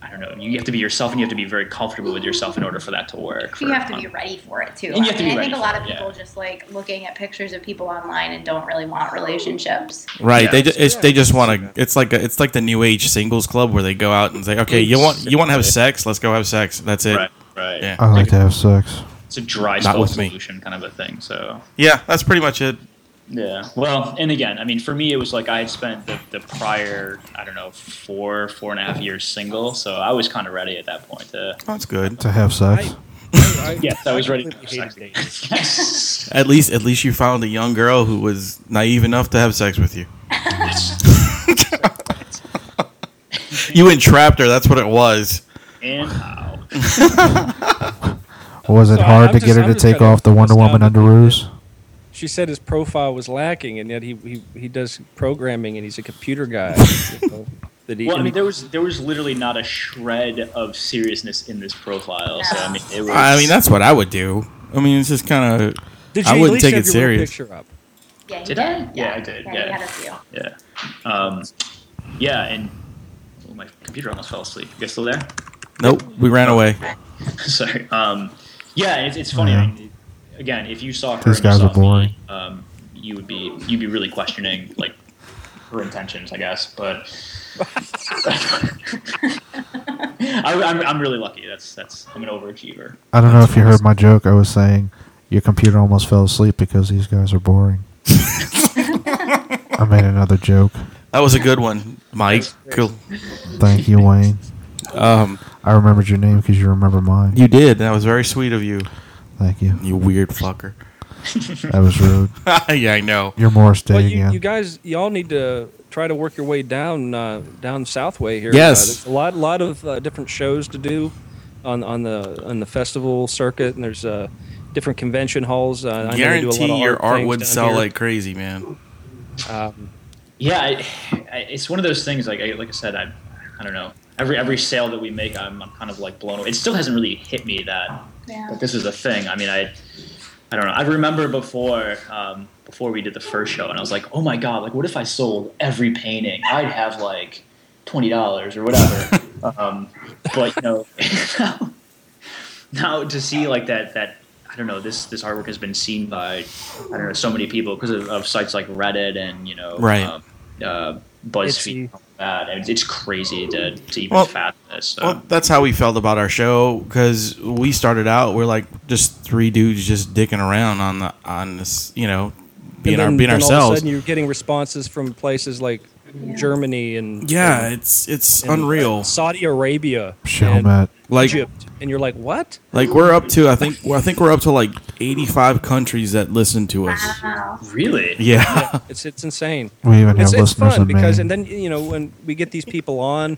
[SPEAKER 2] I don't know. You have to be yourself, and you have to be very comfortable with yourself in order for that to work.
[SPEAKER 6] You
[SPEAKER 2] for-
[SPEAKER 6] have to be ready for it too.
[SPEAKER 2] And you have to
[SPEAKER 6] I, mean,
[SPEAKER 2] be
[SPEAKER 6] I
[SPEAKER 2] ready
[SPEAKER 6] think a lot
[SPEAKER 2] for
[SPEAKER 6] of
[SPEAKER 2] it, yeah.
[SPEAKER 6] people just like looking at pictures of people online and don't really want relationships.
[SPEAKER 3] Right?
[SPEAKER 2] Yeah.
[SPEAKER 3] they just it's, they just want to. It's like a, it's like the new age singles club where they go out and say, okay, you want you want to have sex? Let's go have sex. That's it.
[SPEAKER 2] Right. Right.
[SPEAKER 3] Yeah.
[SPEAKER 4] I like to have sex.
[SPEAKER 2] It's a dry
[SPEAKER 3] Not
[SPEAKER 2] spell
[SPEAKER 3] with me.
[SPEAKER 2] solution kind of a thing. So
[SPEAKER 3] Yeah, that's pretty much it.
[SPEAKER 2] Yeah. Well, and again, I mean, for me, it was like I had spent the, the prior, I don't know, four, four and a half years single. So I was kind of ready at that point. To,
[SPEAKER 3] That's good.
[SPEAKER 4] To have sex.
[SPEAKER 5] I- I, I-
[SPEAKER 2] yes, I was ready.
[SPEAKER 5] completely
[SPEAKER 2] to have
[SPEAKER 5] hated
[SPEAKER 2] sex. yes.
[SPEAKER 3] At least at least you found a young girl who was naive enough to have sex with you. you entrapped her. That's what it was.
[SPEAKER 2] And how?
[SPEAKER 4] Was it
[SPEAKER 5] So I-
[SPEAKER 4] hard to
[SPEAKER 5] I'm just-
[SPEAKER 4] get her
[SPEAKER 5] I'm
[SPEAKER 4] to
[SPEAKER 5] just
[SPEAKER 4] take
[SPEAKER 5] kinda
[SPEAKER 4] off the Wonder Woman
[SPEAKER 5] astounded that-
[SPEAKER 4] underoos?
[SPEAKER 5] She said his profile was lacking, and yet he he, he does programming, and he's a computer guy. you know, that he,
[SPEAKER 2] Well, I mean, there was there was literally not a shred of seriousness in this profile. So I mean, it was.
[SPEAKER 3] I mean, that's what I would do. I mean, it's just kind of.
[SPEAKER 5] did
[SPEAKER 3] I
[SPEAKER 5] you at
[SPEAKER 3] wouldn't
[SPEAKER 5] least
[SPEAKER 3] take
[SPEAKER 5] have
[SPEAKER 3] it
[SPEAKER 5] your real
[SPEAKER 3] serious.
[SPEAKER 5] Picture up.
[SPEAKER 6] Yeah, he
[SPEAKER 2] Did I? Yeah, I did,
[SPEAKER 6] he
[SPEAKER 2] yeah.
[SPEAKER 6] had a few.
[SPEAKER 2] yeah, um, yeah, and oh, my computer almost fell asleep. You guys still there?
[SPEAKER 3] Nope, we ran away.
[SPEAKER 2] Sorry. Um, yeah, and it's, it's funny.
[SPEAKER 4] Yeah.
[SPEAKER 2] I mean, again, if you saw her,
[SPEAKER 4] These
[SPEAKER 2] and you
[SPEAKER 4] guys
[SPEAKER 2] saw
[SPEAKER 4] are boring.
[SPEAKER 2] Me, um, you would be you'd be really questioning like her intentions, I guess. But I, I'm, I'm really lucky. That's that's I'm an overachiever.
[SPEAKER 4] I don't know if you heard my joke. I was saying your computer almost fell asleep because these guys are boring. I made another joke.
[SPEAKER 3] That was a good one, Mike. Cool.
[SPEAKER 4] Thank you, Wayne.
[SPEAKER 3] Um,
[SPEAKER 4] I remembered your name because you remember mine.
[SPEAKER 3] you did. That was very sweet of you.
[SPEAKER 4] Thank you.
[SPEAKER 3] You weird fucker.
[SPEAKER 4] That was rude.
[SPEAKER 3] yeah, I know.
[SPEAKER 4] You're Morris Day
[SPEAKER 5] Well, you,
[SPEAKER 4] again.
[SPEAKER 5] you guys, y'all need to try to work your way down uh, down Southway here.
[SPEAKER 3] Yes.
[SPEAKER 5] Uh, there's a lot lot of uh, different shows to do on on the on the festival circuit, and there's uh, different convention halls. Uh, I know they do a lot of
[SPEAKER 3] Guarantee your art
[SPEAKER 5] things
[SPEAKER 3] would
[SPEAKER 5] down
[SPEAKER 3] sell
[SPEAKER 5] here.
[SPEAKER 3] like crazy, man.
[SPEAKER 5] Um,
[SPEAKER 2] Yeah, I, I, it's one of those things. Like I, like I said, I I don't know. Every every sale that we make, I'm, I'm kind of like blown away. It still hasn't really hit me that
[SPEAKER 6] Yeah.
[SPEAKER 2] that this is a thing. I mean, I I don't know. I remember before um, before we did the first show, and I was like, oh my god, like what if I sold every painting? I'd have like twenty dollars or whatever. um, but you know, now, now to see like that that I don't know this this artwork has been seen by I don't know so many people because of, of sites like Reddit and you know
[SPEAKER 3] Right.
[SPEAKER 2] um, uh, BuzzFeed.
[SPEAKER 5] Etsy.
[SPEAKER 2] and all That. And it's crazy to, to even
[SPEAKER 3] Well-
[SPEAKER 2] fathom this. um, So.
[SPEAKER 3] Well, that's how we felt about our show because we started out. We're like just three dudes just dicking around on the on this, you know, being
[SPEAKER 5] and
[SPEAKER 3] our
[SPEAKER 5] then-
[SPEAKER 3] being
[SPEAKER 5] then All of a
[SPEAKER 3] ourselves.
[SPEAKER 5] sudden, you're getting responses from places like Germany and
[SPEAKER 3] yeah,
[SPEAKER 5] and-
[SPEAKER 3] it's it's
[SPEAKER 5] and, uh,
[SPEAKER 3] unreal.
[SPEAKER 5] Saudi Arabia,
[SPEAKER 4] Shell
[SPEAKER 5] and
[SPEAKER 4] Matt.
[SPEAKER 3] Like
[SPEAKER 5] Egypt, and you're like, what?
[SPEAKER 3] like we're up to I think well, I think we're up to like eighty five countries that listen to us.
[SPEAKER 6] Wow.
[SPEAKER 2] really?
[SPEAKER 3] Yeah,
[SPEAKER 5] It's it's insane.
[SPEAKER 4] We even have
[SPEAKER 5] it's, it's
[SPEAKER 4] listeners
[SPEAKER 5] fun
[SPEAKER 4] in
[SPEAKER 5] because and
[SPEAKER 4] Maine.
[SPEAKER 5] then you know when we get these people on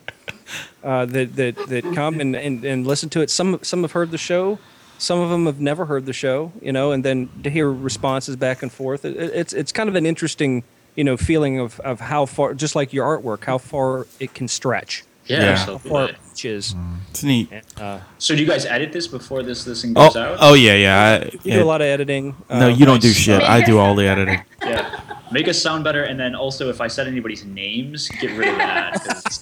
[SPEAKER 5] uh, that that that come and, and and listen to it some some have heard the show some of them have never heard the show you know and then to hear responses back and forth it, it- it's it's kind of an interesting you know feeling of of how far just like your artwork how far it can stretch
[SPEAKER 2] Yeah,
[SPEAKER 3] Yeah.
[SPEAKER 5] how far
[SPEAKER 2] absolutely.
[SPEAKER 5] it reaches
[SPEAKER 3] it's neat.
[SPEAKER 5] uh,
[SPEAKER 2] So do you guys edit this before this this thing
[SPEAKER 3] Oh,
[SPEAKER 2] goes out?
[SPEAKER 3] oh yeah, yeah. I,
[SPEAKER 5] you do a lot of editing
[SPEAKER 3] no,
[SPEAKER 5] uh,
[SPEAKER 3] you don't do
[SPEAKER 2] nice.
[SPEAKER 3] shit. I do all the editing.
[SPEAKER 2] Yeah. Make us sound better, and then also if I said anybody's names, get rid of that. 'cause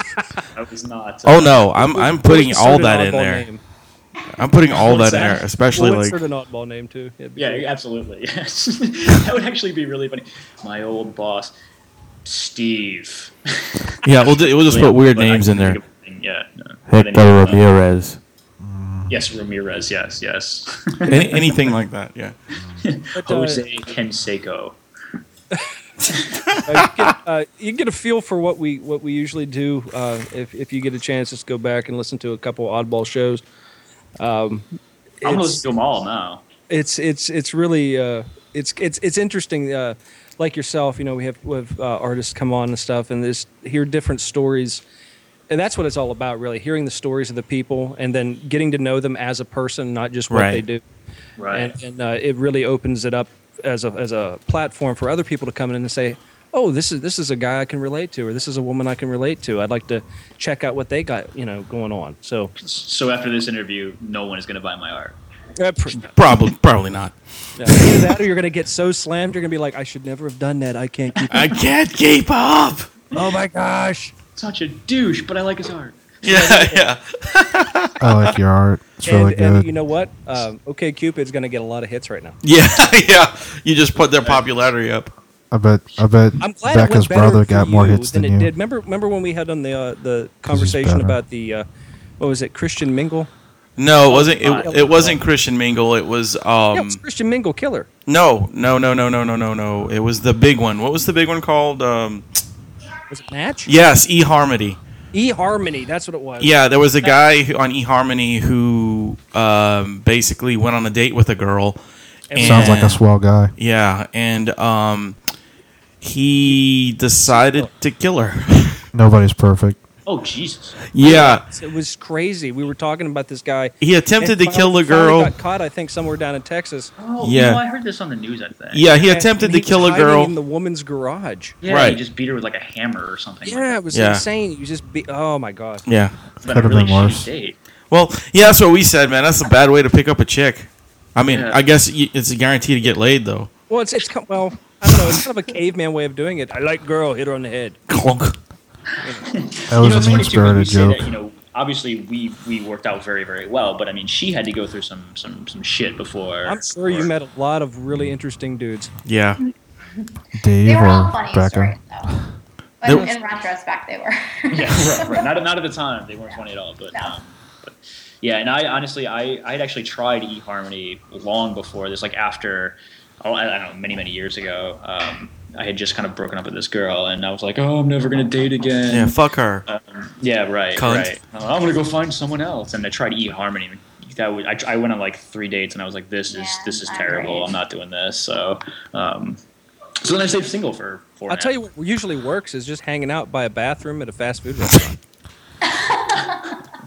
[SPEAKER 2] I was not. uh,
[SPEAKER 3] Oh no, I'm I'm putting
[SPEAKER 5] Insert
[SPEAKER 3] all
[SPEAKER 5] an
[SPEAKER 3] that in
[SPEAKER 5] oddball
[SPEAKER 3] there.
[SPEAKER 5] name.
[SPEAKER 3] I'm putting all that
[SPEAKER 2] What's
[SPEAKER 3] in
[SPEAKER 2] that?
[SPEAKER 3] there, especially
[SPEAKER 5] We'll
[SPEAKER 3] like
[SPEAKER 5] insert an oddball name too It'd be
[SPEAKER 2] Yeah,
[SPEAKER 5] great.
[SPEAKER 2] absolutely. Yes. that would actually be really funny. My old boss, Steve.
[SPEAKER 3] yeah. We'll, do, we'll just put weird
[SPEAKER 2] But I
[SPEAKER 3] names in
[SPEAKER 2] couldn't
[SPEAKER 3] there.
[SPEAKER 2] think of anything, Yeah. No. And then he- uh,
[SPEAKER 7] Ramirez.
[SPEAKER 2] Yes, Ramirez. Yes, yes.
[SPEAKER 3] Any, anything like that. Yeah.
[SPEAKER 5] But, uh,
[SPEAKER 2] Jose Canseco.
[SPEAKER 5] Uh, you, get, uh, you get a feel for what we what we usually do uh, if if you get a chance. Just go back and listen to a couple oddball shows. Um,
[SPEAKER 2] I'm gonna
[SPEAKER 5] it's,
[SPEAKER 2] listen to them all now.
[SPEAKER 5] it's it's it's really uh, it's it's it's interesting. Uh, like yourself, you know, we have we have uh, artists come on and stuff, and just hear different stories. And that's what it's all about, really. Hearing the stories of the people, and then getting to know them as a person, not just what
[SPEAKER 3] Right.
[SPEAKER 5] they do
[SPEAKER 2] Right.
[SPEAKER 5] and, and uh, it really opens it up as a as a platform for other people to come in and say, "Oh, this is this is a guy I can relate to, or this is a woman I can relate to. I'd like to check out what they got, you know, going on." So,
[SPEAKER 2] so after this interview, no one is gonna buy my art.
[SPEAKER 5] uh, pr- yeah,
[SPEAKER 3] Probably, probably not.
[SPEAKER 5] either that, or you're gonna get so slammed, you're gonna be like, "I should never have done that. I can't keep."
[SPEAKER 3] I can't keep up.
[SPEAKER 5] oh my gosh!
[SPEAKER 2] Such a douche, but I like his art.
[SPEAKER 3] Yeah, yeah.
[SPEAKER 4] I like your art. It's really
[SPEAKER 5] and, and
[SPEAKER 4] good.
[SPEAKER 5] you know what? Um, okay, Cupid's gonna get a lot of hits right now.
[SPEAKER 3] Yeah, yeah. You just put their popularity up.
[SPEAKER 4] I bet. I bet
[SPEAKER 5] I'm glad it
[SPEAKER 4] Becca's
[SPEAKER 5] went better
[SPEAKER 4] brother
[SPEAKER 5] for
[SPEAKER 4] got more
[SPEAKER 5] you
[SPEAKER 4] hits than,
[SPEAKER 5] than,
[SPEAKER 4] you.
[SPEAKER 5] it did. Remember, remember when we had on the uh, the conversation
[SPEAKER 4] better.
[SPEAKER 5] about the uh, what was it, Christian Mingle?
[SPEAKER 3] No, it wasn't it,
[SPEAKER 2] God.
[SPEAKER 3] it wasn't Christian Mingle. It was
[SPEAKER 5] yeah, it
[SPEAKER 3] um
[SPEAKER 5] was Christian Mingle Killer.
[SPEAKER 3] no, no, no, no, no, no, no, no. It was the big one. What was the big one called? Um
[SPEAKER 5] Was it Match?
[SPEAKER 3] yes, eHarmony.
[SPEAKER 5] eHarmony, that's what it was.
[SPEAKER 3] Yeah, there was a guy who, on eHarmony who um basically went on a date with a girl. And
[SPEAKER 4] Sounds like a swell guy.
[SPEAKER 3] Yeah, and um he decided to kill her.
[SPEAKER 4] Nobody's perfect.
[SPEAKER 2] Oh Jesus!
[SPEAKER 3] Yeah,
[SPEAKER 5] It was crazy. We were talking about this guy.
[SPEAKER 3] he attempted to
[SPEAKER 5] and
[SPEAKER 3] kill
[SPEAKER 5] finally-
[SPEAKER 3] the girl.
[SPEAKER 5] finally Got caught, I think, somewhere down in Texas.
[SPEAKER 2] Oh,
[SPEAKER 3] Yeah.
[SPEAKER 2] You know, I heard this on the news. I think.
[SPEAKER 3] yeah, he
[SPEAKER 5] And-
[SPEAKER 3] attempted
[SPEAKER 5] and
[SPEAKER 3] to
[SPEAKER 5] he was
[SPEAKER 3] kill a
[SPEAKER 5] hiding
[SPEAKER 3] girl.
[SPEAKER 5] in the woman's garage.
[SPEAKER 2] Yeah,
[SPEAKER 3] Right.
[SPEAKER 2] You just beat her with like a hammer or something.
[SPEAKER 5] Yeah, it was
[SPEAKER 3] Yeah.
[SPEAKER 5] insane. You just be. Oh my god.
[SPEAKER 3] yeah.
[SPEAKER 2] It's been
[SPEAKER 4] Could
[SPEAKER 2] a
[SPEAKER 4] have
[SPEAKER 2] really
[SPEAKER 4] been worse.
[SPEAKER 2] shitty date.
[SPEAKER 3] Well, yeah, that's what we said, man. That's a bad way to pick up a chick. I mean,
[SPEAKER 2] Yeah.
[SPEAKER 3] I guess y- it's a guarantee to get laid though.
[SPEAKER 5] Well, it's it's co- well. I don't know. It's kind of a caveman way of doing it. I like girl. Hit her on the head.
[SPEAKER 3] Clunk.
[SPEAKER 4] That
[SPEAKER 2] you
[SPEAKER 4] was
[SPEAKER 2] know, it's
[SPEAKER 4] a
[SPEAKER 2] funny
[SPEAKER 4] mean
[SPEAKER 2] too when you
[SPEAKER 4] spirited
[SPEAKER 2] say
[SPEAKER 4] joke.
[SPEAKER 2] that. You know, obviously we we worked out very very well, but I mean, she had to go through some some some shit before.
[SPEAKER 5] I'm sure you met a lot of really interesting dudes.
[SPEAKER 3] Yeah.
[SPEAKER 6] They
[SPEAKER 4] Dave
[SPEAKER 6] were all
[SPEAKER 4] or
[SPEAKER 6] funny stories,
[SPEAKER 4] Becca?
[SPEAKER 6] though. But
[SPEAKER 3] There-
[SPEAKER 6] in retrospect, they were.
[SPEAKER 2] Yeah, right, right. Not, not at the time. They weren't funny at all. But,
[SPEAKER 6] No.
[SPEAKER 2] um, but yeah, and I honestly, I I had actually tried eHarmony long before this, like after, oh, I, I don't know, many, many years ago. Um, I had just kind of broken up with this girl, and I was like, oh, I'm never going to date again.
[SPEAKER 3] Yeah. Fuck her.
[SPEAKER 2] Um, yeah, right,
[SPEAKER 3] Cunt.
[SPEAKER 2] right. I'm, like, I'm gonna go find someone else, and I tried eHarmony. That would, I, tr- I went on like three dates, and I was like, "This
[SPEAKER 6] Yeah,
[SPEAKER 2] is this is
[SPEAKER 6] I'm
[SPEAKER 2] terrible.
[SPEAKER 6] right.
[SPEAKER 2] I'm not doing this." So, um, so then I stayed single for four.
[SPEAKER 5] I'll
[SPEAKER 2] and a
[SPEAKER 5] tell
[SPEAKER 2] half-
[SPEAKER 5] you what usually works is just hanging out by a bathroom at a fast food restaurant.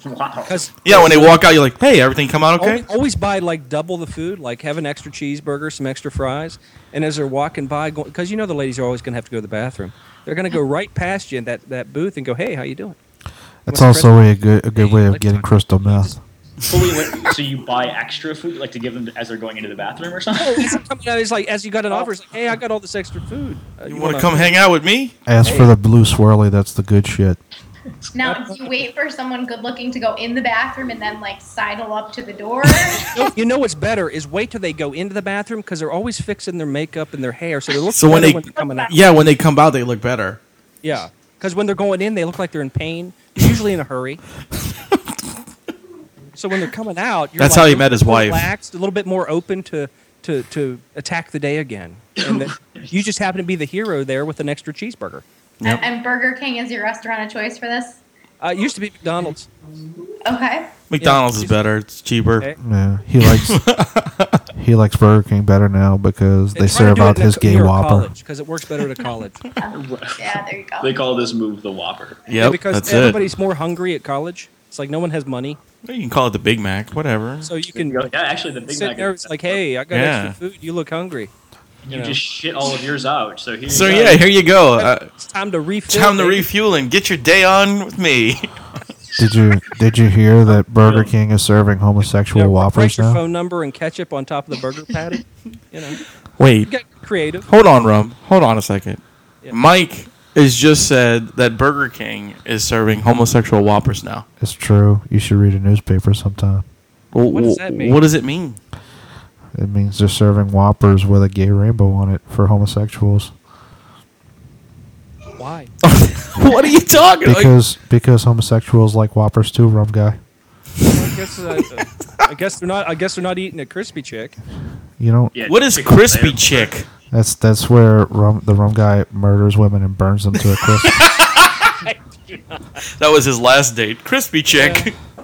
[SPEAKER 2] Wow.
[SPEAKER 5] Because
[SPEAKER 3] Yeah. When they walk out, you're like, "Hey, everything come out okay?"
[SPEAKER 5] always, always buy like double the food, like have an extra cheeseburger, some extra fries, and as they're walking by, because you know the ladies are always going to have to go to the bathroom, they're going to go right past you in that, that booth and go, "Hey, how you doing?"
[SPEAKER 4] That's
[SPEAKER 5] What's
[SPEAKER 4] also
[SPEAKER 5] Chris-
[SPEAKER 4] a good a good way of getting crystal meth.
[SPEAKER 2] So, wait, wait, so you buy extra food, like to give them as they're going into the bathroom or something?
[SPEAKER 5] As they're coming out, it's like as you got an offer, it's like, "Hey, I got all this extra food. Uh,
[SPEAKER 3] You want
[SPEAKER 5] wanna-
[SPEAKER 3] to come hang out with me?
[SPEAKER 4] Ask for the blue swirly. That's the good shit.
[SPEAKER 6] now, do you wait for someone good looking to go in the bathroom and then, like, sidle up to the door?
[SPEAKER 5] You know- you know what's better is wait till they go into the bathroom because they're always fixing their makeup and their hair, so they look
[SPEAKER 3] So when
[SPEAKER 5] better
[SPEAKER 3] they-
[SPEAKER 5] they're coming out.
[SPEAKER 3] Yeah. When they come out, they look better.
[SPEAKER 5] Yeah, because when they're going in, they look like they're in pain. They're usually in a hurry. so when they're coming out, you're
[SPEAKER 3] That's
[SPEAKER 5] like
[SPEAKER 3] how he
[SPEAKER 5] a
[SPEAKER 3] met
[SPEAKER 5] little
[SPEAKER 3] his wife.
[SPEAKER 5] Relaxed, a little bit more open to to to attack the day again. And then you just happen to be the hero there with an extra cheeseburger.
[SPEAKER 3] Yep.
[SPEAKER 6] and, and Burger King is your restaurant of choice for this?
[SPEAKER 5] Uh, it used to be McDonald's.
[SPEAKER 6] Okay.
[SPEAKER 3] McDonald's is
[SPEAKER 5] she's-
[SPEAKER 3] better. It's cheaper.
[SPEAKER 5] Okay.
[SPEAKER 4] Yeah, he likes he likes Burger King better now because they
[SPEAKER 5] try to
[SPEAKER 4] serve
[SPEAKER 5] do it
[SPEAKER 4] out
[SPEAKER 5] in a
[SPEAKER 4] his
[SPEAKER 5] co-
[SPEAKER 4] gay
[SPEAKER 5] near a
[SPEAKER 4] Whopper.
[SPEAKER 5] college because it works better at a college. Yeah,
[SPEAKER 6] Yeah, there you go.
[SPEAKER 2] They call this move the Whopper.
[SPEAKER 3] Yep.
[SPEAKER 5] because
[SPEAKER 3] that's
[SPEAKER 5] everybody's
[SPEAKER 3] it.
[SPEAKER 5] more hungry at college. It's like no one has money,
[SPEAKER 3] You can call it the Big Mac. Whatever.
[SPEAKER 5] so you can
[SPEAKER 2] Yeah, actually, the Big
[SPEAKER 5] sit
[SPEAKER 2] Mac.
[SPEAKER 5] there.
[SPEAKER 2] is-
[SPEAKER 5] It's like, hey, I got
[SPEAKER 3] Yeah.
[SPEAKER 5] extra food. You look hungry.
[SPEAKER 2] you
[SPEAKER 5] know.
[SPEAKER 2] just shit all of yours out. So here.
[SPEAKER 3] So
[SPEAKER 2] you
[SPEAKER 3] yeah, here you go. Uh,
[SPEAKER 5] it's time to refill.
[SPEAKER 3] time to
[SPEAKER 5] baby.
[SPEAKER 3] refuel and get your day on with me.
[SPEAKER 4] Did you did you hear that Burger
[SPEAKER 2] Yeah.
[SPEAKER 4] King is serving homosexual
[SPEAKER 5] Yeah,
[SPEAKER 4] Whoppers
[SPEAKER 5] write your
[SPEAKER 4] now?
[SPEAKER 5] phone number and ketchup on top of the burger patty. you know,
[SPEAKER 3] Wait.
[SPEAKER 5] get creative.
[SPEAKER 3] Hold on, Rum. Hold on a second.
[SPEAKER 5] Yeah.
[SPEAKER 3] Mike has just said that Burger King is serving homosexual Whoppers now.
[SPEAKER 4] It's true. You should read a newspaper sometime.
[SPEAKER 5] What does that mean?
[SPEAKER 3] What does it mean?
[SPEAKER 4] It means they're serving Whoppers with a gay rainbow on it for homosexuals
[SPEAKER 5] Why?
[SPEAKER 3] what are you talking about?
[SPEAKER 4] because because homosexuals like Whoppers too. Rum guy,
[SPEAKER 5] I guess uh, uh, I guess they're not. I guess they're not eating a crispy chick.
[SPEAKER 4] you know
[SPEAKER 2] Yeah,
[SPEAKER 3] What is
[SPEAKER 2] pickle
[SPEAKER 3] crispy
[SPEAKER 2] mayo.
[SPEAKER 3] chick?
[SPEAKER 4] that's that's where rum the rum guy murders women and burns them to a crisp.
[SPEAKER 3] That was his last date. Crispy chick.
[SPEAKER 5] Yeah.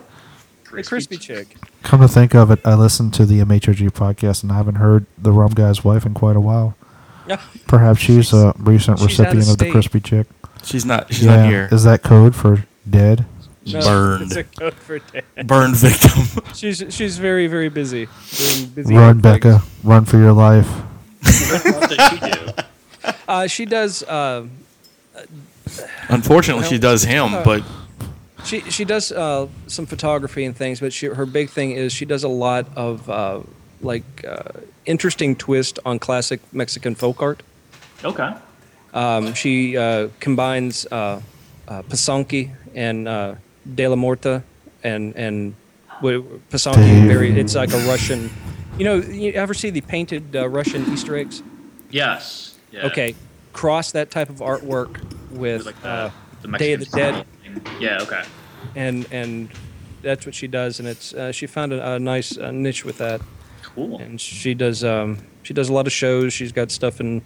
[SPEAKER 5] A crispy chick.
[SPEAKER 4] Come to think of it, I listened to the MHOG podcast and I haven't heard the rum guy's wife in quite a while.
[SPEAKER 5] Yeah.
[SPEAKER 4] Perhaps she's, a recent
[SPEAKER 5] she's out of
[SPEAKER 4] recipient of, the
[SPEAKER 5] state.
[SPEAKER 4] crispy chick.
[SPEAKER 3] She's not. She's not here.
[SPEAKER 4] Is that code for dead?
[SPEAKER 5] No,
[SPEAKER 3] Burned.
[SPEAKER 5] It's a code for dead.
[SPEAKER 3] Burn victim.
[SPEAKER 5] She's she's very very busy. Doing busy
[SPEAKER 4] Run,
[SPEAKER 5] things.
[SPEAKER 4] Becca. Run for your life.
[SPEAKER 2] What does she do?
[SPEAKER 5] Uh, she does. Uh,
[SPEAKER 3] Unfortunately, she does him, but
[SPEAKER 5] she she does uh, some photography and things, but she, her big thing is she does a lot of uh, like uh, interesting twist on classic Mexican folk art.
[SPEAKER 2] Okay.
[SPEAKER 5] Um, she uh, combines uh, uh, Pasanqui and uh, De La Morta and and w- Pasanqui.
[SPEAKER 4] Damn.
[SPEAKER 5] Very, it's like a Russian. You know, you ever see the painted uh, Russian Easter eggs?
[SPEAKER 2] Yes. Yeah.
[SPEAKER 5] Okay, cross that type of artwork with
[SPEAKER 2] Like the,
[SPEAKER 5] uh,
[SPEAKER 2] the
[SPEAKER 5] Day
[SPEAKER 2] Mexican
[SPEAKER 5] of the Dead,
[SPEAKER 2] thing. Yeah. Okay.
[SPEAKER 5] and and that's what she does, and it's uh, she found a, a nice uh, niche with that.
[SPEAKER 2] Cool.
[SPEAKER 5] and she does um, she does a lot of shows. She's got stuff in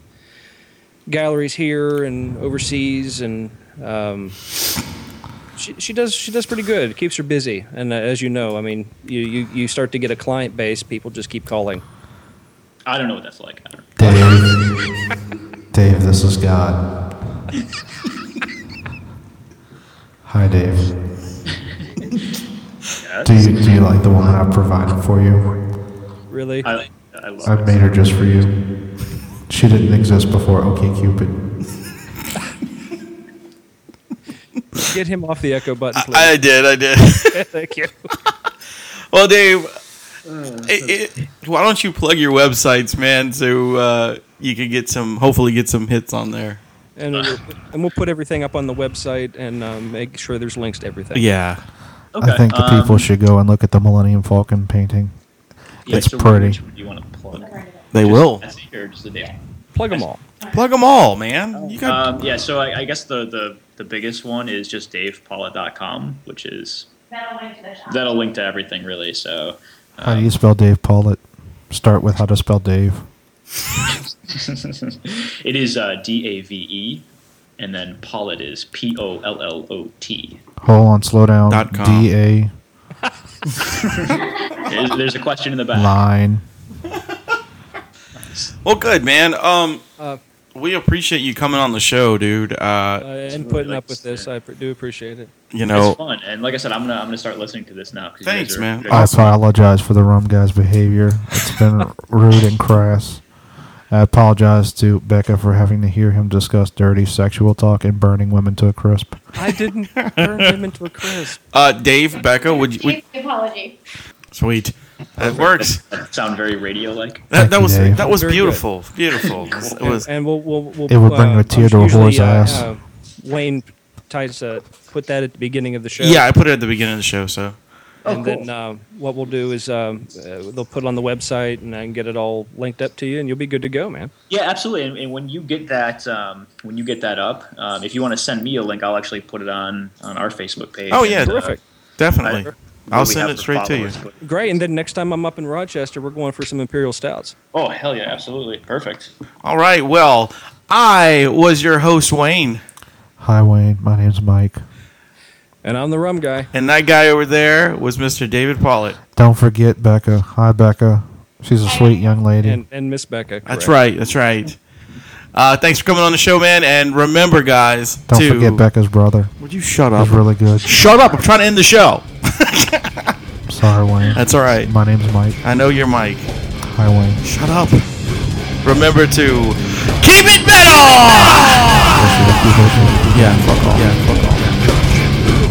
[SPEAKER 5] galleries here and overseas, and um, she she does she does pretty good. Keeps her busy, and uh, as you know, I mean, you, you you start to get a client base. People just keep calling.
[SPEAKER 2] I don't know what that's like. I don't know.
[SPEAKER 4] Dave. Dave, this is God. Hi, Dave. Do you do you like the woman I provided for you?
[SPEAKER 5] Really?
[SPEAKER 2] I, I love
[SPEAKER 4] I made her just for you. She didn't exist before OkCupid.
[SPEAKER 5] Get him off the echo button, please.
[SPEAKER 3] I did. I did.
[SPEAKER 5] Thank you.
[SPEAKER 3] well, Dave,
[SPEAKER 5] Uh,
[SPEAKER 3] it, it, why don't you plug your websites, man, so uh, you can get some, hopefully, get some hits on there.
[SPEAKER 5] And, we'll, and we'll put everything up on the website and um, make sure there's links to everything.
[SPEAKER 3] Yeah.
[SPEAKER 2] Okay,
[SPEAKER 4] I think the people
[SPEAKER 2] um,
[SPEAKER 4] should go and look at the Millennium Falcon painting.
[SPEAKER 2] yeah,
[SPEAKER 4] it's
[SPEAKER 2] so
[SPEAKER 4] pretty.
[SPEAKER 2] Which one do you want to plug?
[SPEAKER 3] They
[SPEAKER 2] Just
[SPEAKER 3] will
[SPEAKER 2] Jesse or just the Dave?
[SPEAKER 5] Plug them all.
[SPEAKER 3] plug them all, man. You got
[SPEAKER 2] Um, yeah, so I, I guess the, the, the biggest one is just davepaula.com, which is that'll link to everything really. So
[SPEAKER 4] How
[SPEAKER 2] uh,
[SPEAKER 4] do you spell Dave Pollitt? Start with how to spell Dave.
[SPEAKER 2] it is uh, D A V E, and then Pollet is P O L L O T.
[SPEAKER 4] Hold on, slow down.
[SPEAKER 3] Dot com.
[SPEAKER 4] D A
[SPEAKER 2] There's there's a question in the back.
[SPEAKER 4] line.
[SPEAKER 3] well, good, man. Um,
[SPEAKER 5] Uh,
[SPEAKER 3] we appreciate you coming on the show, dude.
[SPEAKER 5] uh,
[SPEAKER 3] Uh,
[SPEAKER 5] and
[SPEAKER 2] really
[SPEAKER 5] putting
[SPEAKER 2] like
[SPEAKER 5] up with
[SPEAKER 2] to
[SPEAKER 5] this.
[SPEAKER 2] say.
[SPEAKER 5] I pr- do appreciate it.
[SPEAKER 3] you
[SPEAKER 2] It's
[SPEAKER 3] know,
[SPEAKER 2] fun, and like I said, I'm gonna I'm gonna start listening to this now. 'cause you guys
[SPEAKER 3] Thanks,
[SPEAKER 2] are
[SPEAKER 3] man.
[SPEAKER 2] very-
[SPEAKER 4] I apologize for the rum guy's behavior. It's been rude and crass. I apologize to Becca for having to hear him discuss dirty sexual talk and burning women to a crisp.
[SPEAKER 5] I didn't turn him into a crisp.
[SPEAKER 3] uh, Dave, Becca, would you? Would,
[SPEAKER 6] Take the apology.
[SPEAKER 3] sweet, that works.
[SPEAKER 2] That sound very radio like.
[SPEAKER 3] That,
[SPEAKER 4] Thank
[SPEAKER 3] that
[SPEAKER 4] you,
[SPEAKER 3] was
[SPEAKER 4] Dave.
[SPEAKER 3] that was
[SPEAKER 5] Very good.
[SPEAKER 3] beautiful, beautiful. It was
[SPEAKER 5] And we'll, we'll, we'll uh,
[SPEAKER 4] It would bring a tear to a
[SPEAKER 5] usually,
[SPEAKER 4] whore's
[SPEAKER 5] uh,
[SPEAKER 4] ass.
[SPEAKER 5] Wayne tries to put that at the beginning of the show.
[SPEAKER 3] yeah. I put it at the beginning of the show, so
[SPEAKER 5] and then um, what we'll do is um, uh, they'll put it on the website and I can get it all linked up to you and you'll be good to go, man.
[SPEAKER 2] Yeah, absolutely. And, and when you get that um, when you get that up, um, if you want to send me a link, I'll actually put it on on our Facebook page.
[SPEAKER 3] Oh, yeah.
[SPEAKER 2] And, uh,
[SPEAKER 5] Terrific.
[SPEAKER 3] definitely,
[SPEAKER 2] I-
[SPEAKER 3] I'll
[SPEAKER 2] what we have
[SPEAKER 3] send it
[SPEAKER 2] for
[SPEAKER 3] straight to you.
[SPEAKER 2] followers, but-
[SPEAKER 5] Great. And then next time I'm up in Rochester, we're going for some Imperial Stouts.
[SPEAKER 2] Oh hell yeah, absolutely, perfect.
[SPEAKER 3] All right. Well, I was your host, Wayne.
[SPEAKER 4] Hi, Wayne. My name's Mike.
[SPEAKER 5] And I'm the rum guy.
[SPEAKER 3] And that guy over there was Mr. David Pollitt.
[SPEAKER 4] Don't forget Becca. Hi, Becca. She's a sweet young lady.
[SPEAKER 5] and and Miss Becca.
[SPEAKER 3] That's
[SPEAKER 5] correct.
[SPEAKER 3] right. That's right. Uh, thanks for coming on the show, man. And remember, guys,
[SPEAKER 4] Don't
[SPEAKER 3] to
[SPEAKER 4] forget Becca's brother.
[SPEAKER 3] Would you shut
[SPEAKER 4] He's
[SPEAKER 3] up?
[SPEAKER 4] really good.
[SPEAKER 3] Shut up! I'm trying to end the show.
[SPEAKER 4] Sorry, Wayne.
[SPEAKER 3] That's all right.
[SPEAKER 4] My name's Mike.
[SPEAKER 3] I know you're Mike.
[SPEAKER 4] Hi, Wayne.
[SPEAKER 3] Shut up. Remember to keep it metal. Yeah. Fuck off. Yeah. Fuck off.